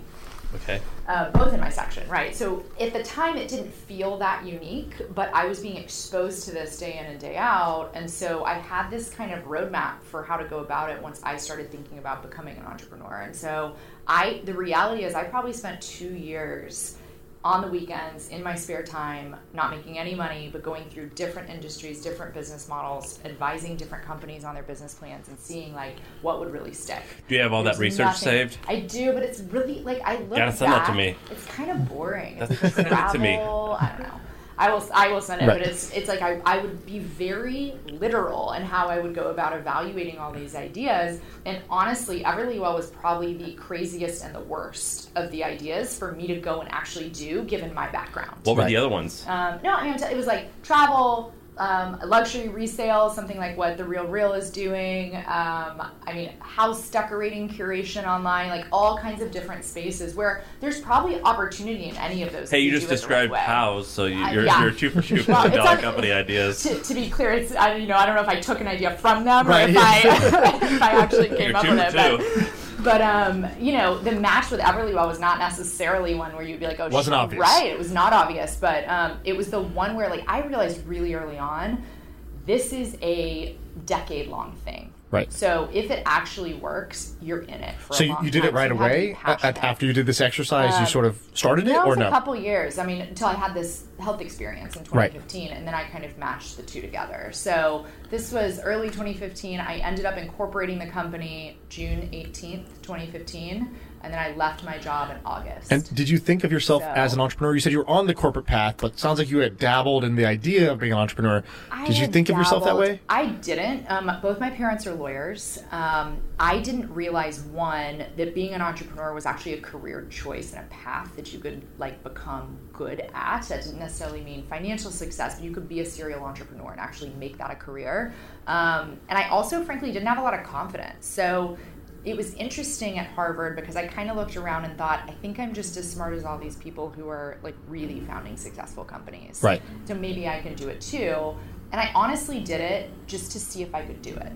[SPEAKER 1] Okay.
[SPEAKER 5] uh, both in my section, right? So at the time, it didn't feel that unique, but I was being exposed to this day in and day out. And so I had this kind of roadmap for how to go about it once I started thinking about becoming an entrepreneur. And so I, the reality is, I probably spent two years on the weekends in my spare time, not making any money, but going through different industries, different business models, advising different companies on their business plans and seeing like what would really stick.
[SPEAKER 1] Do you have all that
[SPEAKER 5] There's
[SPEAKER 1] research
[SPEAKER 5] nothing-
[SPEAKER 1] saved?
[SPEAKER 5] I do, but it's really like I look.
[SPEAKER 1] Gotta send that to
[SPEAKER 5] back,
[SPEAKER 1] me.
[SPEAKER 5] It's kind of boring. It's
[SPEAKER 1] That's- send
[SPEAKER 5] like
[SPEAKER 1] it to me.
[SPEAKER 5] travel, I don't know. I will. I will send it,
[SPEAKER 2] Right.
[SPEAKER 5] but it's it's like I, I would be very literal in how I would go about evaluating all these ideas. And honestly, Everlywell was probably the craziest and the worst of the ideas for me to go and actually do, given my background.
[SPEAKER 1] What were the other ones?
[SPEAKER 5] Um, no, I mean, I'm t- it was like travel, um, luxury resale, something like what The Real Real is doing. Um, I mean, house decorating, curation online, like all kinds of different spaces where there's probably opportunity in any of those.
[SPEAKER 1] Hey,
[SPEAKER 5] if
[SPEAKER 1] you just
[SPEAKER 5] do it the right
[SPEAKER 1] described
[SPEAKER 5] way.
[SPEAKER 1] hows, so you,
[SPEAKER 5] Uh,
[SPEAKER 1] you're,
[SPEAKER 5] yeah.
[SPEAKER 1] you're two for two for
[SPEAKER 5] Well,
[SPEAKER 1] the
[SPEAKER 5] it's
[SPEAKER 1] dog
[SPEAKER 5] a-
[SPEAKER 1] company ideas.
[SPEAKER 5] To, to be clear, it's I, you know I don't know if I took an idea from them
[SPEAKER 2] Right,
[SPEAKER 5] or if,
[SPEAKER 2] yeah.
[SPEAKER 5] I, if I actually came
[SPEAKER 1] You're
[SPEAKER 5] up
[SPEAKER 1] two
[SPEAKER 5] with it.
[SPEAKER 1] for
[SPEAKER 5] But,
[SPEAKER 1] two.
[SPEAKER 5] but um, you know, the match with Everlywell was not necessarily one where you'd be like, "Oh,
[SPEAKER 2] Wasn't
[SPEAKER 5] shit,
[SPEAKER 2] obvious.
[SPEAKER 5] right?" It was not obvious, but um, it was the one where like I realized really early on, this is a decade-long thing.
[SPEAKER 2] Right.
[SPEAKER 5] So if it actually works, you're in it. For
[SPEAKER 2] so
[SPEAKER 5] a
[SPEAKER 2] you,
[SPEAKER 5] long
[SPEAKER 2] you did
[SPEAKER 5] time.
[SPEAKER 2] it right
[SPEAKER 5] So you have to be
[SPEAKER 2] away A-
[SPEAKER 5] passionate.
[SPEAKER 2] a- after you did this exercise you sort of started it
[SPEAKER 5] That
[SPEAKER 2] or
[SPEAKER 5] was
[SPEAKER 2] no
[SPEAKER 5] a couple years. I mean, until I had this health experience in
[SPEAKER 2] Right.
[SPEAKER 5] 2015, and then I kind of matched the two together. So this was early 2015. I ended up incorporating the company June 18th, 2015, and then I left my job in August.
[SPEAKER 2] and did you think of yourself
[SPEAKER 5] So-
[SPEAKER 2] as an entrepreneur you said you were on the corporate path but it sounds like you had dabbled in the idea of being an entrepreneur
[SPEAKER 5] I
[SPEAKER 2] did you
[SPEAKER 5] had
[SPEAKER 2] think of yourself that
[SPEAKER 5] dabbled-
[SPEAKER 2] way
[SPEAKER 5] I didn't. Um, both my parents are lawyers. Um, I didn't realize one that being an entrepreneur was actually a career choice and a path that you could like become good at. That didn't necessarily mean financial success, but you could be a serial entrepreneur and actually make that a career. Um, and I also, frankly, didn't have a lot of confidence. So it was interesting at Harvard because I kind of looked around and thought, I think I'm just as smart as all these people who are like really founding successful companies.
[SPEAKER 2] Right.
[SPEAKER 5] So maybe I can do it too. And I honestly did it just to see if I could do it.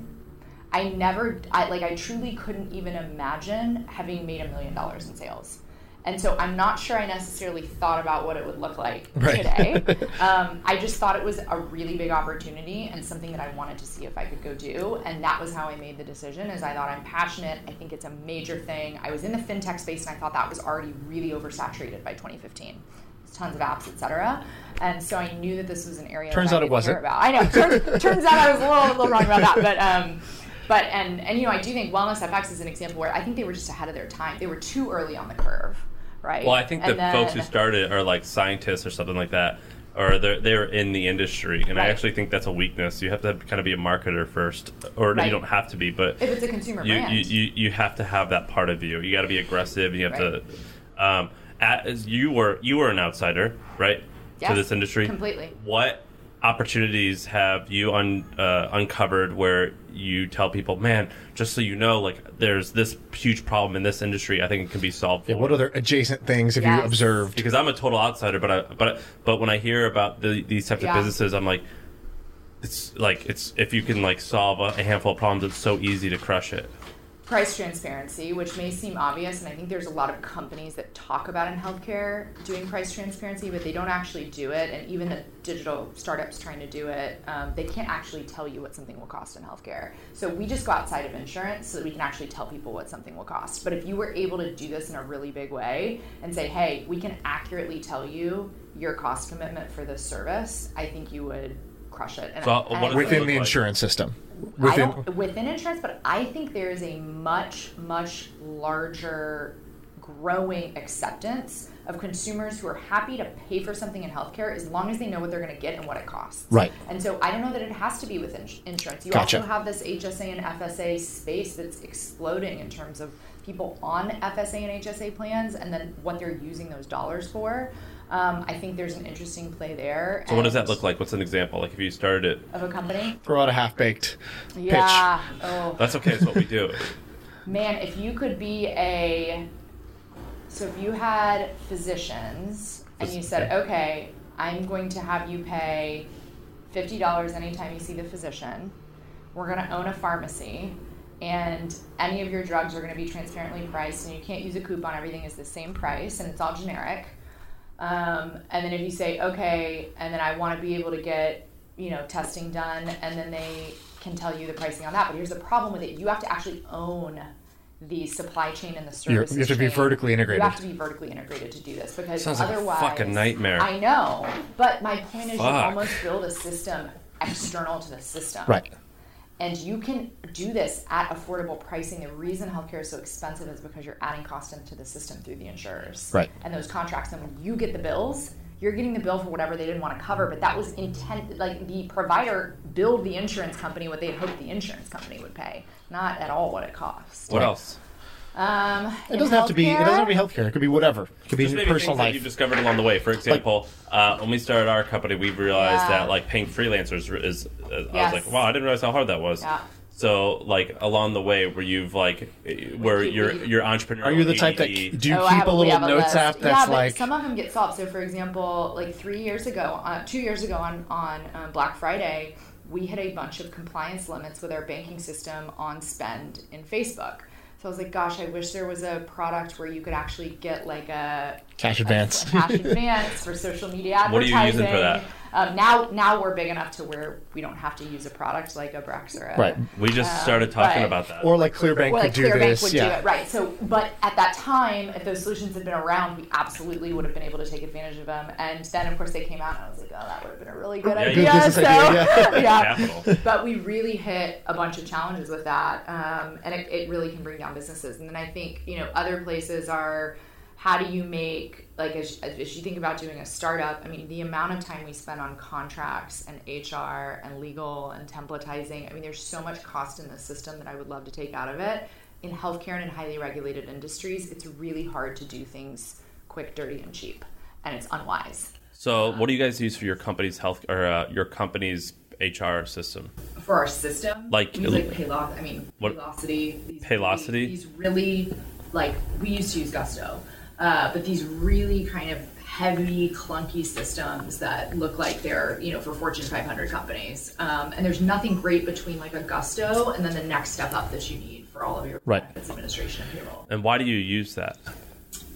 [SPEAKER 5] I never, I, like, I truly couldn't even imagine having made a million dollars in sales. And so I'm not sure I necessarily thought about what it would look like today. um, I just thought it was a really big opportunity and something that I wanted to see if I could go do. And that was how I made the decision is I thought I'm passionate. I think it's a major thing. I was in the fintech space and I thought that was already really oversaturated by 2015. There's Tons of apps, etc., and so I knew that this was an area.
[SPEAKER 2] Turns
[SPEAKER 5] that I
[SPEAKER 2] out it
[SPEAKER 5] could care
[SPEAKER 2] wasn't.
[SPEAKER 5] about. I know. Turns, turns out I was a little, a little wrong about that, but um, but and and you know I do think Wellness FX is an example where I think they were just ahead of their time. They were too early on the curve, right?
[SPEAKER 1] Well, I think
[SPEAKER 5] And
[SPEAKER 1] the folks who
[SPEAKER 5] then-
[SPEAKER 1] started are like scientists or something like that, or they're they're in the industry, and I
[SPEAKER 5] Right.
[SPEAKER 1] actually think that's a weakness. You have to kind of be a marketer first, or you
[SPEAKER 5] Right.
[SPEAKER 1] don't have to be, but
[SPEAKER 5] if it's a consumer
[SPEAKER 1] you,
[SPEAKER 5] brand,
[SPEAKER 1] you, you you have to have that part of you. You got to be aggressive. You have to. Um, at, as you were you were an outsider, right?
[SPEAKER 5] Yeah,
[SPEAKER 1] to this industry?
[SPEAKER 5] completely.
[SPEAKER 1] What opportunities have you un, uh, uncovered where you tell people, man, just so you know, like there's this huge problem in this industry. I think it can be solved. For.
[SPEAKER 3] Yeah, what other adjacent things have you
[SPEAKER 5] Yes.
[SPEAKER 3] observed?
[SPEAKER 1] because I'm a total outsider, but I, but but when I hear about the, these types
[SPEAKER 5] Yeah.
[SPEAKER 1] of businesses, I'm like, it's like it's if you can like solve a, a handful of problems, it's so easy to crush it.
[SPEAKER 5] price transparency, which may seem obvious, and I think there's a lot of companies that talk about in healthcare doing price transparency, but they don't actually do it. And even the digital startups trying to do it, um, they can't actually tell you what something will cost in healthcare. So we just go outside of insurance so that we can actually tell people what something will cost. But if you were able to do this in a really big way and say, hey, we can accurately tell you your cost commitment for this service, I think you would crush it. And
[SPEAKER 1] So
[SPEAKER 5] I-
[SPEAKER 1] what
[SPEAKER 5] and I
[SPEAKER 1] does
[SPEAKER 5] think-
[SPEAKER 1] it
[SPEAKER 3] Within
[SPEAKER 1] look
[SPEAKER 3] the
[SPEAKER 1] like?
[SPEAKER 3] insurance system.
[SPEAKER 5] within within insurance, but I think there is a much much larger growing acceptance of consumers who are happy to pay for something in healthcare as long as they know what they're going to get and what it costs.
[SPEAKER 3] Right.
[SPEAKER 5] And so I don't know that it has to be with ins- insurance. You
[SPEAKER 3] Gotcha.
[SPEAKER 5] also have this HSA and FSA space that's exploding in terms of people on FSA and HSA plans and then what they're using those dollars for. Um, I think there's an interesting play there.
[SPEAKER 1] So what does
[SPEAKER 5] and-
[SPEAKER 1] that look like? What's an example? Like if you started it,
[SPEAKER 5] of a company?
[SPEAKER 3] Throw out a half baked
[SPEAKER 5] Yeah. Oh.
[SPEAKER 1] that's okay. It's what we do.
[SPEAKER 5] Man, if you could be a so if you had physicians and you said, okay, I'm going to have you pay fifty dollars anytime you see the physician. We're going to own a pharmacy, and any of your drugs are going to be transparently priced, and you can't use a coupon. Everything is the same price, and it's all generic. Um, and then if you say, okay, and then I want to be able to get, you know, testing done, and then they can tell you the pricing on that. But here's the problem with it: you have to actually own the supply chain and the
[SPEAKER 3] You're-
[SPEAKER 5] services.
[SPEAKER 3] you have to be
[SPEAKER 5] chain.
[SPEAKER 3] vertically integrated.
[SPEAKER 5] You have to be vertically integrated to do this because
[SPEAKER 1] Sounds like a
[SPEAKER 5] otherwise,
[SPEAKER 1] fucking nightmare.
[SPEAKER 5] I know, but my point is, you
[SPEAKER 1] Fuck.
[SPEAKER 5] almost build a system external to the system,
[SPEAKER 3] Right.
[SPEAKER 5] and you can do this at affordable pricing. The reason healthcare is so expensive is because you're adding cost into the system through the insurers.
[SPEAKER 3] Right.
[SPEAKER 5] And those contracts. And when you get the bills, you're getting the bill for whatever they didn't want to cover, but that was intent like the provider billed the insurance company what they had hoped the insurance company would pay, not at all what it costs.
[SPEAKER 1] What else?
[SPEAKER 5] Um,
[SPEAKER 3] It doesn't have to be. It doesn't have to be healthcare. It could be whatever. It could be
[SPEAKER 1] Just
[SPEAKER 3] your
[SPEAKER 1] maybe
[SPEAKER 3] personal
[SPEAKER 1] things that
[SPEAKER 3] life.
[SPEAKER 1] you've discovered along the way. For example, uh, when we started our company, we realized
[SPEAKER 5] Yeah.
[SPEAKER 1] that like paying freelancers is. is I was
[SPEAKER 5] Yes.
[SPEAKER 1] like, wow, I didn't realize how hard that was.
[SPEAKER 5] Yeah.
[SPEAKER 1] So like along the way, where you've like, eh, where
[SPEAKER 5] keep-
[SPEAKER 1] your
[SPEAKER 5] we-
[SPEAKER 1] your entrepreneur.
[SPEAKER 3] Are you the type that do you
[SPEAKER 5] Oh, I
[SPEAKER 3] keep
[SPEAKER 5] have
[SPEAKER 3] a
[SPEAKER 5] we
[SPEAKER 3] little
[SPEAKER 5] have
[SPEAKER 3] notes
[SPEAKER 5] list.
[SPEAKER 3] app
[SPEAKER 5] yeah,
[SPEAKER 3] that's
[SPEAKER 5] but
[SPEAKER 3] like
[SPEAKER 5] some of them get solved. So, for example, like three years ago, uh, two years ago on on um, Black Friday, we hit a bunch of compliance limits with our banking system on spend in Facebook. So I was like, gosh, I wish there was a product where you could actually get like a
[SPEAKER 3] cash advance?
[SPEAKER 5] cash advance for social media advertising.
[SPEAKER 1] What are you using for that?
[SPEAKER 5] Um, now, now we're big enough to where we don't have to use a product like a Brex or a
[SPEAKER 3] Right.
[SPEAKER 1] We just started talking
[SPEAKER 5] but-
[SPEAKER 1] about that.
[SPEAKER 3] Or like ClearBank
[SPEAKER 5] well,
[SPEAKER 3] could
[SPEAKER 5] like
[SPEAKER 3] do
[SPEAKER 5] Clearbank
[SPEAKER 3] this.
[SPEAKER 5] would do
[SPEAKER 3] yeah.
[SPEAKER 5] it, right? So, but at that time, if those solutions had been around, we absolutely would have been able to take advantage of them. And then, of course, they came out, and I was like, oh, that would have been a really good
[SPEAKER 1] Yeah,
[SPEAKER 5] idea.
[SPEAKER 1] good
[SPEAKER 3] business
[SPEAKER 5] so,
[SPEAKER 3] idea,
[SPEAKER 5] yeah.
[SPEAKER 1] Capital.
[SPEAKER 5] But we really hit a bunch of challenges with that, um, and it, it really can bring down businesses. And then I think you know other places are. How do you make like as, as you think about doing a startup? I mean, the amount of time we spend on contracts and HR and legal and templatizing. I mean, there's so much cost in the system that I would love to take out of it. In healthcare and in highly regulated industries, it's really hard to do things quick, dirty, and cheap, and it's unwise.
[SPEAKER 1] So, what do you guys use for your company's health or uh, your company's HR system?
[SPEAKER 5] for our system.
[SPEAKER 1] Like-
[SPEAKER 5] we use, like Paylocity. I mean,
[SPEAKER 1] What-
[SPEAKER 5] Paylocity. These,
[SPEAKER 1] Paylocity?
[SPEAKER 5] These really like we used to use Gusto, uh, but these really kind of heavy, clunky systems that look like they're you know for Fortune 500 companies. Um, and there's nothing great between like a Gusto and then the next step up that you need for all of your
[SPEAKER 3] Right.
[SPEAKER 5] benefits administration and payroll.
[SPEAKER 1] And why do you use that?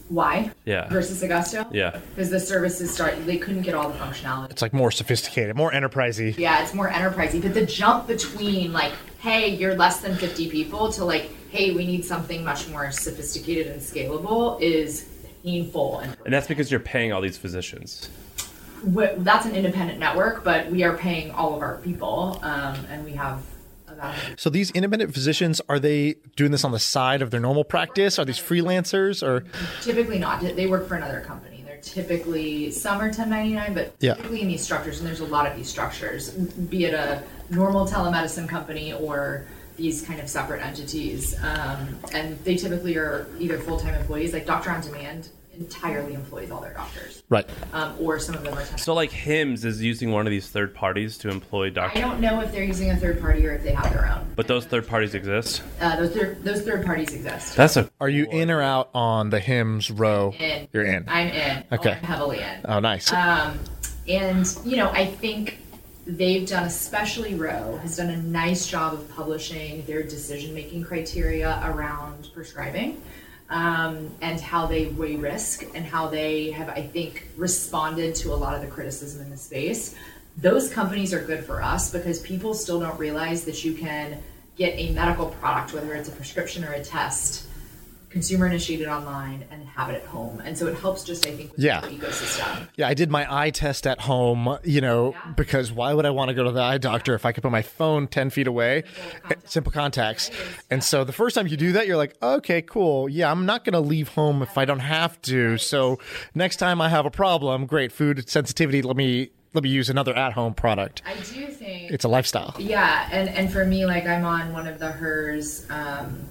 [SPEAKER 5] Why?
[SPEAKER 1] Yeah.
[SPEAKER 5] Versus Augusto?
[SPEAKER 1] Yeah.
[SPEAKER 5] Because the services start, they couldn't get all the functionality.
[SPEAKER 3] It's like more sophisticated, more enterprisey.
[SPEAKER 5] Yeah, it's more enterprisey. But the jump between like, hey, you're less than 50 people to like, hey, we need something much more sophisticated and scalable is painful. And
[SPEAKER 1] And that's because you're paying all these physicians.
[SPEAKER 5] wh- that's an independent network, but we are paying all of our people, um, and we have about.
[SPEAKER 3] So these independent physicians are they doing this on the side of their normal practice? Are these freelancers or
[SPEAKER 5] typically not. They work for another company. They're typically some are 1099, but
[SPEAKER 3] Yeah.
[SPEAKER 5] typically in these structures, and there's a lot of these structures, be it a normal telemedicine company or these kind of separate entities. Um, and they typically are either full time employees, like Doctor on Demand entirely employs all their doctors.
[SPEAKER 2] Right.
[SPEAKER 5] Um, or some of them are. temp-
[SPEAKER 1] So like Hims is using one of these third parties to employ
[SPEAKER 5] I
[SPEAKER 1] doctors,
[SPEAKER 5] don't know if they're using a third party or if they have their own.
[SPEAKER 1] but those third parties exist.
[SPEAKER 5] Uh, those third, those third parties exist.
[SPEAKER 1] That's a
[SPEAKER 2] Are you in or out on the hymns row?
[SPEAKER 5] In.
[SPEAKER 2] You're in.
[SPEAKER 5] I'm in.
[SPEAKER 2] Okay.
[SPEAKER 5] Oh, I'm heavily in.
[SPEAKER 2] Oh, nice.
[SPEAKER 5] Um, and you know, I think they've done, especially Roe, has done a nice job of publishing their decision-making criteria around prescribing um, and how they weigh risk and how they have, I think, responded to a lot of the criticism in the space. Those companies are good for us because people still don't realize that you can get a medical product, whether it's a prescription or a test, consumer initiated online and have it at home. And so it helps just, I think, with
[SPEAKER 2] Yeah.
[SPEAKER 5] the ecosystem.
[SPEAKER 2] yeah, I did my eye test at home, you know,
[SPEAKER 5] Yeah.
[SPEAKER 2] because why would I want to go to the eye doctor if I could put my phone 10 feet away? Eh,
[SPEAKER 5] contacts.
[SPEAKER 2] Simple contacts. And so the first time you do that, you're like, okay, cool. Yeah, I'm not going to leave home if I don't have to. So next time I have a problem, great food sensitivity, let me let me use another at-home product.
[SPEAKER 5] I do think
[SPEAKER 2] It's a lifestyle.
[SPEAKER 5] yeah, and and for me, like I'm on one of the hers um,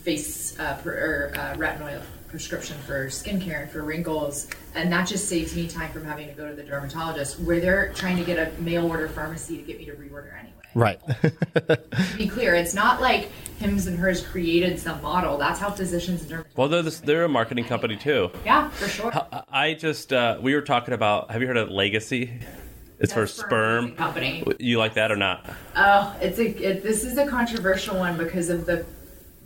[SPEAKER 5] face uh, pr or uh, retinoid prescription for skincare and for wrinkles, and that just saves me time from having to go to the dermatologist where they're trying to get a mail order pharmacy to get me to reorder anyway.
[SPEAKER 2] Right.
[SPEAKER 5] To be clear, it's not like Hims and Hers created some model. That's how physicians and dermatologists.
[SPEAKER 1] well, they're, this, they're a marketing company too.
[SPEAKER 5] yeah, for sure.
[SPEAKER 1] I- I just uh, we were talking about. Have you heard of Legacy? It's for
[SPEAKER 5] That's
[SPEAKER 1] sperm.
[SPEAKER 5] company.
[SPEAKER 1] You like that or not?
[SPEAKER 5] Oh, it's a it, this is a controversial one because of the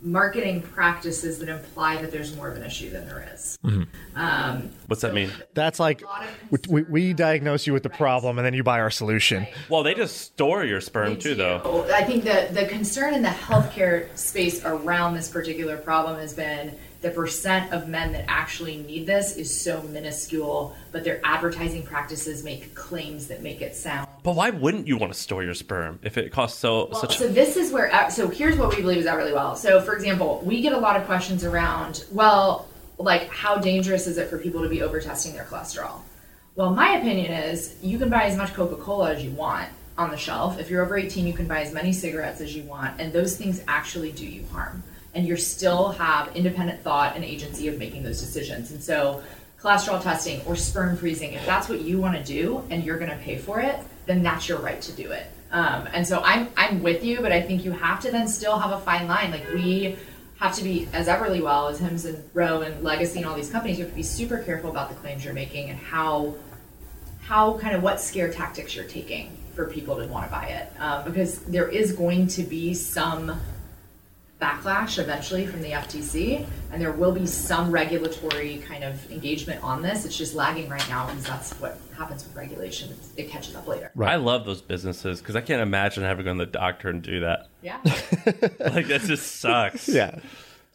[SPEAKER 5] marketing practices that imply that there's more of an issue than there is. Um,
[SPEAKER 1] What's that mean?
[SPEAKER 2] That's like we, we, we diagnose you with the problem and then you buy our solution.
[SPEAKER 1] Well, they just store your sperm
[SPEAKER 5] I
[SPEAKER 1] too,
[SPEAKER 5] do.
[SPEAKER 1] though.
[SPEAKER 5] I think the the concern in the healthcare space around this particular problem has been the percent of men that actually need this is so minuscule, but their advertising practices make claims that make it sound
[SPEAKER 1] But why wouldn't you want to store your sperm if it costs so
[SPEAKER 5] Well,
[SPEAKER 1] such?
[SPEAKER 5] so this is where uh, so here's what we believe is out really well. So for example, we get a lot of questions around well, like how dangerous is it for people to be over testing their cholesterol? Well, my opinion is you can buy as much Coca-Cola as you want on the shelf. If you're over 18, you can buy as many cigarettes as you want, and those things actually do you harm. And you still have independent thought and agency of making those decisions. And so cholesterol testing or sperm freezing, if that's what you want to do and you're going to pay for it, then that's your right to do it. Um, and so I'm I'm with you, but I think you have to then still have a fine line. Like we have to be as Everlywell as Hims and Roe and Legacy and all these companies. You have to be super careful about the claims you're making and how how kind of what scare tactics you're taking for people to want to buy it um, because there is going to be some backlash eventually from the FTC, and there will be some regulatory kind of engagement on this. It's just lagging right now because that's what happens with regulation. It's- It catches up later.
[SPEAKER 1] I love those businesses because I can't imagine having to go to the doctor and do that.
[SPEAKER 5] Yeah.
[SPEAKER 1] Like that just sucks.
[SPEAKER 2] Yeah.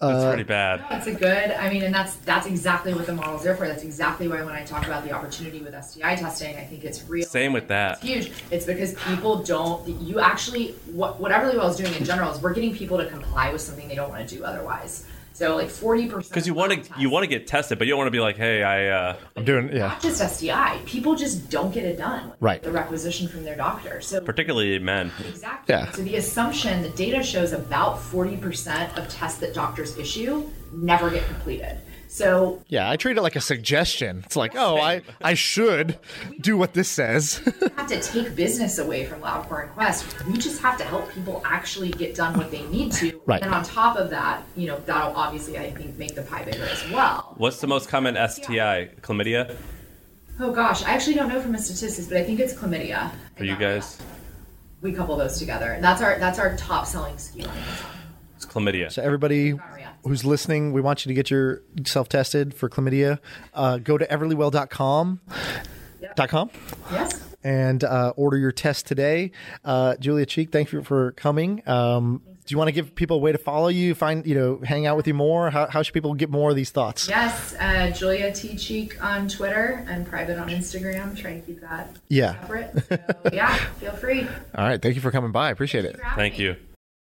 [SPEAKER 2] Uh,
[SPEAKER 1] it's pretty bad.
[SPEAKER 5] That's a good. I mean, and that's that's exactly what the model's there for. That's exactly why when I talk about the opportunity with STI testing, I think it's real.
[SPEAKER 1] Same with that.
[SPEAKER 5] It's huge. It's because people don't. You actually, what what Everlywell is doing in general is we're getting people to comply with something they don't want to do otherwise. So like forty percent.
[SPEAKER 1] Because you want to you want to get tested, but you don't want to be like, hey, I uh,
[SPEAKER 2] I'm doing yeah.
[SPEAKER 5] not just STI. People just don't get it done.
[SPEAKER 2] Ah. Right.
[SPEAKER 5] The requisition from their doctor. So
[SPEAKER 1] particularly men.
[SPEAKER 5] Exactly.
[SPEAKER 2] Yeah.
[SPEAKER 5] So the assumption, the data shows about 40% of tests that doctors issue never get completed. So
[SPEAKER 2] Yeah, I treat it like a suggestion. It's like, "Oh, I I should do what this says."
[SPEAKER 5] we have to take business away from Loudcore and Quest. We just have to help people actually get done what they need to.
[SPEAKER 2] Right.
[SPEAKER 5] And on top of that, you know, that'll obviously, I think, make the pie bigger as well.
[SPEAKER 1] What's the most common STI? Chlamydia
[SPEAKER 5] Oh gosh, I actually don't know from a statistics, but I think it's chlamydia.
[SPEAKER 1] for you guys?
[SPEAKER 5] We couple those together. And that's our that's our top selling SKU on Amazon.
[SPEAKER 1] It's chlamydia.
[SPEAKER 2] So everybody
[SPEAKER 5] yeah.
[SPEAKER 2] who's listening, we want you to get yourself tested for chlamydia. Uh, go to everlywell.com. Dot com
[SPEAKER 5] Yes?
[SPEAKER 2] and uh, order your test today. Uh, Julia Cheek, thank you for coming. Um, do you want to give people a way to follow you, find you know, hang out with you more? How, how should people get more of these thoughts?
[SPEAKER 5] Yes, uh, Julia T. Cheek on Twitter and private on Instagram. Trying to keep that
[SPEAKER 2] Yeah.
[SPEAKER 5] separate. So, yeah, feel free.
[SPEAKER 2] All right, thank you for coming by. I appreciate it.
[SPEAKER 5] for having
[SPEAKER 1] Thank
[SPEAKER 5] me.
[SPEAKER 1] you.